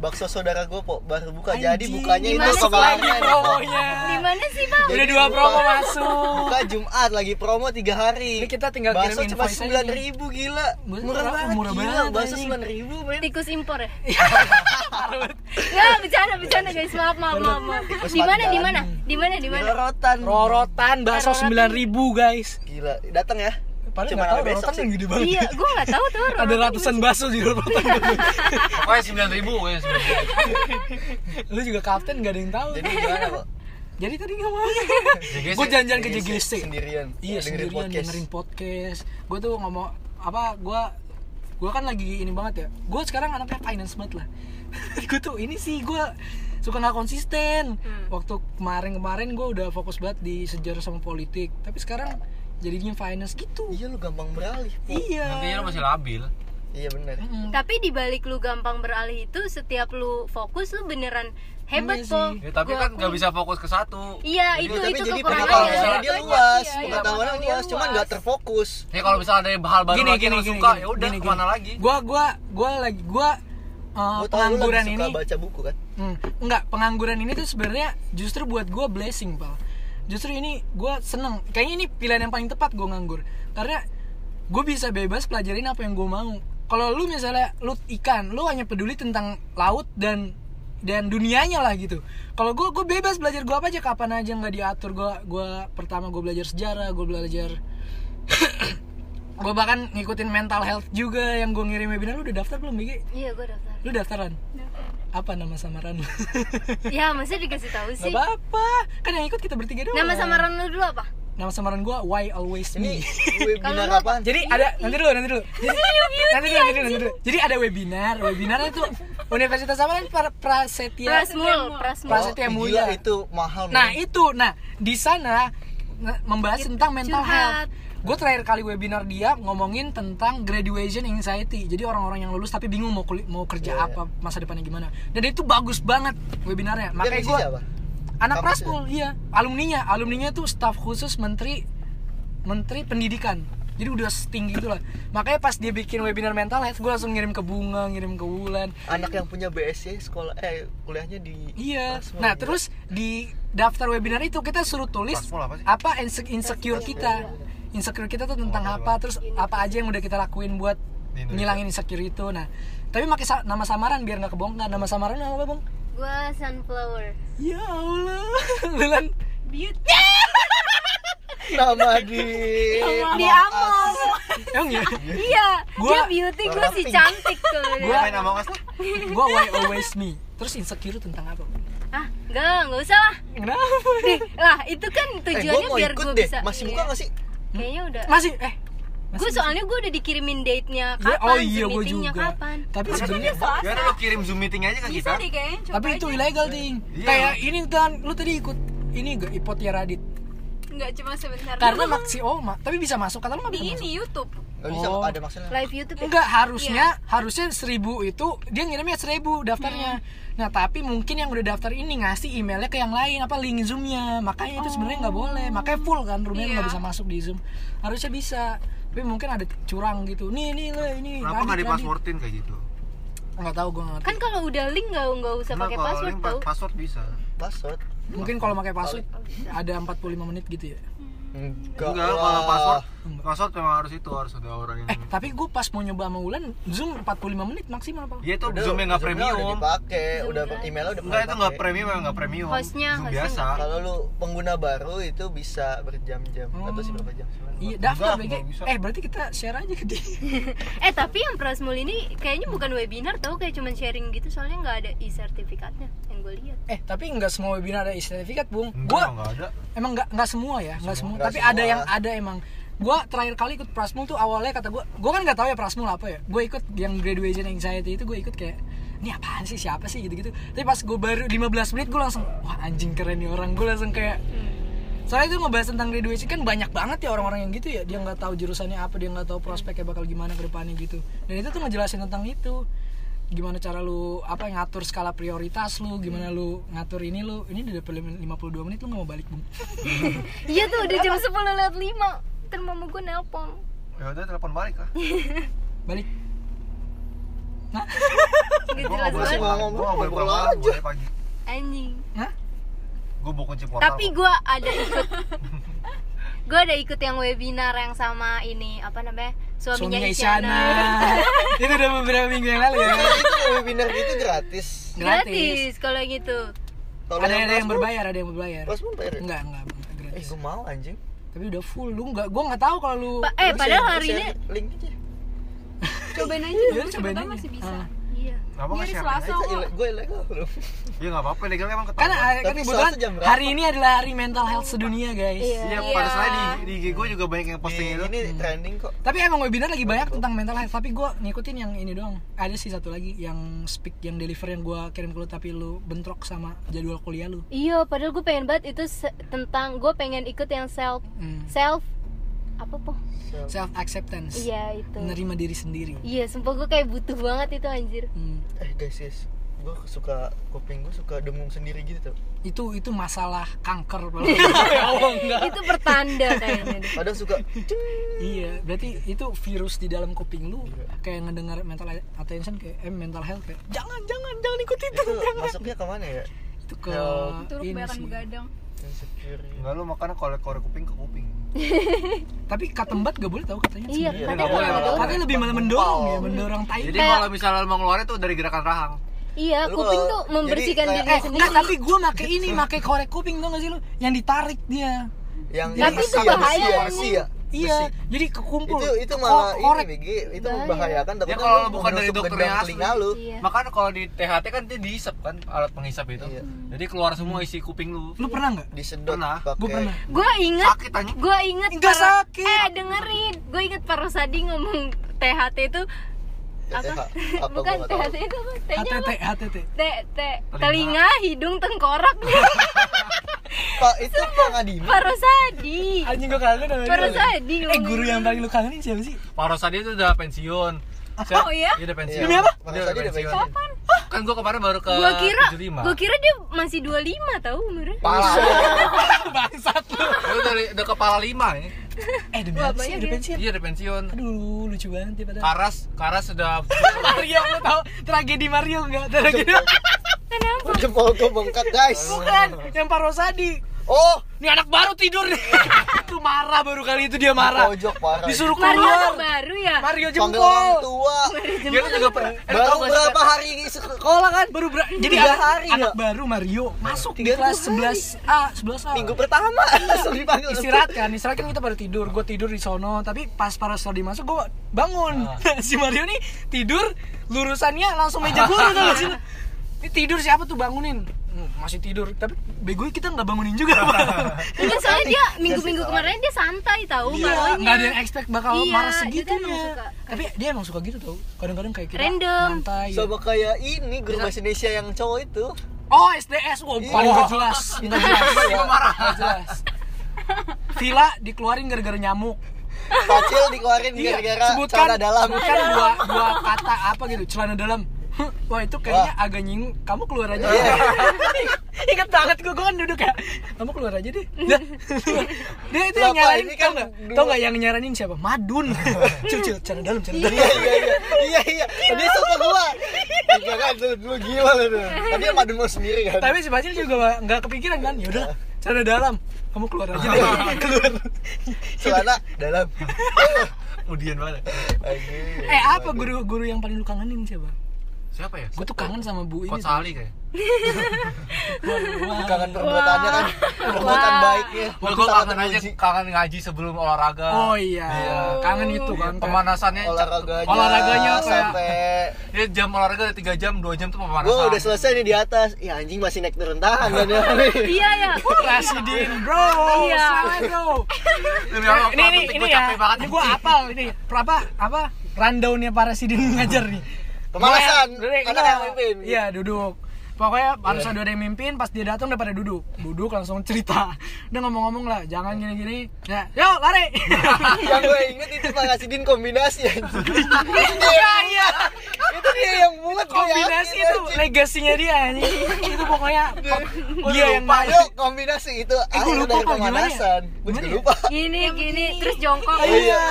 Speaker 3: Bakso saudara gue po, baru buka. Jadi
Speaker 2: Anjing,
Speaker 3: bukanya itu
Speaker 1: gimana sih
Speaker 3: kemarin.
Speaker 2: lagi promonya?
Speaker 1: di mana sih bang
Speaker 2: Udah dua promo masuk.
Speaker 3: Buka Jumat lagi promo 3 hari.
Speaker 2: Ini kita tinggal
Speaker 3: bakso
Speaker 2: kirim
Speaker 3: cuma
Speaker 2: invoice aja nih.
Speaker 3: 9.000 gila.
Speaker 2: Murah,
Speaker 3: Murah banget.
Speaker 2: murah
Speaker 3: gila.
Speaker 2: banget,
Speaker 3: Bakso
Speaker 2: anjing.
Speaker 3: 9.000 men.
Speaker 1: tikus impor ya nggak bercanda bercanda guys maaf maaf maaf, maaf.
Speaker 3: Tikus
Speaker 1: di mana di
Speaker 3: pandang.
Speaker 1: mana di mana di mana
Speaker 3: Rorotan.
Speaker 2: Rorotan bakso
Speaker 1: Rorotan.
Speaker 2: 9000 guys.
Speaker 3: Gila, datang ya.
Speaker 2: Padahal
Speaker 3: Cuma
Speaker 2: nggak tahu
Speaker 3: sampai besok
Speaker 2: Rorotan
Speaker 3: sih.
Speaker 2: yang gede banget.
Speaker 1: iya gue nggak tahu tuh
Speaker 2: Ada
Speaker 1: Rorotan
Speaker 2: ratusan bakso di Rorotan.
Speaker 3: Iya.
Speaker 4: Oh, ya 9.000, ya 9.000.
Speaker 2: Lu juga kapten gak ada yang tahu.
Speaker 3: Jadi Iya. gimana kok?
Speaker 2: Jadi tadi nggak mau.
Speaker 4: JGC.
Speaker 2: Gue janjian ke JGC.
Speaker 3: sendirian.
Speaker 2: Iya
Speaker 3: dengerin
Speaker 2: sendirian dengerin podcast. Gue tuh ngomong apa? Gue gue kan lagi ini banget ya. Gue sekarang anaknya finance banget lah. gue tuh ini sih gue suka nggak konsisten.
Speaker 4: Hmm.
Speaker 2: Waktu kemarin-kemarin gue udah fokus banget di sejarah sama politik. Tapi sekarang jadinya finance gitu.
Speaker 3: Iya lu gampang beralih. Po.
Speaker 2: Iya.
Speaker 4: Nantinya lu masih labil.
Speaker 3: Iya benar.
Speaker 2: Mm-mm.
Speaker 1: tapi di balik lu gampang beralih itu setiap lu fokus lu beneran hebat
Speaker 2: Iya
Speaker 1: po
Speaker 2: sih.
Speaker 4: Ya, tapi
Speaker 1: Gua
Speaker 4: kan nggak
Speaker 1: akui.
Speaker 4: bisa fokus ke satu.
Speaker 1: iya
Speaker 3: Iya,
Speaker 1: itu
Speaker 3: tapi
Speaker 1: itu
Speaker 3: jadi
Speaker 1: kekurangannya
Speaker 3: pengetahuan dia
Speaker 1: Banyak,
Speaker 3: luas,
Speaker 1: iya, iya.
Speaker 3: pengetahuan
Speaker 5: pengetahuan
Speaker 3: luas,
Speaker 5: dia
Speaker 3: cuman
Speaker 5: luas.
Speaker 3: nggak terfokus.
Speaker 4: Ya kalau misalnya ada hal baru
Speaker 2: gini
Speaker 4: lagi yang
Speaker 2: gini
Speaker 4: lu
Speaker 2: gini
Speaker 4: suka,
Speaker 2: gini.
Speaker 4: ya udah
Speaker 2: Gini, gini.
Speaker 4: kemana lagi?
Speaker 2: gua gua gua lagi gua uh,
Speaker 3: Gua tahu lu
Speaker 2: pengangguran
Speaker 3: lagi
Speaker 2: ini
Speaker 3: suka baca buku kan.
Speaker 2: Hmm, enggak, pengangguran ini tuh sebenarnya justru buat gue blessing, Pal. Justru ini gue seneng. Kayaknya ini pilihan yang paling tepat gue nganggur. Karena gue bisa bebas pelajarin apa yang gue mau. Kalau lu misalnya lu ikan, lu hanya peduli tentang laut dan dan dunianya lah gitu. Kalau gue gue bebas belajar gue apa aja kapan aja nggak diatur. Gue gua pertama gue belajar sejarah, gue belajar gue bahkan ngikutin mental health juga yang gue ngirim webinar lu udah daftar belum Bigi?
Speaker 1: iya gue daftar
Speaker 2: Lu daftaran? Apa nama samaran lu?
Speaker 1: ya maksudnya dikasih tahu
Speaker 2: Gak
Speaker 1: sih
Speaker 2: apa-apa, kan yang ikut kita bertiga doang.
Speaker 1: nama samaran lu dulu apa
Speaker 2: Nama samaran gua Why Always
Speaker 3: Ini
Speaker 2: Me.
Speaker 3: webinar
Speaker 1: lu-
Speaker 3: apaan?
Speaker 2: Jadi ada nanti dulu nanti dulu. Jadi, nanti dulu nanti dulu nanti dulu. Jadi ada webinar, webinarnya tuh Universitas apa nih? Pra- Prasetya.
Speaker 1: prasmul prasmul
Speaker 2: Prasetya
Speaker 3: Oh,
Speaker 2: Mulia.
Speaker 3: gila, itu mahal.
Speaker 2: Nah
Speaker 3: men.
Speaker 2: itu, nah di sana nge- membahas tentang mental
Speaker 1: curhat.
Speaker 2: health. Gue terakhir kali webinar dia ngomongin tentang graduation anxiety. Jadi orang-orang yang lulus tapi bingung mau kuli- mau kerja
Speaker 3: Iya,
Speaker 2: apa masa depannya gimana. Dan itu bagus banget webinarnya.
Speaker 3: Dia
Speaker 2: Makanya
Speaker 3: ngisi
Speaker 2: gue
Speaker 3: siapa?
Speaker 2: anak
Speaker 3: Kampus
Speaker 2: Praspul, iya. Alumninya, alumninya tuh staf khusus menteri menteri pendidikan. jadi udah setinggi itu lah makanya pas dia bikin webinar mental health gue langsung ngirim ke bunga ngirim ke Wulan
Speaker 3: anak yang punya BSC sekolah eh kuliahnya di
Speaker 2: Iya.
Speaker 3: Paspol,
Speaker 2: Nah
Speaker 3: gila.
Speaker 2: terus di daftar webinar itu kita suruh tulis
Speaker 4: Paspol apa sih?
Speaker 2: apa inse- insecure kita, insecure kita tuh tentang apa, terus apa aja yang udah kita lakuin buat
Speaker 4: Oh, iya. Di Indonesia.
Speaker 2: ngilangin insecure itu. Nah tapi pakai sa- nama samaran biar nggak kebongkar. Nama samaran nama apa bang?
Speaker 1: Gue sunflower.
Speaker 2: Ya Allah, Lulan.
Speaker 5: Beauty.
Speaker 3: nama di Eh,
Speaker 1: Di Among.
Speaker 2: Emang ya?
Speaker 1: Iya. Dia
Speaker 2: Gua-
Speaker 1: beauty gue si
Speaker 3: Rapi.
Speaker 1: cantik tuh.
Speaker 4: Gua main Among Us lah.
Speaker 2: Gua why always me. Terus insecure tentang apa? Bang?
Speaker 1: Ah, enggak, enggak usah lah.
Speaker 2: Kenapa?
Speaker 1: Nih, lah itu kan
Speaker 3: eh
Speaker 1: tujuannya
Speaker 3: gue mau
Speaker 1: biar
Speaker 3: ikut
Speaker 1: gue
Speaker 3: deh
Speaker 1: bisa.
Speaker 3: masih
Speaker 1: Iya.
Speaker 3: buka nggak sih
Speaker 1: Kayaknya udah.
Speaker 2: Masih eh.
Speaker 1: Gue soalnya gue udah dikirimin date-nya
Speaker 2: Iya,
Speaker 1: kapan,
Speaker 2: oh iya
Speaker 1: Zoom
Speaker 2: gue
Speaker 1: meeting-nya
Speaker 2: juga.
Speaker 1: kapan.
Speaker 2: Tapi
Speaker 5: Dia
Speaker 2: sebenarnya
Speaker 5: swasta.
Speaker 4: Gimana lu kirim Zoom meeting aja ke
Speaker 5: Bisa
Speaker 4: kita?
Speaker 5: deh kayaknya. Coba
Speaker 2: tapi itu
Speaker 5: aja.
Speaker 2: illegal ting
Speaker 4: Iya.
Speaker 2: kayak ini kan lu tadi ikut ini gak ipot ya radit
Speaker 5: Nggak cuma sebentar.
Speaker 2: karena
Speaker 5: doang.
Speaker 2: maksi oma tapi bisa masuk kata lu mah
Speaker 5: di
Speaker 2: bisa masuk.
Speaker 5: ini YouTube.
Speaker 3: nggak bisa
Speaker 2: Oh.
Speaker 3: ada maksudnya
Speaker 1: Live YouTube ya?
Speaker 2: enggak harusnya harusnya seribu itu dia ngirimnya seribu daftarnya nah tapi mungkin yang udah daftar ini ngasih emailnya ke yang lain apa link zoomnya makanya itu sebenarnya nggak boleh makanya full kan roomnya nggak
Speaker 5: Iya.
Speaker 2: bisa masuk di zoom harusnya bisa tapi mungkin ada curang gitu nih nih lo ini Radit,
Speaker 4: Kenapa nggak di
Speaker 2: Radit.
Speaker 4: passwordin kayak gitu?
Speaker 2: nggak tahu gue nggak ngerti
Speaker 1: Kan kalau udah link nggak nggak usah
Speaker 4: Kenapa?
Speaker 1: pakai password
Speaker 4: Link pa-
Speaker 1: tau.
Speaker 4: Password bisa.
Speaker 3: password
Speaker 2: mungkin kalau pakai password ada 45 menit gitu ya
Speaker 3: enggak
Speaker 4: Enggak,
Speaker 3: lah.
Speaker 4: kalau password password memang harus itu harus ada orang yang
Speaker 2: Eh, tapi gue pas mau nyoba sama Wulan, Zoom 45 menit maksimal apa?
Speaker 4: Dia itu
Speaker 3: Udah,
Speaker 4: Zoom yang nggak
Speaker 3: Zoom-nya udah
Speaker 4: premium.
Speaker 3: dipakai
Speaker 1: Zoom
Speaker 3: udah
Speaker 1: gratis.
Speaker 3: emailnya udah
Speaker 4: Enggak itu
Speaker 3: pernah
Speaker 4: nggak
Speaker 3: pakai.
Speaker 4: premium, emang nggak premium.
Speaker 1: Hostnya,
Speaker 4: Zoom
Speaker 1: hostnya
Speaker 4: biasa.
Speaker 3: kalau lu pengguna baru itu bisa berjam-jam atau sih berapa jam
Speaker 2: Iya, daftar
Speaker 4: Enggak,
Speaker 2: BG.
Speaker 4: nggak bisa.
Speaker 2: Eh, berarti kita share aja ke dia.
Speaker 1: Eh tapi yang Prasmul ini kayaknya bukan webinar tau kayak cuman sharing gitu soalnya nggak ada e-sertifikatnya yang gue lihat.
Speaker 2: eh, tapi nggak semua webinar ada isi sertifikat, Bung.
Speaker 4: Enggak,
Speaker 2: Gua
Speaker 4: enggak ada.
Speaker 2: emang nggak nggak semua ya, nggak semua.
Speaker 3: Nggak
Speaker 2: Tapi
Speaker 3: semua.
Speaker 2: ada yang ada emang. Gua terakhir kali ikut Prasmul tuh awalnya kata gua, gua kan nggak tahu ya Prasmul apa ya. Gue ikut yang graduation anxiety itu gue ikut kayak ini apaan sih siapa sih gitu-gitu. Tapi pas gue baru 15 menit gue langsung wah anjing keren nih orang. Gue langsung kayak Soalnya itu ngebahas tentang graduation kan banyak banget ya orang-orang yang gitu ya Dia nggak tahu jurusannya apa, dia nggak tahu prospeknya bakal gimana ke depannya gitu Dan itu tuh ngejelasin tentang itu Gimana cara lu, apa ngatur skala prioritas lu Gimana lu ngatur ini lu Ini udah 52 menit lu nggak mau balik bung
Speaker 1: Iya tuh udah jam 10 lewat 5 Ntar mama gue nelpon
Speaker 4: Ya udah telepon balik lah.
Speaker 1: Iya,
Speaker 2: Balik Nah,
Speaker 1: Gak
Speaker 4: Gua
Speaker 1: jelas
Speaker 4: nggak
Speaker 1: banget
Speaker 4: boleh
Speaker 3: sih,
Speaker 4: pulang,
Speaker 3: Bang.
Speaker 4: gua nggak boleh
Speaker 3: Ngobrol
Speaker 4: pulang malam,
Speaker 3: aja.
Speaker 4: boleh pagi.
Speaker 1: Anjing
Speaker 2: nah
Speaker 4: Gua bawa kunci portal.
Speaker 1: Tapi gue ada ikut Gue ada ikut yang webinar yang sama ini Apa namanya? Suaminya,
Speaker 2: suaminya
Speaker 1: Isyana,
Speaker 2: Isyana Itu udah beberapa minggu yang lalu ya
Speaker 3: itu webinar gitu gratis
Speaker 2: Gratis
Speaker 1: Gratis kalau gitu
Speaker 3: Kalau
Speaker 2: Ada, ada yang
Speaker 3: password-
Speaker 2: berbayar, ada yang berbayar
Speaker 3: password bayar ya?
Speaker 2: Enggak, enggak, enggak,
Speaker 3: eh
Speaker 2: gratis
Speaker 3: gue mau anjing
Speaker 2: Tapi udah full, lu enggak, gua nggak tahu kalau lu
Speaker 1: Pa- Eh
Speaker 3: Lu
Speaker 1: padahal
Speaker 3: share-
Speaker 1: hari ini
Speaker 3: share link aja
Speaker 5: Cobain aja
Speaker 2: Ya,
Speaker 5: dulu.
Speaker 2: cobain
Speaker 5: Cobain
Speaker 2: aja.
Speaker 5: masih bisa.
Speaker 2: Ah.
Speaker 1: Iya
Speaker 4: Kenapa nggak
Speaker 5: Nyari
Speaker 4: share?
Speaker 5: Selasa
Speaker 1: Oh.
Speaker 3: Itu
Speaker 5: kok.
Speaker 3: ile- gue ilegal loh
Speaker 4: Iya nggak apa-apa, legalnya emang
Speaker 2: kan, kan
Speaker 4: ketahuan.
Speaker 3: Tapi
Speaker 2: kebetulan
Speaker 3: Selasa jam berapa?
Speaker 2: hari ini adalah hari mental health sedunia guys
Speaker 4: Iya,
Speaker 5: Iya.
Speaker 4: pada saya di, di IG gue juga banyak yang posting gitu. itu.
Speaker 3: ini
Speaker 1: Hmm.
Speaker 3: trending kok
Speaker 2: tapi emang webinar lagi banyak tentang mental health tapi gue ngikutin yang ini doang ada sih satu lagi yang speak yang deliver yang gue kirim ke lu tapi lu bentrok sama jadwal kuliah lu
Speaker 1: Iya padahal gue pengen banget itu se- tentang Gue pengen ikut yang self
Speaker 2: Hmm.
Speaker 1: Self Apa po?
Speaker 2: self acceptance
Speaker 1: Iya itu
Speaker 2: menerima diri sendiri
Speaker 1: Iya sumpah gue kayak butuh banget itu anjir
Speaker 2: Hmm.
Speaker 3: eh guys guys gue suka kuping gue suka dengung sendiri gitu tuh
Speaker 2: itu itu masalah kanker Bang.
Speaker 1: Itu pertanda kayaknya deh.
Speaker 3: kadang suka "Cing."
Speaker 2: iya berarti itu virus di dalam kuping lu kayak ngedengar mental attention kayak eh, mental health kayak jangan jangan jangan ikut itu
Speaker 3: itu
Speaker 2: jangan."
Speaker 3: masuknya ke mana ya
Speaker 2: itu ke
Speaker 3: Iya.
Speaker 5: Itu lu
Speaker 2: ini
Speaker 5: kebanyakan
Speaker 2: sih.
Speaker 5: begadang.
Speaker 3: insecure
Speaker 4: Enggak lu makan korek-korek kuping ke kuping.
Speaker 2: tapi katembat gak boleh tahu katanya
Speaker 1: Iya
Speaker 4: Iya,
Speaker 1: katanya
Speaker 4: nggak boleh.
Speaker 1: malah doang.
Speaker 2: Katanya lebih malah mendorong ya, mendorong tai.
Speaker 4: Jadi
Speaker 1: Iya. Kayak-
Speaker 4: kalau misalnya lu mau ngeluarin tuh dari gerakan rahang.
Speaker 1: Iya
Speaker 3: Lu
Speaker 1: kuping
Speaker 3: kalau-
Speaker 1: tuh membersihkan
Speaker 3: jadi kayak-
Speaker 1: diri
Speaker 2: Eh,
Speaker 1: sendiri
Speaker 2: enggak, tapi gue make ini, make korek kuping tau gak sih lu? Yang ditarik dia.
Speaker 3: yang
Speaker 1: Tapi
Speaker 3: yang
Speaker 1: itu
Speaker 3: besi ya,
Speaker 1: bahaya,
Speaker 3: besi ya,
Speaker 1: anjing.
Speaker 3: besi ya,
Speaker 2: Iya,
Speaker 3: besi.
Speaker 2: jadi kekumpul.
Speaker 3: itu itu
Speaker 2: Ko-
Speaker 3: malah ini
Speaker 2: korek.
Speaker 3: BG itu
Speaker 1: Bahaya.
Speaker 3: membahayakan tapi
Speaker 4: Ya, kalau bukan dari dokternya asli.
Speaker 3: telinga lu
Speaker 1: Iya.
Speaker 4: Makanya kalau di THT kan dia dihisap kan alat penghisap itu.
Speaker 3: Iya.
Speaker 1: Hmm.
Speaker 4: Jadi keluar semua isi kuping lu.
Speaker 2: Lu pernah nggak?
Speaker 3: disedot
Speaker 4: Pernah.
Speaker 2: Gue
Speaker 3: pakai
Speaker 2: pernah.
Speaker 1: Gue inget
Speaker 4: Sakit tanya.
Speaker 1: Gue inget
Speaker 2: Nggak
Speaker 1: Pak Ro-
Speaker 2: sakit.
Speaker 1: Eh dengerin Gue inget Pak Rosadi ngomong THT itu Apa?
Speaker 3: TH, apa
Speaker 1: Bukan
Speaker 3: gua nggak tahu.
Speaker 1: THT itu apa? T-nya
Speaker 2: HTT,
Speaker 1: apa?
Speaker 2: HTT.
Speaker 1: Te- te-
Speaker 4: Telinga.
Speaker 1: Telinga, hidung, tengkorak
Speaker 3: pak itu pengadilan
Speaker 1: Pak Rosadi
Speaker 2: Anjing gue kangen sama
Speaker 1: Baru
Speaker 2: dia.
Speaker 1: tadi
Speaker 2: Eh, guru yang paling lu kangenin siapa sih?
Speaker 4: Pak Rosadi itu udah pensiun.
Speaker 5: Oh, iya?
Speaker 4: Dia udah pensiun.
Speaker 3: Iya,
Speaker 2: apa?
Speaker 3: Pak
Speaker 4: Dia
Speaker 3: Rosadi
Speaker 4: udah
Speaker 3: udah
Speaker 4: pensiun.
Speaker 3: pensiun.
Speaker 4: Kan gua kemarin baru ke
Speaker 1: Gue Oh, kira
Speaker 4: 75.
Speaker 1: Gue kira dia masih 25 tau umurnya
Speaker 3: Pala.
Speaker 2: Bangsat lu.
Speaker 4: Lu dari udah kepala 5 ini.
Speaker 2: eh demi
Speaker 1: Wah,
Speaker 2: apa sih
Speaker 1: banyak
Speaker 2: udah
Speaker 1: ya.
Speaker 2: pensiun
Speaker 4: Iya, udah pensiun.
Speaker 2: aduh lucu banget ya padahal
Speaker 4: Karas, Karas sudah
Speaker 2: Mario lu tahu tragedi Mario nggak tragedi
Speaker 1: Kenapa?
Speaker 3: Jempol gue bengkak guys.
Speaker 2: bukan yang Pak Rosadi
Speaker 3: Oh,
Speaker 2: ini anak baru tidur nih itu marah baru kali itu dia marah
Speaker 3: Pojok parah.
Speaker 2: disuruh
Speaker 1: Mario tuh
Speaker 2: keluar
Speaker 1: baru ya?
Speaker 2: Mario
Speaker 3: panggil orang
Speaker 2: jempol
Speaker 3: tua.
Speaker 4: Dia tuh juga pernah. Eh, lu
Speaker 3: Baru
Speaker 4: tau gak sih,
Speaker 3: berapa hari ini
Speaker 2: sekolah kan baru ber- jadi
Speaker 3: Tiga
Speaker 2: anak,
Speaker 3: hari
Speaker 2: anak
Speaker 3: nggak?
Speaker 2: baru Mario masuk di kelas 11 A 11 A
Speaker 3: minggu pertama langsung dipanggil.
Speaker 2: Iya. istirahat kan istirahat kan kita pada tidur gue tidur di sono tapi pas para star masuk gue bangun
Speaker 3: Ah.
Speaker 2: si Mario nih tidur lurusannya langsung meja guru tuh sih ini tidur siapa tuh bangunin Hmm, masih tidur tapi begonya kita nggak bangunin juga
Speaker 3: Iya.
Speaker 1: Mungkin Iya, soalnya dia minggu-minggu kemarin dia santai tahu
Speaker 2: Iya,
Speaker 1: Marionya.
Speaker 2: nggak ada yang expect bakal
Speaker 1: Iya, dia
Speaker 2: marah
Speaker 1: tuh emang
Speaker 2: segitunya
Speaker 1: suka.
Speaker 2: tapi dia emang suka gitu tau kadang-kadang kayak kita
Speaker 1: Random.
Speaker 2: nyantai gitu.
Speaker 3: Sama kayak ini guru bahasa Indonesia yang cowok itu.
Speaker 2: oh SDS wow paling
Speaker 3: Iya.
Speaker 2: gak jelas nggak jelas Nggak jelas Villa dikeluarin gara-gara nyamuk
Speaker 3: Pacil dikeluarin
Speaker 2: Iya,
Speaker 3: gara-gara
Speaker 2: sebutkan
Speaker 3: celana dalam.
Speaker 2: sebutkan dua dua kata apa gitu celana dalam Hah, wah itu kayaknya
Speaker 3: Wah.
Speaker 2: agak nyinggung kamu keluar aja
Speaker 3: Iya.
Speaker 2: ingat banget gue gue kan duduk ya kamu keluar aja deh Dah. dia itu yang
Speaker 3: Bapak
Speaker 2: nyaranin kan
Speaker 3: ini kan
Speaker 2: nggak
Speaker 3: dua-
Speaker 2: tau nggak yang nyaranin siapa madun cil cil celana dalam celana dalam
Speaker 3: Iya iya iya. Iya iya. Dia suka gua. Iya kan lu, lu gila lu. tuh. Tapi sama dulu sendiri kan.
Speaker 2: tapi si Bacil juga nggak kepikiran kan yaudah celana dalam kamu keluar aja deh keluar
Speaker 3: celana dalam.
Speaker 4: Kemudian banget.
Speaker 2: eh apa guru guru yang paling lu kangenin siapa
Speaker 4: Siapa ya?
Speaker 2: gue tuh kangen sama bu ini
Speaker 4: Coach Ali kayaknya.
Speaker 2: Wah.
Speaker 3: Kangen perbuatannya kan. Perbuatan
Speaker 1: Wah.
Speaker 3: baiknya.
Speaker 4: Gue
Speaker 3: Itu sangat
Speaker 4: kangen aja,
Speaker 3: terpuji.
Speaker 4: kangen ngaji sebelum olahraga.
Speaker 2: oh iya kangen itu kan
Speaker 4: Pemanasannya
Speaker 3: olahraganya,
Speaker 4: olahraganya kayak-
Speaker 3: sampai
Speaker 4: Ya jam olahraga 3 jam, 2 jam tuh pemanasan.
Speaker 3: gua udah selesai nih di atas. Ya anjing masih naik turun tahan kan ya.
Speaker 1: Iya ya.
Speaker 2: Presiden bro,
Speaker 1: Iya.
Speaker 2: semangat, bro.
Speaker 4: Demi Allah,
Speaker 2: ini ini
Speaker 4: aku
Speaker 2: ini
Speaker 4: capek
Speaker 2: ya,
Speaker 4: banget,
Speaker 2: ini gue
Speaker 4: anjing.
Speaker 2: apal ini apa apa rundownnya para sidin ngajar nih.
Speaker 3: Pemalasan,
Speaker 2: Pokoknya-
Speaker 3: anak yang mimpin. Iya.
Speaker 2: Iya duduk. Pokoknya harus ada yang mimpin, pas dia datang udah pada duduk Duduk langsung cerita Udah ngomong-ngomong lah, jangan gini-gini Ya, yuk lari
Speaker 3: yang gue inget itu Pak Kasidin kombinasi anjing.
Speaker 2: Iya, iya
Speaker 3: itu dia yang mulut gua
Speaker 2: Kombinasi
Speaker 3: yakin,
Speaker 2: itu,
Speaker 3: anjing.
Speaker 2: legasinya dia anjing. Itu pokoknya
Speaker 3: Iya.
Speaker 2: Dia yang
Speaker 3: Lupa
Speaker 2: ngajar
Speaker 3: yuk kombinasi itu
Speaker 2: Eh, gua
Speaker 3: akhir
Speaker 2: lupa,
Speaker 3: dari
Speaker 2: Pak, gimana ya?
Speaker 3: pemanasan gue juga
Speaker 2: Gimana ya?
Speaker 3: lupa
Speaker 1: Gini gini terus jongkok.
Speaker 3: iya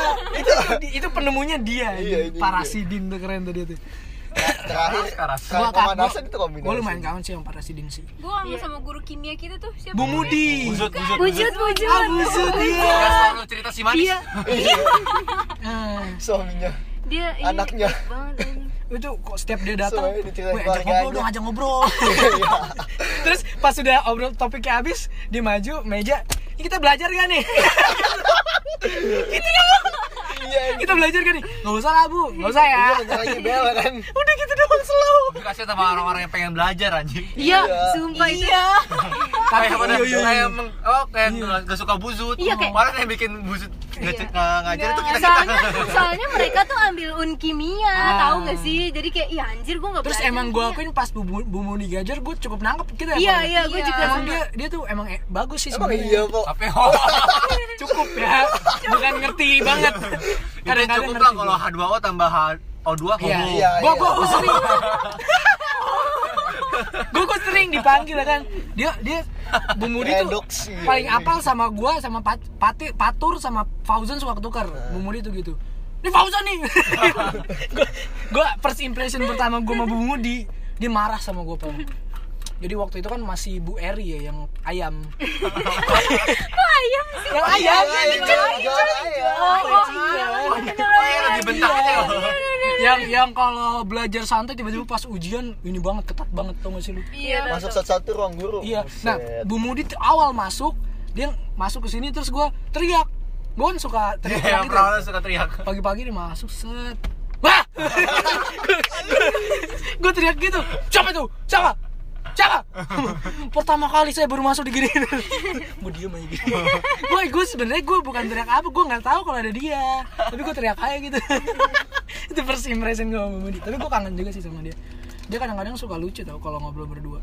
Speaker 3: itu
Speaker 2: Itu penemunya dia,
Speaker 3: Iya, itu
Speaker 2: Parasidin tuh keren tadi tuh
Speaker 3: terakhir
Speaker 4: Karas.
Speaker 3: kalau pemanasan itu kombinasi
Speaker 2: Gue lumayan kangen sih sama Parasidin sih
Speaker 5: Gue sama,
Speaker 1: Iya.
Speaker 5: sama guru kimia kita tuh siapa?
Speaker 2: Bu Mudi.
Speaker 4: Bujut, bujut.
Speaker 1: Wujud
Speaker 2: Ah,
Speaker 1: wujud.
Speaker 2: busut dia.
Speaker 4: Dia selalu Iya. cerita si manis.
Speaker 1: Iya.
Speaker 3: Iya,
Speaker 2: Eh,
Speaker 3: suaminya
Speaker 1: Dia
Speaker 2: Iya.
Speaker 1: ini
Speaker 3: Anaknya.
Speaker 1: baik banget ini.
Speaker 2: itu kok setiap dia datang,
Speaker 3: Soalnya diceritain
Speaker 2: "Weh, ajak
Speaker 3: keluarganya." Iya.
Speaker 2: ngobrol dong, ajak ngobrol. Terus pas sudah obrol topiknya habis, dia maju meja, "Ini kita belajar gak nih?
Speaker 3: iya
Speaker 2: kita belajar gak nih? Gak usah lah bu, gak usah ya.
Speaker 3: bentar lagi bel kan
Speaker 2: Udah gitu doang slow.
Speaker 4: Dikasih sama orang-orang yang pengen belajar anjing.
Speaker 1: Iya,
Speaker 3: Iya.
Speaker 1: sumpah itu.
Speaker 2: Tapi
Speaker 4: kayak pada
Speaker 2: iya, iya,
Speaker 4: kayak
Speaker 2: iya.
Speaker 4: emang oh kayak nggak nggak suka buzut
Speaker 1: Iya, kayak-
Speaker 4: malah yang bikin buzut eh, nggak cek nggak ngajar itu kita kita
Speaker 1: Soalnya, soalnya mereka tuh ambil unkimia,
Speaker 2: Ah.
Speaker 1: tahu gak sih? Jadi kayak, iya anjir gue gak
Speaker 2: Terus
Speaker 1: belajar
Speaker 2: emang gue
Speaker 1: kimia."
Speaker 2: akuin pas Bu, Bu Muni gajar, gue cukup nangkep gitu
Speaker 1: Iya,
Speaker 2: ya. kalau-
Speaker 1: iya, gue
Speaker 5: Iya.
Speaker 1: juga
Speaker 2: Emang
Speaker 1: sama.
Speaker 2: dia dia tuh emang eh, bagus sih
Speaker 3: emang
Speaker 2: sebenarnya.
Speaker 3: iya kok
Speaker 4: tapi oh.
Speaker 2: cukup ya bukan ngerti banget
Speaker 4: itu
Speaker 2: kadang-kadang
Speaker 4: cukup
Speaker 2: ngerti
Speaker 4: lah kalau H2O tambah H- O2
Speaker 2: iya
Speaker 4: homo
Speaker 3: Iya,
Speaker 2: gue
Speaker 3: iya.
Speaker 2: gue sering gue gue sering dipanggil kan dia dia Bu Mudi tuh
Speaker 3: Redox, iya.
Speaker 2: paling apal sama gue sama Pat- Pati Patur sama Fauzan suka ketukar Bu Mudi tuh gitu ini Fauzan nih gue first impression pertama gue sama Bu Mudi dia marah sama gue pernah jadi waktu itu kan masih Bu Eri ya yang ayam
Speaker 1: Kok ayam sih?
Speaker 2: yang ayam yang
Speaker 3: Iya,
Speaker 2: hijau
Speaker 3: iya,
Speaker 2: Ya,
Speaker 3: iya.
Speaker 1: Oh, oh,
Speaker 4: oh iya lagi bentar aja
Speaker 2: yang yang kalau belajar santai tiba-tiba pas ujian ini banget ketat banget tau gak sih lu
Speaker 1: Iya,
Speaker 3: masuk satu-satu ruang guru
Speaker 2: iya
Speaker 4: Oh,
Speaker 2: nah
Speaker 3: Buset.
Speaker 2: Bu Mudi tuh awal masuk dia masuk ke sini terus gua teriak gua kan suka teriak
Speaker 4: Iya,
Speaker 2: gitu
Speaker 4: perawan suka teriak
Speaker 2: pagi-pagi dia masuk set wah gue teriak gitu siapa itu siapa siapa pertama kali saya baru masuk di gini gue diem aja gitu gue gue sebenarnya gue bukan teriak apa gue nggak tahu kalau ada dia tapi gue teriak aja gitu itu first impression gue sama Budi tapi gue kangen juga sih sama dia dia kadang-kadang suka lucu tau kalau ngobrol berdua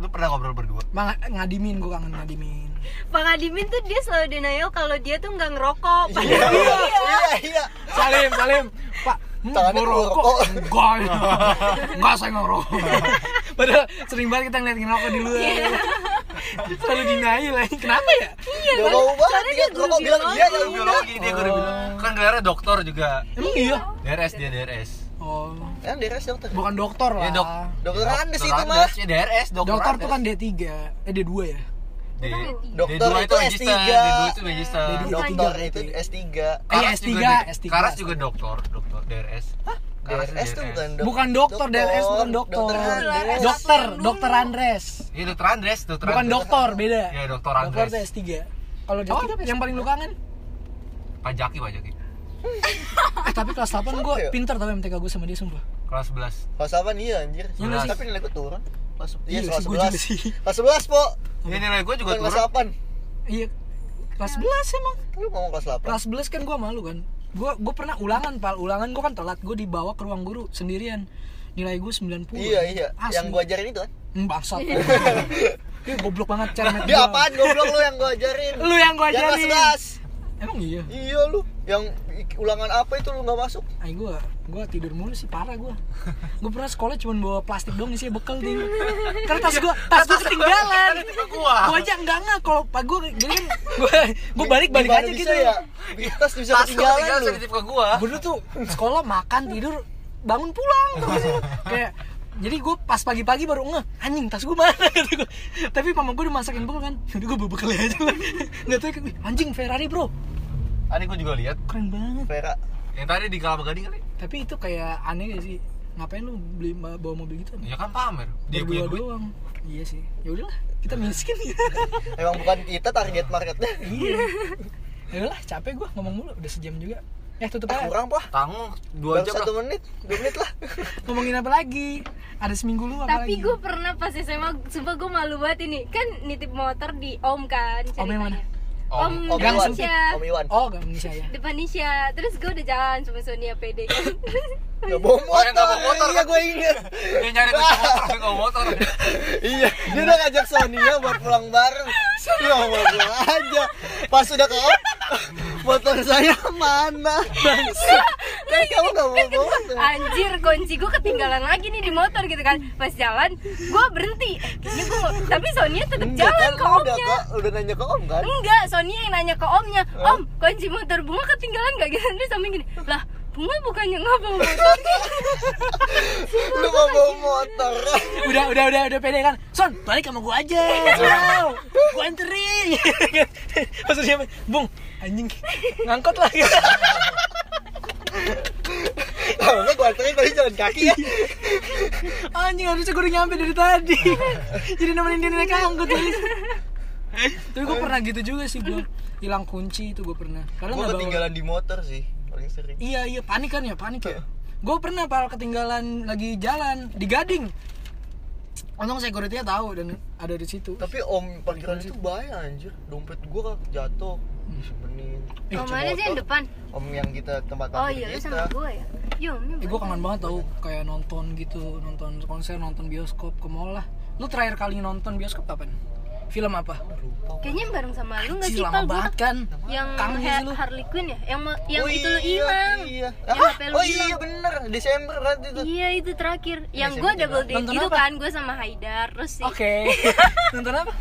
Speaker 4: lu pernah ngobrol berdua
Speaker 2: Mang ngadimin gue kangen ngadimin
Speaker 1: Bang Adimin tuh dia selalu denial kalau dia tuh nggak ngerokok.
Speaker 3: iya
Speaker 1: Padahal
Speaker 3: iya iya
Speaker 2: Salim, Salim. Pak, hmm,
Speaker 3: Tangannya
Speaker 2: mau rokok?
Speaker 3: ngerokok.
Speaker 2: Enggak, enggak saya nggak ngerokok. Padahal sering Iya. banget kita ngeliatin rokok di luar. Selalu denial lagi. Kenapa ya?
Speaker 1: Iya,
Speaker 3: Nggak mau banget
Speaker 1: Karena dia guru
Speaker 3: rokok bilang iya
Speaker 4: Guru biologi dia guru
Speaker 2: Oh.
Speaker 4: biologi. Kan gelarnya dokter juga.
Speaker 2: Emang iya?
Speaker 4: DRS dia DRS.
Speaker 2: Oh,
Speaker 3: kan DRS dokter
Speaker 2: bukan dokter lah.
Speaker 4: Dia Ya, dok
Speaker 3: Dokter Andes itu,
Speaker 4: Andes.
Speaker 3: Mas.
Speaker 4: Ya, DRS dokter.
Speaker 2: dokter
Speaker 4: Andes.
Speaker 2: tuh kan D3, eh D2 ya?
Speaker 4: D
Speaker 3: Dokter
Speaker 4: D2 itu
Speaker 3: itu
Speaker 4: magister,
Speaker 3: S3.
Speaker 4: D2 itu magister.
Speaker 2: D dua. tiga
Speaker 3: dokter itu
Speaker 2: berarti.
Speaker 3: S3
Speaker 2: Eh,
Speaker 4: Karas
Speaker 2: S3,
Speaker 4: juga di-
Speaker 2: S3.
Speaker 4: Karas juga dokter, dokter DRS. Hah?
Speaker 3: DRS tuh bukan dokter
Speaker 2: Bukan dokter, DRS bukan dokter.
Speaker 3: dokter Andes.
Speaker 2: Dokter, dokter Andres.
Speaker 4: Iya dokter Andres, dokter
Speaker 2: Bukan
Speaker 4: Andres.
Speaker 2: dokter, beda.
Speaker 4: Iya dokter
Speaker 2: Dokter
Speaker 4: Andres. Oh,
Speaker 2: tuh S3. Kalau dia yang paling lu kangen?
Speaker 4: Pajaki pajaki.
Speaker 2: Eh, tapi kelas 8 gue
Speaker 3: Apa ya?
Speaker 2: pinter tau MTK gue sama dia sumpah.
Speaker 4: Kelas 11.
Speaker 3: kelas 8 iya anjir
Speaker 4: Sebelas.
Speaker 3: tapi nilai gue turun kelas
Speaker 2: Iya
Speaker 3: iya kelas
Speaker 2: sih, gua juga sih.
Speaker 3: 11 kelas 11 po
Speaker 4: Ini nilai gue juga
Speaker 3: bukan kelas
Speaker 4: turun.
Speaker 3: 8
Speaker 2: Iya. Kelas 11 emang.
Speaker 3: lu ngomong kelas 8
Speaker 2: Kelas 11 kan gue malu kan. Gue gue pernah ulangan, Pal. Ulangan gue kan telat, gue dibawa ke ruang guru sendirian. Nilai gue 90.
Speaker 3: iya iya
Speaker 2: Asli.
Speaker 3: yang gue ajarin itu kan
Speaker 2: Hmm, bangsat. Dia goblok banget cara main
Speaker 3: Nah, dia
Speaker 2: gua.
Speaker 3: apaan goblok lu yang gue ajarin
Speaker 2: Lu yang gue
Speaker 3: yang
Speaker 2: ajarin.
Speaker 3: kelas
Speaker 2: Emang iya.
Speaker 3: 11 iya lu yang i- ulangan apa itu lu nggak masuk
Speaker 2: Ay gue, gue tidur mulu sih parah gue. Gue pernah sekolah cuma bawa plastik dong isinya bekal nih. Karena tas gue, tas gue ketinggalan.
Speaker 4: Kan itu gua.
Speaker 2: Gue aja enggak enggak kalau pak gue gini kan gue gue balik balik
Speaker 3: Gimana
Speaker 2: aja
Speaker 3: bisa
Speaker 2: gitu.
Speaker 3: ya tas bisa
Speaker 4: Pas gua
Speaker 3: ketinggalan
Speaker 4: tinggal
Speaker 3: lu
Speaker 4: titip ke gua.
Speaker 2: Gue dulu tuh sekolah makan tidur bangun pulang tau gak sih lu? kayak jadi gue pas pagi-pagi baru ngeh anjing tas gue mana kata gua. tapi mama gue udah masakin bekal kan udah gue bawa bekal aja lah nggak tahu kayak, "Wih, anjing Ferrari bro
Speaker 4: Tadi gua juga lihat.
Speaker 2: keren banget
Speaker 3: Vera
Speaker 4: Yang tadi di Kelapa Gading kan, kali.
Speaker 2: tapi itu kayak aneh gak sih ngapain lu beli bawa mobil gitu
Speaker 4: Ya kan pamer. Dia punya
Speaker 2: Berdua
Speaker 4: duit.
Speaker 2: doang iya sih ya udahlah kita miskin ya
Speaker 3: emang bukan kita target marketnya
Speaker 2: iya ya udahlah capek gua ngomong mulu udah sejam juga eh tutup
Speaker 3: Ah,
Speaker 2: aja
Speaker 3: kurang pah
Speaker 4: Tanggung dua
Speaker 3: baru
Speaker 4: jam
Speaker 3: satu
Speaker 4: lah.
Speaker 3: menit dua menit lah
Speaker 2: ngomongin apa lagi ada seminggu lu apa
Speaker 1: tapi
Speaker 2: lagi?
Speaker 1: gue pernah pas SMA sumpah gue malu banget ini kan nitip motor di Om kan ceritanya.
Speaker 2: Om yang mana? Oh,
Speaker 1: Om,
Speaker 4: Om.
Speaker 3: Om
Speaker 2: Gang
Speaker 3: Iwan
Speaker 1: Nisha.
Speaker 3: Om Iwan
Speaker 2: oh gak Indonesia ya
Speaker 1: depan Nisha terus gue udah jalan sama Sonia PD kan
Speaker 3: Gak bawa
Speaker 4: Oh, yang nggak bawa
Speaker 3: motor
Speaker 4: motor,
Speaker 3: Iya
Speaker 4: kan?
Speaker 3: gue inget
Speaker 4: Dia nyari kunci motor, tapi nggak bawa motor.
Speaker 3: Iya Dia udah ngajak Sonia buat pulang bareng Ya Allah gue aja Pas udah ke op Motor saya mana Kan kamu gak bawa motor
Speaker 1: anjir kunci gue ketinggalan lagi nih di motor gitu kan pas jalan gue berhenti Kayaknya gua mau- tapi Sonia tetap
Speaker 3: Enggak,
Speaker 1: jalan
Speaker 3: kan
Speaker 1: ke
Speaker 3: lu udah
Speaker 1: omnya Iya,
Speaker 3: ke- Udah nanya ke om kan
Speaker 1: enggak Sonia yang nanya ke omnya om kunci motor bunga ketinggalan gak gitu terus sampe gini lah bunga bukannya nggak bawa motor
Speaker 3: Lu mau bawa motor
Speaker 2: udah udah udah udah pede kan son balik sama gua aja wow gua anterin maksudnya bung anjing ngangkot lah gitu.
Speaker 3: Kalau gue anterin tadi jalan kaki ya
Speaker 2: anjing harusnya gua udah nyampe dari tadi jadi nemenin dia naik angkot tadi tapi gue pernah gitu juga sih gue hilang kunci itu gue pernah karena
Speaker 3: Gue
Speaker 2: nggak bawa-
Speaker 3: ketinggalan di motor sih Paling sering
Speaker 2: iya iya panik kan ya panik ya gue pernah pal ketinggalan lagi jalan di gading untung securitynya tahu dan ada di situ
Speaker 3: Tapi om parkiran itu bahaya anjir Dompet gue jatuh Disimpenin
Speaker 1: om
Speaker 3: Kunci
Speaker 1: mana sih yang
Speaker 3: motor.
Speaker 1: depan
Speaker 3: Om yang kita tempat
Speaker 1: oh iya
Speaker 3: parkir
Speaker 1: lu
Speaker 3: kita
Speaker 1: sama gue ya Yo,
Speaker 2: Eh, gue kangen banget tau kayak nonton gitu, nonton konser, nonton bioskop ke mall lah. Lu terakhir kali nonton bioskop kapan? Film apa?
Speaker 1: kayaknya bareng sama lu nggak
Speaker 2: Anjir,
Speaker 1: sih
Speaker 2: lama
Speaker 1: pal gue
Speaker 2: banget kan.
Speaker 1: yang
Speaker 2: Kangen
Speaker 1: Ha-
Speaker 2: sih lu.
Speaker 1: Harley Quinn ya yang ma- yang
Speaker 3: Oh
Speaker 1: itu lu
Speaker 3: iya,
Speaker 1: hilang
Speaker 3: Iya.
Speaker 1: Yang
Speaker 3: Ah,
Speaker 1: HP lu
Speaker 3: oh
Speaker 1: hilang.
Speaker 3: iya bener, Desember kan itu.
Speaker 1: iya itu terakhir yang gue double date
Speaker 2: Nonton
Speaker 1: gitu
Speaker 2: apa?
Speaker 1: kan gue sama Haidar terus si
Speaker 2: Oke. nonton apa?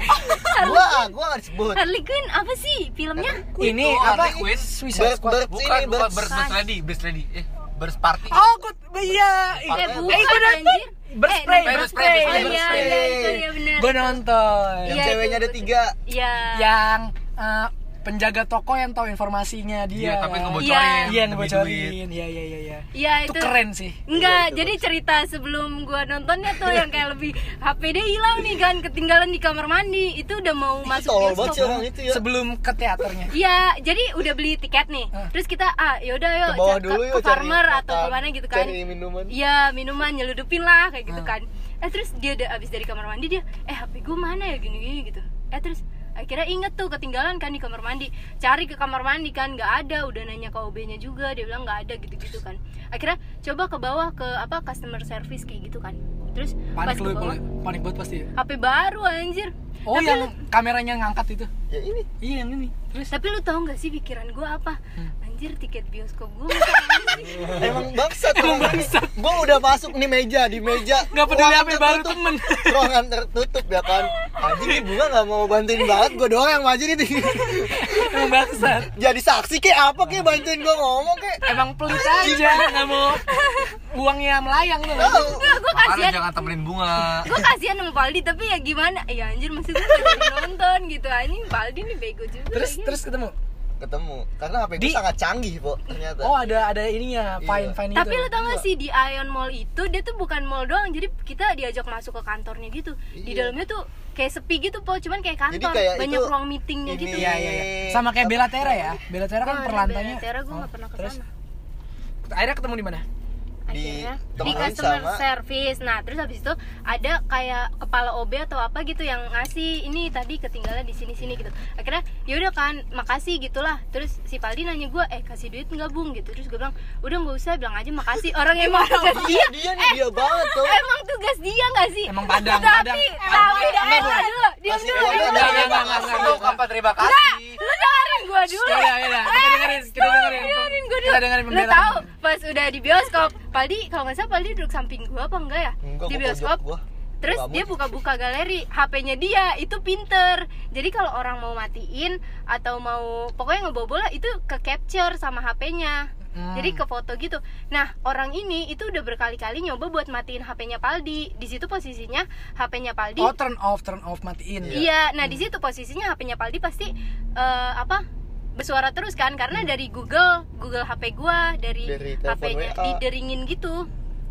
Speaker 3: Gua ah, gua enggak disebut.
Speaker 1: Harley Quinn apa sih filmnya
Speaker 2: Ini
Speaker 4: itu,
Speaker 2: apa?
Speaker 4: Harley Quinn.
Speaker 2: Suicide
Speaker 3: Bird,
Speaker 2: Squad.
Speaker 3: bird
Speaker 4: Bukan,
Speaker 3: ini,
Speaker 4: bukan
Speaker 3: bird.
Speaker 4: Birds Birds Lady, Birds Lady. Eh, Birds Party.
Speaker 2: Oh, gue iya.
Speaker 1: eh
Speaker 2: Ih,
Speaker 1: bukan
Speaker 2: eh, gua nonton.
Speaker 1: anjir
Speaker 2: Berspray,
Speaker 1: Eh,
Speaker 4: berspray,
Speaker 1: berspray oh
Speaker 4: berspray,
Speaker 1: iya
Speaker 3: berspray.
Speaker 1: iya itu ya bener
Speaker 2: Gue nonton.
Speaker 3: Yang
Speaker 1: Iya, itu
Speaker 3: ceweknya ada
Speaker 1: betul.
Speaker 3: tiga.
Speaker 1: iya
Speaker 2: Yang eh, penjaga toko yang tahu informasinya dia.
Speaker 4: Iya, tapi
Speaker 2: kan?
Speaker 4: ngebocorin.
Speaker 1: Iya.
Speaker 2: Iya,
Speaker 4: demi duit.
Speaker 2: ngebocorin. Iya, iya, iya, iya.
Speaker 1: iya
Speaker 2: Itu
Speaker 1: itu
Speaker 2: keren sih.
Speaker 1: Enggak, jadi cerita sebelum gua nontonnya tuh yang kayak lebih HP dia hilang nih kan, ketinggalan di kamar mandi. Itu udah mau masuk
Speaker 3: Tolol banget sih
Speaker 1: bioskop.
Speaker 3: orang itu ya.
Speaker 2: Sebelum ke teaternya.
Speaker 1: Iya, jadi udah beli tiket nih. Terus kita ah yaudah yuk
Speaker 3: Ke bawah
Speaker 1: ca-
Speaker 3: dulu
Speaker 1: ke,
Speaker 3: yuk
Speaker 1: ke farmer
Speaker 3: cari
Speaker 1: atau
Speaker 3: makan,
Speaker 1: kemana gitu kan.
Speaker 3: cari minuman.
Speaker 1: Iya, minuman nyeludupin lah kayak
Speaker 2: Ah.
Speaker 1: gitu kan. Eh terus dia udah abis dari kamar mandi dia, eh HP gue mana ya gini-gini gitu. Eh terus akhirnya inget tuh ketinggalan kan di kamar mandi cari ke kamar mandi kan nggak ada udah nanya ke OB-nya juga dia bilang nggak ada gitu-gitu kan akhirnya coba ke bawah ke apa customer service kayak gitu kan terus pas
Speaker 2: Panik
Speaker 1: ke
Speaker 2: lu,
Speaker 1: bawah
Speaker 2: panik, panik banget pasti ya.
Speaker 1: HP baru anjir
Speaker 2: Oh
Speaker 1: Tapi
Speaker 2: yang kameranya ngangkat itu?
Speaker 3: Ya ini.
Speaker 2: Iya yang ini. Terus? Hmm.
Speaker 1: tapi lu tau nggak sih pikiran gue apa anjir tiket bioskop gue
Speaker 3: Emang bangsat Emang bangsat. Gua udah masuk nih meja, di meja.
Speaker 2: Nggak peduli
Speaker 3: Ruangan
Speaker 2: apa yang baru
Speaker 3: tertutup.
Speaker 2: temen.
Speaker 3: Ruangan tertutup ya kan. Anjing nih bunga enggak mau bantuin banget, gua doang yang maju nih.
Speaker 2: Emang bangsat
Speaker 3: jadi saksi kayak apa kayak bantuin gua ngomong kayak
Speaker 2: emang pelit aja nggak mau uangnya melayang tuh nggak?
Speaker 1: Enggak, gue
Speaker 4: Makanya
Speaker 1: kasihan
Speaker 4: jangan temenin bunga.
Speaker 1: Gue kasihan sama Paldi, tapi ya gimana Ya anjir, maksud gue gak nonton gitu Anjing, Paldi nih bego juga iya.
Speaker 2: terus
Speaker 1: lagi.
Speaker 2: terus ketemu
Speaker 3: ketemu karena HP gua
Speaker 2: Di-
Speaker 3: sangat canggih po ternyata
Speaker 2: oh ada ada ininya fine
Speaker 3: Iya.
Speaker 2: fine
Speaker 1: Tapi
Speaker 2: itu
Speaker 1: lo tau gak sih di Ion Mall itu dia tuh bukan mall doang Jadi kita diajak masuk ke kantornya gitu Di
Speaker 3: Iya.
Speaker 1: dalamnya tuh kayak sepi gitu po Cuman kayak
Speaker 3: Jadi
Speaker 1: kantor,
Speaker 3: kayak
Speaker 1: banyak
Speaker 3: itu
Speaker 1: ruang meetingnya
Speaker 3: ini-
Speaker 1: gitu
Speaker 2: Iya iya iya. Sama kayak Bella Tera ya. Bella Tera
Speaker 1: Oh,
Speaker 2: kan perlantainya.
Speaker 1: Bella Tera gue
Speaker 2: Oh,
Speaker 1: gak pernah
Speaker 2: terus?
Speaker 1: kesana
Speaker 2: Akhirnya ketemu di mana?
Speaker 3: Di
Speaker 1: akhirnya di
Speaker 3: temenin
Speaker 1: customer
Speaker 3: sama-
Speaker 1: service nah terus habis itu ada kayak kepala OB atau apa gitu yang ngasih ini tadi ketinggalan di sini sini gitu akhirnya yaudah kan makasih gitulah terus si Paldi nanya gue eh kasih duit nggak bung gitu terus gue bilang udah nggak usah bilang aja makasih orang emang tugas
Speaker 3: dia
Speaker 2: iya.
Speaker 1: dia
Speaker 3: dia nih dia banget
Speaker 2: Eh,
Speaker 3: tuh
Speaker 1: emang tugas dia nggak sih
Speaker 2: Emang Padang,
Speaker 1: tapi
Speaker 2: Padang.
Speaker 1: tapi
Speaker 2: Enggak,
Speaker 1: daerah dulu diam
Speaker 3: Pasti
Speaker 1: dulu
Speaker 3: ada,
Speaker 1: diam
Speaker 3: ada,
Speaker 1: dulu
Speaker 3: ada.
Speaker 4: Itu kapan terima kasih.
Speaker 1: lu dengerin gue dulu Eh,
Speaker 2: Iya, iya, iya. Kita dengerin, kita dengerin.
Speaker 1: dengerin gue dulu
Speaker 2: Kita dengerin
Speaker 1: Lu
Speaker 2: pembelaan.
Speaker 1: tau pas udah di bioskop Paldi kalau nggak salah Paldi duduk samping gue apa enggak ya
Speaker 3: Enggak,
Speaker 1: di
Speaker 3: gua
Speaker 1: bioskop
Speaker 3: pojok gua.
Speaker 1: terus
Speaker 3: Kamu
Speaker 1: dia
Speaker 3: tuh.
Speaker 1: buka-buka galeri HP-nya dia itu pinter jadi kalau orang mau matiin atau mau pokoknya ngebobol lah, itu ke capture sama HP-nya
Speaker 2: Hmm.
Speaker 1: jadi ke foto gitu nah orang ini itu udah berkali-kali nyoba buat matiin HP-nya Paldi di situ posisinya HP-nya Paldi
Speaker 2: Oh, turn off, turn off, matiin.
Speaker 1: Iya, nah di situ posisinya HP-nya Paldi pasti eh, apa? bersuara terus kan karena dari Google, Google HP gua dari,
Speaker 3: Dari telepon
Speaker 1: HP-nya
Speaker 3: WA.
Speaker 1: dideringin gitu.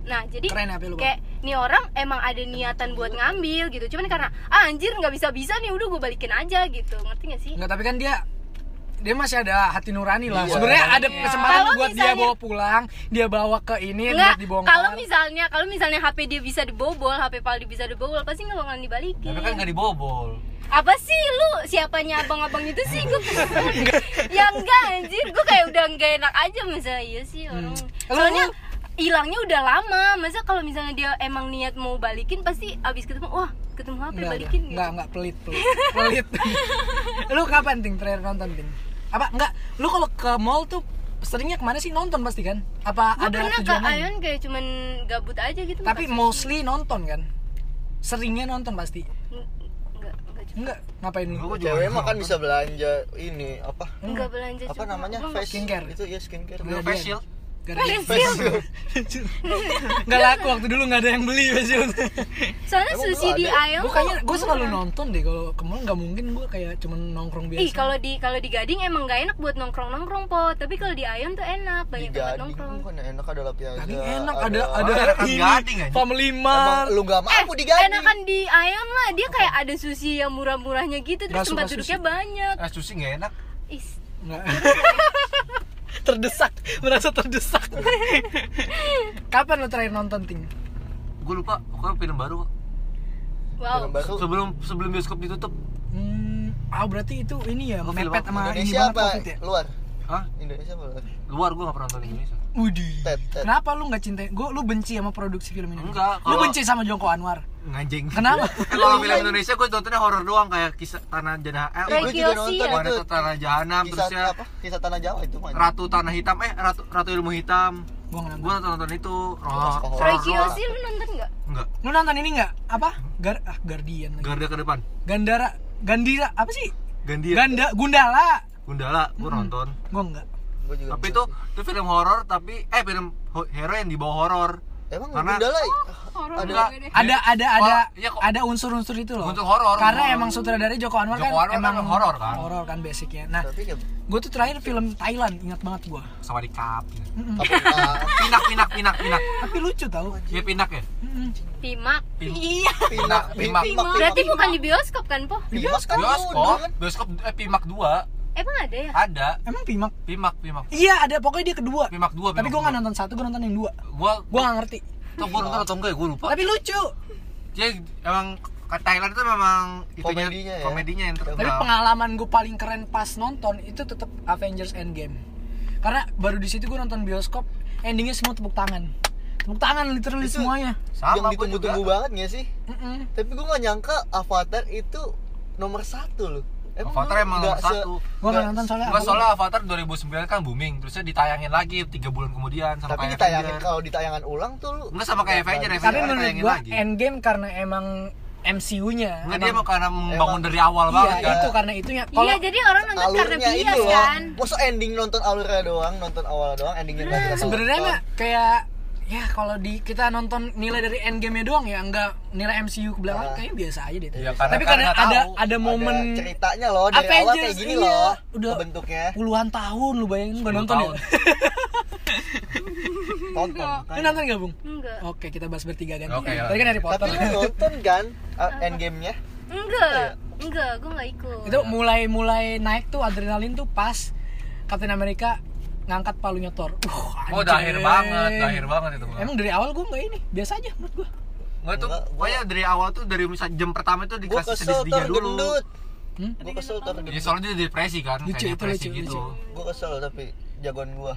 Speaker 1: Nah, jadi
Speaker 2: Keren ya, HP lu, Bang.
Speaker 1: kayak nih orang emang ada niatan buat ngambil gitu. Cuman karena ah, anjir nggak bisa-bisa nih udah gue balikin aja gitu. Ngerti gak sih?
Speaker 2: Enggak, tapi kan dia dia masih ada hati nurani lah.
Speaker 3: Iya.
Speaker 2: Sebenarnya ada kesempatan
Speaker 1: Kalau
Speaker 2: buat dia
Speaker 1: misalnya-
Speaker 2: bawa pulang, dia bawa ke
Speaker 1: Nggak,
Speaker 2: ini buat dibongkar.
Speaker 1: kalau misalnya kalau misalnya HP dia bisa dibobol, HP Paldi bisa dibobol, pasti nggak bakalan
Speaker 2: Nah,
Speaker 1: dibalikin.
Speaker 4: Tapi kan nggak dibobol.
Speaker 1: apa sih lu siapanya abang-abang itu sih gue ya enggak anjir gue kayak udah enggak enak aja masa iya sih orang
Speaker 2: Lu-
Speaker 1: soalnya hilangnya udah lama masa kalau misalnya dia emang niat mau balikin pasti abis ketemu wah ketemu HP
Speaker 2: Enggak,
Speaker 1: balikin gitu?
Speaker 2: enggak, enggak, enggak, pelit, pelit. pelit. lu kapan ting terakhir nonton ting? Apa enggak? Lu kalau ke mall tuh seringnya kemana sih nonton pasti kan? Apa
Speaker 1: gue
Speaker 2: ada
Speaker 1: pernah ke
Speaker 2: tujuan lain?
Speaker 1: Ayon kayak cuman gabut aja gitu makasih.
Speaker 2: Tapi mostly nonton kan? Seringnya nonton pasti.
Speaker 1: Eng- enggak enggak cuma
Speaker 2: Enggak, ngapain lu?
Speaker 4: Gua juga
Speaker 3: cewek mah kan
Speaker 4: nonton.
Speaker 3: bisa belanja ini apa
Speaker 2: Hmm.
Speaker 1: enggak belanja
Speaker 3: apa
Speaker 1: cuma.
Speaker 3: namanya
Speaker 1: Gua
Speaker 3: face
Speaker 2: Skincare.
Speaker 3: itu ya skincare
Speaker 4: Lu facial.
Speaker 2: Garnier.
Speaker 3: facial
Speaker 2: Nggak laku waktu dulu nggak ada yang beli facial.
Speaker 1: nggak- soalnya
Speaker 3: Emang
Speaker 1: sushi
Speaker 3: belum
Speaker 1: di
Speaker 3: ada?
Speaker 1: Ayon
Speaker 2: Bukannya
Speaker 1: tuh-
Speaker 2: gue selalu nonton deh kalau ke mall nggak mungkin gue kayak cuman nongkrong biasa.
Speaker 1: Ih kalau di kalau di Gading emang gak enak buat nongkrong nongkrong po, tapi kalau di Ayon tuh enak banyak
Speaker 3: Tiga
Speaker 1: tempat
Speaker 3: gading
Speaker 1: nongkrong.
Speaker 3: kan enak Iya, ada lapi aja
Speaker 2: Tadi enak ada ada,
Speaker 4: ada kan
Speaker 2: ini,
Speaker 4: gading aja.
Speaker 2: Family
Speaker 3: Emang
Speaker 2: Mart.
Speaker 3: lu gak mampu di gading
Speaker 1: Eh, enakan di Aeon lah dia kayak ada sushi yang murah-murahnya gitu terus
Speaker 2: Nggak suka
Speaker 1: tempat duduknya banyak
Speaker 4: Eh, sushi nggak enak.
Speaker 1: Is,
Speaker 2: Nggak. terdesak, merasa terdesak. Kapan lu terakhir nonton ting?
Speaker 4: Gue lupa. Pokoknya film baru. Pak.
Speaker 1: wow
Speaker 3: Film baru
Speaker 4: Sebelum sebelum bioskop ditutup.
Speaker 2: Hmm, ah berarti itu ini ya
Speaker 4: Film
Speaker 2: mepet
Speaker 4: apa?
Speaker 2: sama ini
Speaker 3: Indonesia
Speaker 2: banget
Speaker 3: apa
Speaker 2: covid ya.
Speaker 3: luar
Speaker 4: Hah?
Speaker 3: Indonesia apa luar
Speaker 4: Luar gue nggak pernah nonton Indonesia.
Speaker 2: Wudi.
Speaker 3: Tet, tet.
Speaker 2: Kenapa lu nggak cintai? Gue lu benci sama produksi film ini?
Speaker 4: Enggak,
Speaker 2: Lu
Speaker 4: kalau-
Speaker 2: benci sama Joko Anwar?
Speaker 4: Ngajeng.
Speaker 2: Kenapa?
Speaker 4: Eh, Kalau film Indonesia gue nontonnya horor doang kayak kisah tanah jenah eh,
Speaker 1: Roy
Speaker 3: Gua
Speaker 1: Kiyoshi
Speaker 3: juga nonton
Speaker 1: ya?
Speaker 4: Wanita
Speaker 3: itu
Speaker 4: Tanah Jahanam
Speaker 3: kisah
Speaker 4: terusnya
Speaker 3: apa kisah tanah Jawa itu mah
Speaker 4: Ratu Tanah Hitam eh Ratu Ratu Ilmu Hitam.
Speaker 2: Gua nggak
Speaker 4: Gue nonton nonton itu.
Speaker 3: suka horor.
Speaker 1: Roy
Speaker 4: Roy
Speaker 1: Kiyoshi lu nonton nggak
Speaker 4: Enggak.
Speaker 2: Lu nonton ini nggak? Apa? Gar ah Guardian. lagi.
Speaker 4: Garda ke depan.
Speaker 2: Gandara, Gandira apa sih?
Speaker 4: Gandia.
Speaker 2: Ganda Gundala.
Speaker 4: Gundala gue
Speaker 1: Hmm.
Speaker 4: nonton.
Speaker 2: Gua enggak.
Speaker 3: Gua juga
Speaker 4: Tapi
Speaker 3: nonton.
Speaker 4: itu itu film horor tapi eh film ho- hero yang dibawa horor.
Speaker 3: emang eh,
Speaker 4: karena-
Speaker 3: Gundala
Speaker 1: Oh,
Speaker 5: Horor
Speaker 4: Ada-
Speaker 5: banget deh.
Speaker 2: Ada ada ada
Speaker 4: Wah, iya kok.
Speaker 2: ada unsur-unsur itu loh.
Speaker 4: Unsur horor.
Speaker 2: Karena emang sutradaranya Joko Anwar
Speaker 4: Joko Anwar
Speaker 2: kan
Speaker 4: kan
Speaker 2: emang
Speaker 4: horor kan?
Speaker 2: Horor kan basicnya. Nah,
Speaker 3: tapi ya
Speaker 2: gua tuh terakhir film Thailand ingat banget gua.
Speaker 4: Sama di kap.
Speaker 3: tapi ah,
Speaker 4: Pinak pinak pinak pinak.
Speaker 2: Tapi lucu tau.
Speaker 4: Dia pinak ya?
Speaker 2: Mm-mm.
Speaker 1: Pimak
Speaker 5: Iya.
Speaker 3: pimak
Speaker 4: Pimak.
Speaker 3: pimak
Speaker 1: berarti bukan di bioskop kan po
Speaker 3: pimak kan
Speaker 4: Bioskop,
Speaker 3: udah kan
Speaker 4: bioskop eh Pimak 2
Speaker 1: emang ada ya
Speaker 4: ada.
Speaker 2: Emang Pimak?
Speaker 4: Pimak Pimak.
Speaker 2: Iya, ada pokoknya dia kedua.
Speaker 4: Pimak 2
Speaker 2: Tapi gua nggak nonton satu, gua nonton yang dua.
Speaker 4: Gua
Speaker 2: Gua nggak ngerti.
Speaker 4: tau gua nonton atau enggak ya gua lupa.
Speaker 2: Tapi lucu.
Speaker 4: Dia emang ke Thailand itu memang itunya,
Speaker 3: Komedinya ya?
Speaker 4: komedinya yang terkenal.
Speaker 2: Tapi pengalaman gue paling keren pas nonton itu tetap Avengers Endgame. Karena baru di situ gue nonton bioskop, endingnya semua tepuk tangan. Tepuk tangan literally
Speaker 3: Itu-
Speaker 2: semuanya.
Speaker 4: sama
Speaker 3: yang
Speaker 4: gua
Speaker 3: ditunggu-tunggu
Speaker 4: juga.
Speaker 3: banget gak sih
Speaker 2: Mm-mm.
Speaker 3: tapi gue gak nyangka Avatar itu nomor satu loh
Speaker 4: Avatar emang nomor
Speaker 3: nggak se-
Speaker 4: satu.
Speaker 2: Gua nggak
Speaker 3: nggak-
Speaker 2: nonton soalnya.
Speaker 4: Enggak
Speaker 2: aku-
Speaker 4: soalnya Avatar 2009 kan booming, terusnya ditayangin lagi 3 bulan kemudian sama
Speaker 3: tapi
Speaker 4: kayak
Speaker 3: ditayangin
Speaker 4: Avenger.
Speaker 3: kalau ditayangan ulang tuh lu
Speaker 4: Enggak sama kayak Avenger,
Speaker 3: Nggak-
Speaker 4: Avenger
Speaker 2: Tapi menurut
Speaker 4: ditayangin
Speaker 2: gue
Speaker 4: lagi.
Speaker 2: Endgame karena emang MCU-nya.
Speaker 4: Enggak dia mau
Speaker 2: Emang-
Speaker 4: karena membangun dari awal
Speaker 2: Iya,
Speaker 4: Iya, banget kan.
Speaker 2: itu karena itunya. Kalau
Speaker 1: Iya, jadi orang nonton karena
Speaker 3: alurnya
Speaker 1: bias
Speaker 3: itu loh
Speaker 1: kan. Hmm.
Speaker 3: masa ending nonton alurnya doang nonton awal doang endingnya nggak kita
Speaker 2: sebenarnya
Speaker 3: tonton.
Speaker 2: mah kayak ya kalau di kita nonton nilai dari endgame-nya doang ya nggak nilai MCU ke belakang
Speaker 3: Ah.
Speaker 2: kayaknya biasa aja deh.
Speaker 4: Iya, karena-
Speaker 2: Tapi karena,
Speaker 4: karena nggak
Speaker 2: ada
Speaker 4: tahu.
Speaker 2: ada momen
Speaker 3: Ada ceritanya loh dari awal kayak gini
Speaker 2: iya.
Speaker 3: loh
Speaker 2: Udah
Speaker 3: bentuknya
Speaker 2: puluhan tahun lu bayangin gak
Speaker 4: 10
Speaker 2: nonton
Speaker 4: tahun.
Speaker 2: ya.
Speaker 3: tonton
Speaker 2: Lu
Speaker 1: Iya.
Speaker 3: makanya.
Speaker 2: nonton gak, Bung?
Speaker 1: Enggak.
Speaker 2: Oke, kita bahas bertiga ganti.
Speaker 4: Oke, ya.
Speaker 2: Tadi kan Harry
Speaker 3: tapi
Speaker 2: Potter.
Speaker 3: lu nonton kan uh, endgame-nya
Speaker 2: Iya.
Speaker 1: Enggak. Enggak, gue enggak ikut.
Speaker 2: itu
Speaker 4: Iya.
Speaker 2: mulai mulai naik tuh adrenalin tuh pas Captain America ngangkat palunya Thor. Uh,
Speaker 4: Oh,
Speaker 2: anjing.
Speaker 4: dahir banget, dahir banget itu.
Speaker 2: Emang dari awal gue nggak ini, biasa aja menurut gue.
Speaker 4: Gue
Speaker 3: Enggak,
Speaker 4: tuh,
Speaker 3: gua-
Speaker 4: pokoknya dari awal tuh dari misal jam pertama itu
Speaker 3: gue
Speaker 4: dikasih
Speaker 3: kesel
Speaker 4: sedih-sedihnya
Speaker 3: tor
Speaker 4: dulu.
Speaker 3: gendut
Speaker 2: Hmm?
Speaker 3: gue kesel tor
Speaker 4: Ya
Speaker 3: gendut
Speaker 4: soalnya dia depresi kan,
Speaker 2: Lucu, itu
Speaker 4: kayak depresi
Speaker 2: lucu,
Speaker 4: gitu.
Speaker 2: lucu.
Speaker 3: gue kesel tapi jagoan gue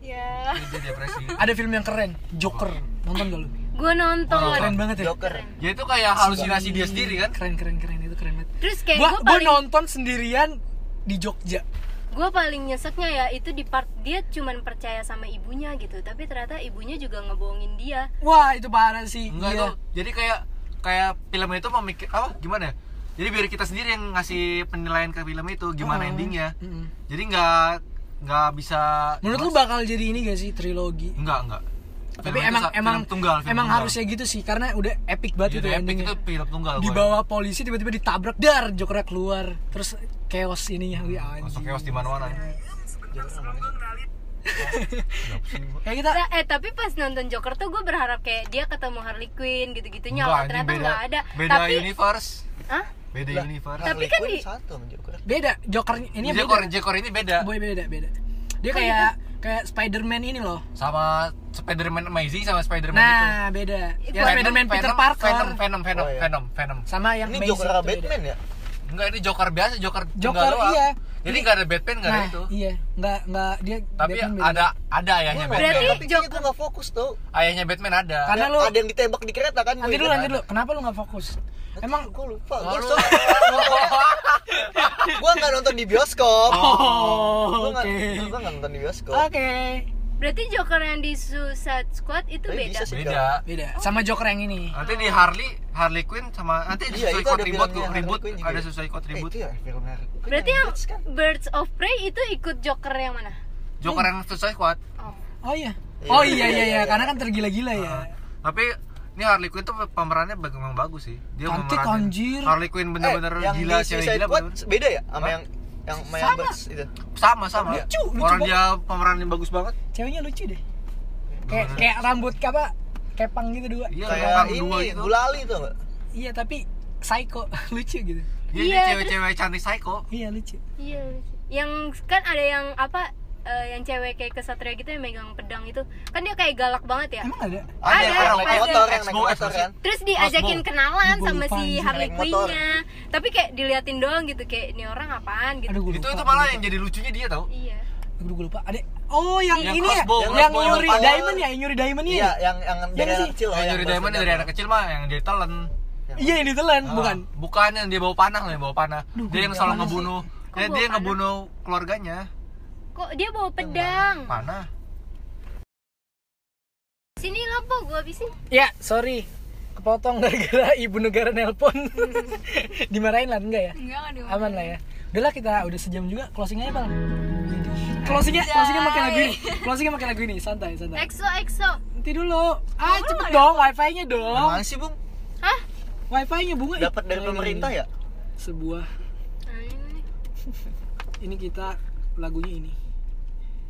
Speaker 5: Ya.
Speaker 4: Dia depresi.
Speaker 2: Ada film yang keren, Joker. Nonton gak lu?
Speaker 1: Gue nonton.
Speaker 2: Keren banget ya.
Speaker 3: Joker
Speaker 1: Iya.
Speaker 4: Ya itu kayak halusinasi dia sendiri kan.
Speaker 2: Keren keren keren itu keren banget.
Speaker 1: Terus kayak
Speaker 2: Gua,
Speaker 1: gue
Speaker 2: gua
Speaker 1: paling
Speaker 2: nonton sendirian di Jogja.
Speaker 1: gue paling nyeseknya ya itu di part dia cuman percaya sama ibunya gitu, tapi ternyata ibunya juga ngebohongin dia.
Speaker 2: Wah, itu parah sih.
Speaker 4: Enggak
Speaker 2: Iya.
Speaker 4: tuh. Jadi kayak kayak film itu memikir apa gimana ya? Jadi biar kita sendiri yang ngasih penilaian ke film itu gimana
Speaker 2: Oh.
Speaker 4: endingnya.
Speaker 2: Mm-mm.
Speaker 4: Jadi nggak nggak bisa
Speaker 2: Menurut lu bakal jadi ini gak sih trilogi?
Speaker 4: Enggak, enggak.
Speaker 2: Tapi
Speaker 4: Film itu
Speaker 2: emang
Speaker 4: sa- film
Speaker 2: emang
Speaker 4: tunggal, film
Speaker 2: emang
Speaker 4: tunggal.
Speaker 2: harusnya gitu sih karena udah epic
Speaker 4: Iya,
Speaker 2: banget itu
Speaker 4: udah epic
Speaker 2: endingnya.
Speaker 4: itu film tunggal
Speaker 2: di
Speaker 4: gua. ya.
Speaker 2: bawah polisi tiba-tiba ditabrak dar jokernya keluar terus chaos ininya wih
Speaker 4: langsung
Speaker 2: anjing
Speaker 4: chaos di mana-mana.
Speaker 2: kayak kita
Speaker 1: Nah, eh tapi pas nonton Joker tuh gue berharap kayak dia ketemu Harley Quinn gitu-gitunya
Speaker 4: Enggak,
Speaker 1: lah
Speaker 4: anjing,
Speaker 1: ternyata
Speaker 4: beda-
Speaker 1: nggak ada.
Speaker 4: Beda
Speaker 1: tapi
Speaker 4: universe.
Speaker 1: Hah?
Speaker 4: Beda
Speaker 2: Iya,
Speaker 3: Lah,
Speaker 4: universe.
Speaker 1: Tapi
Speaker 3: Harley
Speaker 1: kan
Speaker 3: Quinn
Speaker 1: di-
Speaker 3: Nah, satu sama Joker
Speaker 2: beda joker ini
Speaker 4: Ini Jekor,
Speaker 2: beda
Speaker 4: Jekor ini beda.
Speaker 2: boy beda beda dia kayak kayak Spiderman ini loh
Speaker 4: Sama Spider-Man Amazing sama Spider-Man itu.
Speaker 2: nah beda ya
Speaker 4: Venom,
Speaker 2: Spiderman Peter
Speaker 4: Venom,
Speaker 2: Parker
Speaker 4: Venom, Venom, Venom,
Speaker 3: Oh, iya.
Speaker 4: Venom, Venom.
Speaker 2: sama yang
Speaker 3: ini
Speaker 2: Amazing
Speaker 3: Joker sama
Speaker 2: itu beda.
Speaker 3: Batman ya
Speaker 4: Enggak, ini Joker biasa, Joker tunggal
Speaker 2: Joker,
Speaker 4: doang.
Speaker 2: iya.
Speaker 4: Jadi enggak ada Batman, enggak
Speaker 2: nah
Speaker 4: ada itu.
Speaker 2: iya nggak nggak dia
Speaker 4: Tapi
Speaker 2: Batman beda.
Speaker 4: ada ada ayahnya
Speaker 3: Gua
Speaker 1: Berarti
Speaker 3: nonton,
Speaker 4: Batman.
Speaker 3: tapi kayaknya
Speaker 1: Joker-
Speaker 3: gue nggak fokus tuh
Speaker 4: Ayahnya Batman ada.
Speaker 2: Karena
Speaker 3: Ya,
Speaker 2: lu-
Speaker 3: ada yang ditembak di kereta kan
Speaker 2: nanti
Speaker 3: gua
Speaker 2: dulu
Speaker 3: ingat.
Speaker 2: nanti dulu kenapa lu nggak fokus emang
Speaker 3: gue lupa
Speaker 4: Oh,
Speaker 3: gue
Speaker 4: lu-
Speaker 3: soalnya gue nggak nonton di bioskop
Speaker 2: oh
Speaker 3: gue
Speaker 2: oke
Speaker 3: nggak gue nggak nonton di bioskop
Speaker 2: oke
Speaker 1: berarti Joker yang di Suicide Squad itu
Speaker 3: Tapi
Speaker 1: beda.
Speaker 3: Eh, bisa sih.
Speaker 4: Beda.
Speaker 2: beda sama Joker yang ini
Speaker 4: Nanti di Harley, Harley Quinn sama nanti ada
Speaker 3: Iya,
Speaker 4: Suicide
Speaker 3: itu
Speaker 4: Squad
Speaker 3: ada
Speaker 4: Reboot,
Speaker 3: filmnya
Speaker 4: tuh,
Speaker 3: Harley
Speaker 4: Reboot
Speaker 3: Quinn juga.
Speaker 4: ada Suicide Squad
Speaker 3: Eh,
Speaker 4: Reboot.
Speaker 3: itu ya film Harley Quinn
Speaker 1: Berarti
Speaker 3: yang
Speaker 1: yang
Speaker 3: Birds kan?
Speaker 1: Birds of Prey itu ikut Joker yang mana?
Speaker 3: Hmm.
Speaker 4: Joker yang Suicide Squad.
Speaker 1: Oh.
Speaker 2: oh iya
Speaker 3: Iya,
Speaker 2: oh iya
Speaker 3: iya,
Speaker 2: iya iya
Speaker 3: iya.
Speaker 2: karena kan tergila-gila ya
Speaker 4: Tapi ini Harley Quinn tuh pemerannya bag- memang bagus sih. Dia
Speaker 2: Cantik,
Speaker 4: memeranin.
Speaker 2: anjir.
Speaker 4: Harley Quinn bener-bener
Speaker 3: Eh, yang
Speaker 4: gila,
Speaker 3: di
Speaker 4: cewek
Speaker 3: Suicide
Speaker 4: gila
Speaker 3: Squad
Speaker 4: bener-bener.
Speaker 3: beda ya sama
Speaker 4: Hah?
Speaker 3: yang yang main
Speaker 2: Sama.
Speaker 3: Birds itu
Speaker 4: Sama sama.
Speaker 2: Lucu, lucu
Speaker 4: Orang dia pemerannya bagus banget.
Speaker 2: ceweknya lucu deh kayak kayak rambut ke apa kepang gitu dua
Speaker 4: Iya,
Speaker 3: kayak
Speaker 4: orang dua
Speaker 3: ini
Speaker 4: itu.
Speaker 3: gulali tuh nggak
Speaker 2: iya tapi psycho lucu gitu
Speaker 4: Dia
Speaker 1: Iya.
Speaker 4: dia cewek-cewek cantik psycho.
Speaker 2: iya lucu
Speaker 1: Iya. lucu. Yang kan ada yang apa eh, yang cewek kayak kesatria gitu yang megang pedang itu kan dia kayak galak banget ya.
Speaker 2: emang ada
Speaker 3: ada
Speaker 1: Ada,
Speaker 3: yang naik
Speaker 1: ada.
Speaker 3: motor yang naik
Speaker 4: Expo,
Speaker 3: motor
Speaker 4: Expo.
Speaker 3: kan
Speaker 1: Terus diajakin
Speaker 4: Mas Bo.
Speaker 1: kenalan
Speaker 2: Gua
Speaker 1: sama
Speaker 2: lupa
Speaker 1: si
Speaker 2: anjing,
Speaker 1: Harley
Speaker 3: naik motor.
Speaker 1: Quinn-nya. Tapi kayak diliatin doang gitu kayak ini orang apaan gitu.
Speaker 2: aduh gue
Speaker 4: Itu
Speaker 2: lupa
Speaker 4: itu malah yang jadi lucunya dia tau.
Speaker 1: Iya.
Speaker 2: aduh gue lupa ada oh yang,
Speaker 4: Yang
Speaker 2: ini ya
Speaker 4: crossbow,
Speaker 2: yang
Speaker 4: crossbow,
Speaker 2: nyuri
Speaker 3: yang kepala.
Speaker 2: diamond ya yang nyuri diamond ya
Speaker 3: iya yang yang ya. dari
Speaker 2: sih?
Speaker 3: anak kecil
Speaker 4: Yang dari Diamond dari anak kecil mah yang ditelan.
Speaker 2: iya yang ditelan
Speaker 4: Ah,
Speaker 2: bukan
Speaker 4: Bukan yang dia bawa panah loh, yang bawa panah.
Speaker 2: Duh,
Speaker 4: dia yang
Speaker 2: gua Hmm.
Speaker 4: selalu
Speaker 2: panah sih.
Speaker 4: ngebunuh. Eh,
Speaker 1: Kok
Speaker 4: Dia,
Speaker 1: bawa
Speaker 4: dia
Speaker 1: panah?
Speaker 4: ngebunuh keluarganya.
Speaker 1: Kok dia bawa pedang?
Speaker 4: Panah.
Speaker 1: Sini lampu gua habisin.
Speaker 2: ya sorry kepotong gara-gara ibu negara nelpon dimarahin lah enggak ya
Speaker 5: Enggak kan, enggak dong.
Speaker 2: aman lah ya udahlah kita udah sejam juga closing aja bang closingnya closingnya makin lagu ini closingnya makin lagu ini santai santai
Speaker 1: EXO EXO.
Speaker 2: nanti dulu ah cepet dong wifi-nya dong
Speaker 3: Gimana sih bung?
Speaker 1: Hah?
Speaker 2: wifi-nya bunga
Speaker 3: Dapat dari pemerintah ya?
Speaker 2: sebuah
Speaker 1: Anjing.
Speaker 2: ini kita lagunya ini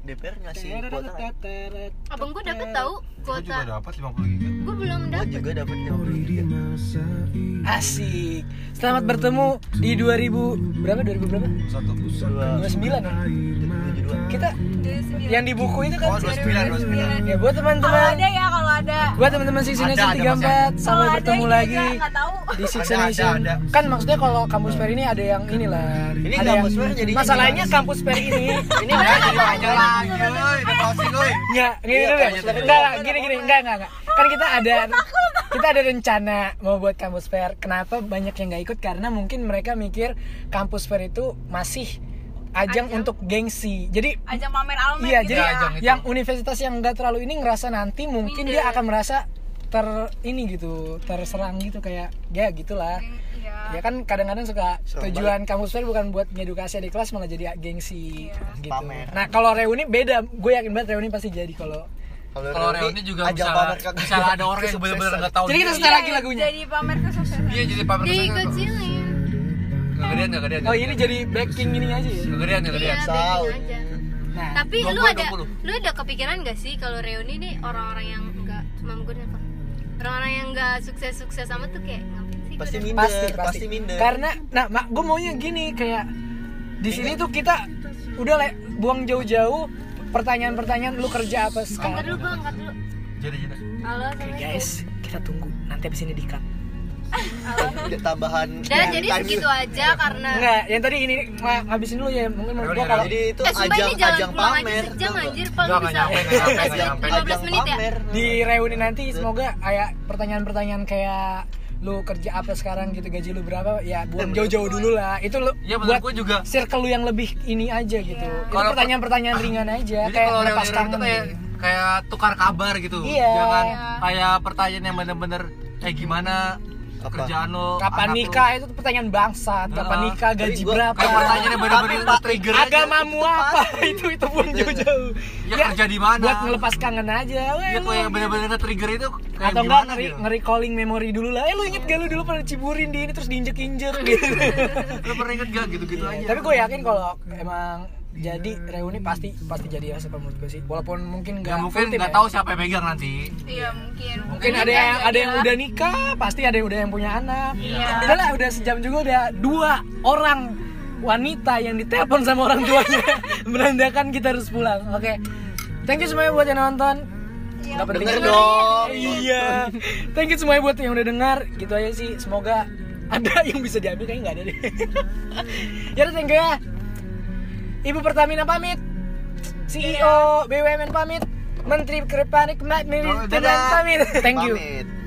Speaker 3: DPR
Speaker 4: Iya,
Speaker 3: ngasih kuota nggak?
Speaker 1: Abang gua dapet tahu
Speaker 4: Gua
Speaker 1: kuota.
Speaker 4: juga dapat 50 giga.
Speaker 1: Gua belum
Speaker 3: Gua
Speaker 1: dapet.
Speaker 3: juga dapat 53
Speaker 2: asik selamat bertemu di 2000 berapa 2000 berapa
Speaker 4: Satu.
Speaker 2: 29 ya? kita yang di buku itu kan
Speaker 4: Oh, 29, 29.
Speaker 2: ya buat
Speaker 5: Kalau ada
Speaker 2: teman-teman
Speaker 5: ya kalau ada.
Speaker 2: buat teman-teman sisi
Speaker 4: Ada,
Speaker 2: Nation
Speaker 4: ada,
Speaker 2: 34 sampai
Speaker 5: Kalau ada
Speaker 2: bertemu
Speaker 5: ini
Speaker 2: lagi
Speaker 5: juga nggak tahu.
Speaker 2: di Sixty
Speaker 4: Ada, ada,
Speaker 2: Nation.
Speaker 4: ada.
Speaker 2: Kan maksudnya kalau kampus fair ini ada yang inilah.
Speaker 3: Ini
Speaker 2: ada
Speaker 3: kampus fair jadinya
Speaker 2: Masalahnya
Speaker 3: gimana sih?
Speaker 2: kampus fair ini ini
Speaker 4: Ya, jadi panjang lagi, woi. Udah closing, woi.
Speaker 2: Nggak, gini
Speaker 3: Iya,
Speaker 2: dulu deh.
Speaker 3: kampus fair
Speaker 2: Nggak,
Speaker 3: doang.
Speaker 2: gini gini, enggak enggak enggak. Kan kita ada kita ada rencana mau buat kampus fair. Kenapa banyak yang nggak ikut? Karena mungkin mereka mikir kampus fair itu masih ajang, untuk gengsi. Jadi
Speaker 5: Ajang pamer almet
Speaker 2: Iya,
Speaker 5: gitu
Speaker 2: jadi
Speaker 5: ya.
Speaker 4: ajang itu.
Speaker 2: yang universitas yang nggak terlalu ini ngerasa nanti mungkin
Speaker 5: Minder.
Speaker 2: dia akan merasa ter ini gitu terserang gitu kayak ya gitulah
Speaker 5: Iya.
Speaker 2: ya kan kadang-kadang suka
Speaker 3: Serem
Speaker 2: tujuan kampus fair bukan buat ngedukasi adik kelas malah jadi gengsi gitu
Speaker 3: Pamer.
Speaker 2: nah kalau reuni beda gue yakin banget reuni pasti jadi kalau
Speaker 4: Kalau reuni juga
Speaker 3: ajang
Speaker 4: misalnya,
Speaker 3: pamer ke-
Speaker 4: misalnya ada orang yang
Speaker 3: kesuksesan.
Speaker 4: bener-bener nggak tahu
Speaker 2: Jadi kita
Speaker 4: dia,
Speaker 2: setel lagi lagunya.
Speaker 5: Jadi pamer kesuksesan.
Speaker 4: Iya, jadi pamer
Speaker 1: Dia
Speaker 4: kesuksesan.
Speaker 1: kecilin
Speaker 4: Nggak gedean, nggak gedean.
Speaker 2: Oh ini jadi backing ini aja ya.
Speaker 4: Nggak gedean, nggak
Speaker 1: Iya,
Speaker 4: gedean.
Speaker 3: Saul.
Speaker 1: backing aja
Speaker 2: Nah,
Speaker 1: Tapi
Speaker 4: Dua
Speaker 1: lu
Speaker 4: puluh,
Speaker 1: ada
Speaker 4: dua puluh.
Speaker 1: lu ada kepikiran gak sih kalau reuni nih orang-orang yang enggak cuma gue nelfon. Orang-orang yang enggak sukses-sukses sama tuh kayak ngapain sih? gua
Speaker 3: pasti
Speaker 1: nelfon?
Speaker 3: minder
Speaker 2: pasti
Speaker 3: pasti,
Speaker 2: pasti
Speaker 3: minder
Speaker 2: Karena nah mak gue maunya gini kayak di sini tuh kita udah le, buang jauh-jauh pertanyaan-pertanyaan lu kerja apa
Speaker 1: Angkat dulu
Speaker 2: sekarang.
Speaker 1: gua angkat dulu.
Speaker 4: Jadi jadi.
Speaker 1: Halo, assalamualaikum.
Speaker 2: Ya Guys, kita tunggu nanti abis ini dikat.
Speaker 3: Ada tambahan ya. Kan gitu.
Speaker 1: Dan
Speaker 3: tambahan
Speaker 1: jadi
Speaker 3: time.
Speaker 1: segitu aja karena
Speaker 2: Enggak, yang tadi ini ma- habisin dulu ya mungkin menurut gua
Speaker 4: Reuni,
Speaker 2: kalau
Speaker 4: reuni.
Speaker 3: jadi itu
Speaker 1: Eh, sumpah
Speaker 3: ajang
Speaker 1: ini jalan
Speaker 3: ajang
Speaker 1: pulang aja
Speaker 3: pamer
Speaker 1: sejam
Speaker 3: tau nggak?
Speaker 1: anjir, Paul
Speaker 4: Nggak, nggak
Speaker 1: bisa
Speaker 4: nyampe, nggak nyampe, nggak nyampe.
Speaker 1: 15 menit ya?
Speaker 2: di reuni nanti semoga kayak pertanyaan-pertanyaan kayak lu kerja apa sekarang gitu gaji lu berapa ya buang jauh-jauh dulu lah itu lu
Speaker 4: Iya, menurut
Speaker 2: buat
Speaker 4: gua juga. Iya.
Speaker 2: circle lu yang lebih ini aja gitu itu
Speaker 4: Kalau-
Speaker 2: pertanyaan-pertanyaan ringan aja
Speaker 4: Jadi
Speaker 2: kayak
Speaker 4: kalau
Speaker 2: lepas
Speaker 4: reuni itu
Speaker 2: kangen
Speaker 4: kayak
Speaker 2: gitu.
Speaker 4: kayak tukar kabar gitu.
Speaker 2: Iya.
Speaker 4: Jangan kayak pertanyaan yang bener-bener eh gimana
Speaker 3: Apa?
Speaker 4: kerjaan lo
Speaker 2: kapan
Speaker 4: anak lo.
Speaker 2: nikah itu pertanyaan bangsat kapan
Speaker 4: Heeh.
Speaker 2: nikah gaji
Speaker 3: Tapi gua-
Speaker 2: berapa
Speaker 4: Kayak pertanyaan yang bener-bener trigger
Speaker 2: agamamu apa itu itu buang jauh-jauh
Speaker 4: Ya, Iya, kerja di mana?
Speaker 2: buat ngelepas kangen aja Weh,
Speaker 4: Ya
Speaker 2: lu-
Speaker 4: kalau yang bener-bener nge-trigger itu kayak
Speaker 2: atau enggak
Speaker 4: gimana
Speaker 2: ngeri,
Speaker 4: gitu.
Speaker 2: ngeri calling memori dulu lah eh lu inget gak lu dulu pernah ciburin di ini terus diinjek-injek gitu
Speaker 4: Lo pernah inget gak gitu-gitu aja?
Speaker 2: Iya, tapi gue yakin kalau emang jadi reuni pasti pasti jadi ya sih menurut gue sih walaupun mungkin nggak
Speaker 4: Ya mungkin
Speaker 2: full tim
Speaker 4: nggak
Speaker 2: ya.
Speaker 4: tahu siapa yang pegang nanti.
Speaker 5: Iya, mungkin.
Speaker 2: mungkin ada yang ada yang udah nikah pasti ada yang udah yang punya anak
Speaker 5: Iya.
Speaker 2: udah lah udah sejam juga udah dua orang wanita yang ditelepon sama orang tuanya menandakan kita harus pulang oke thank you semuanya buat yang nonton Nggak penting
Speaker 3: Denger
Speaker 2: juga.
Speaker 3: dong.
Speaker 2: Iya. Thank you semuanya buat yang udah dengar. Gitu aja sih. Semoga ada yang bisa diambil kayaknya nggak ada deh. ya udah thank you ya. Ibu Pertamina pamit. E CEO BUMN pamit. Menteri Kepanik Mat Miri
Speaker 4: Oh, dadah.
Speaker 2: pamit. Thank you.
Speaker 3: Pamit.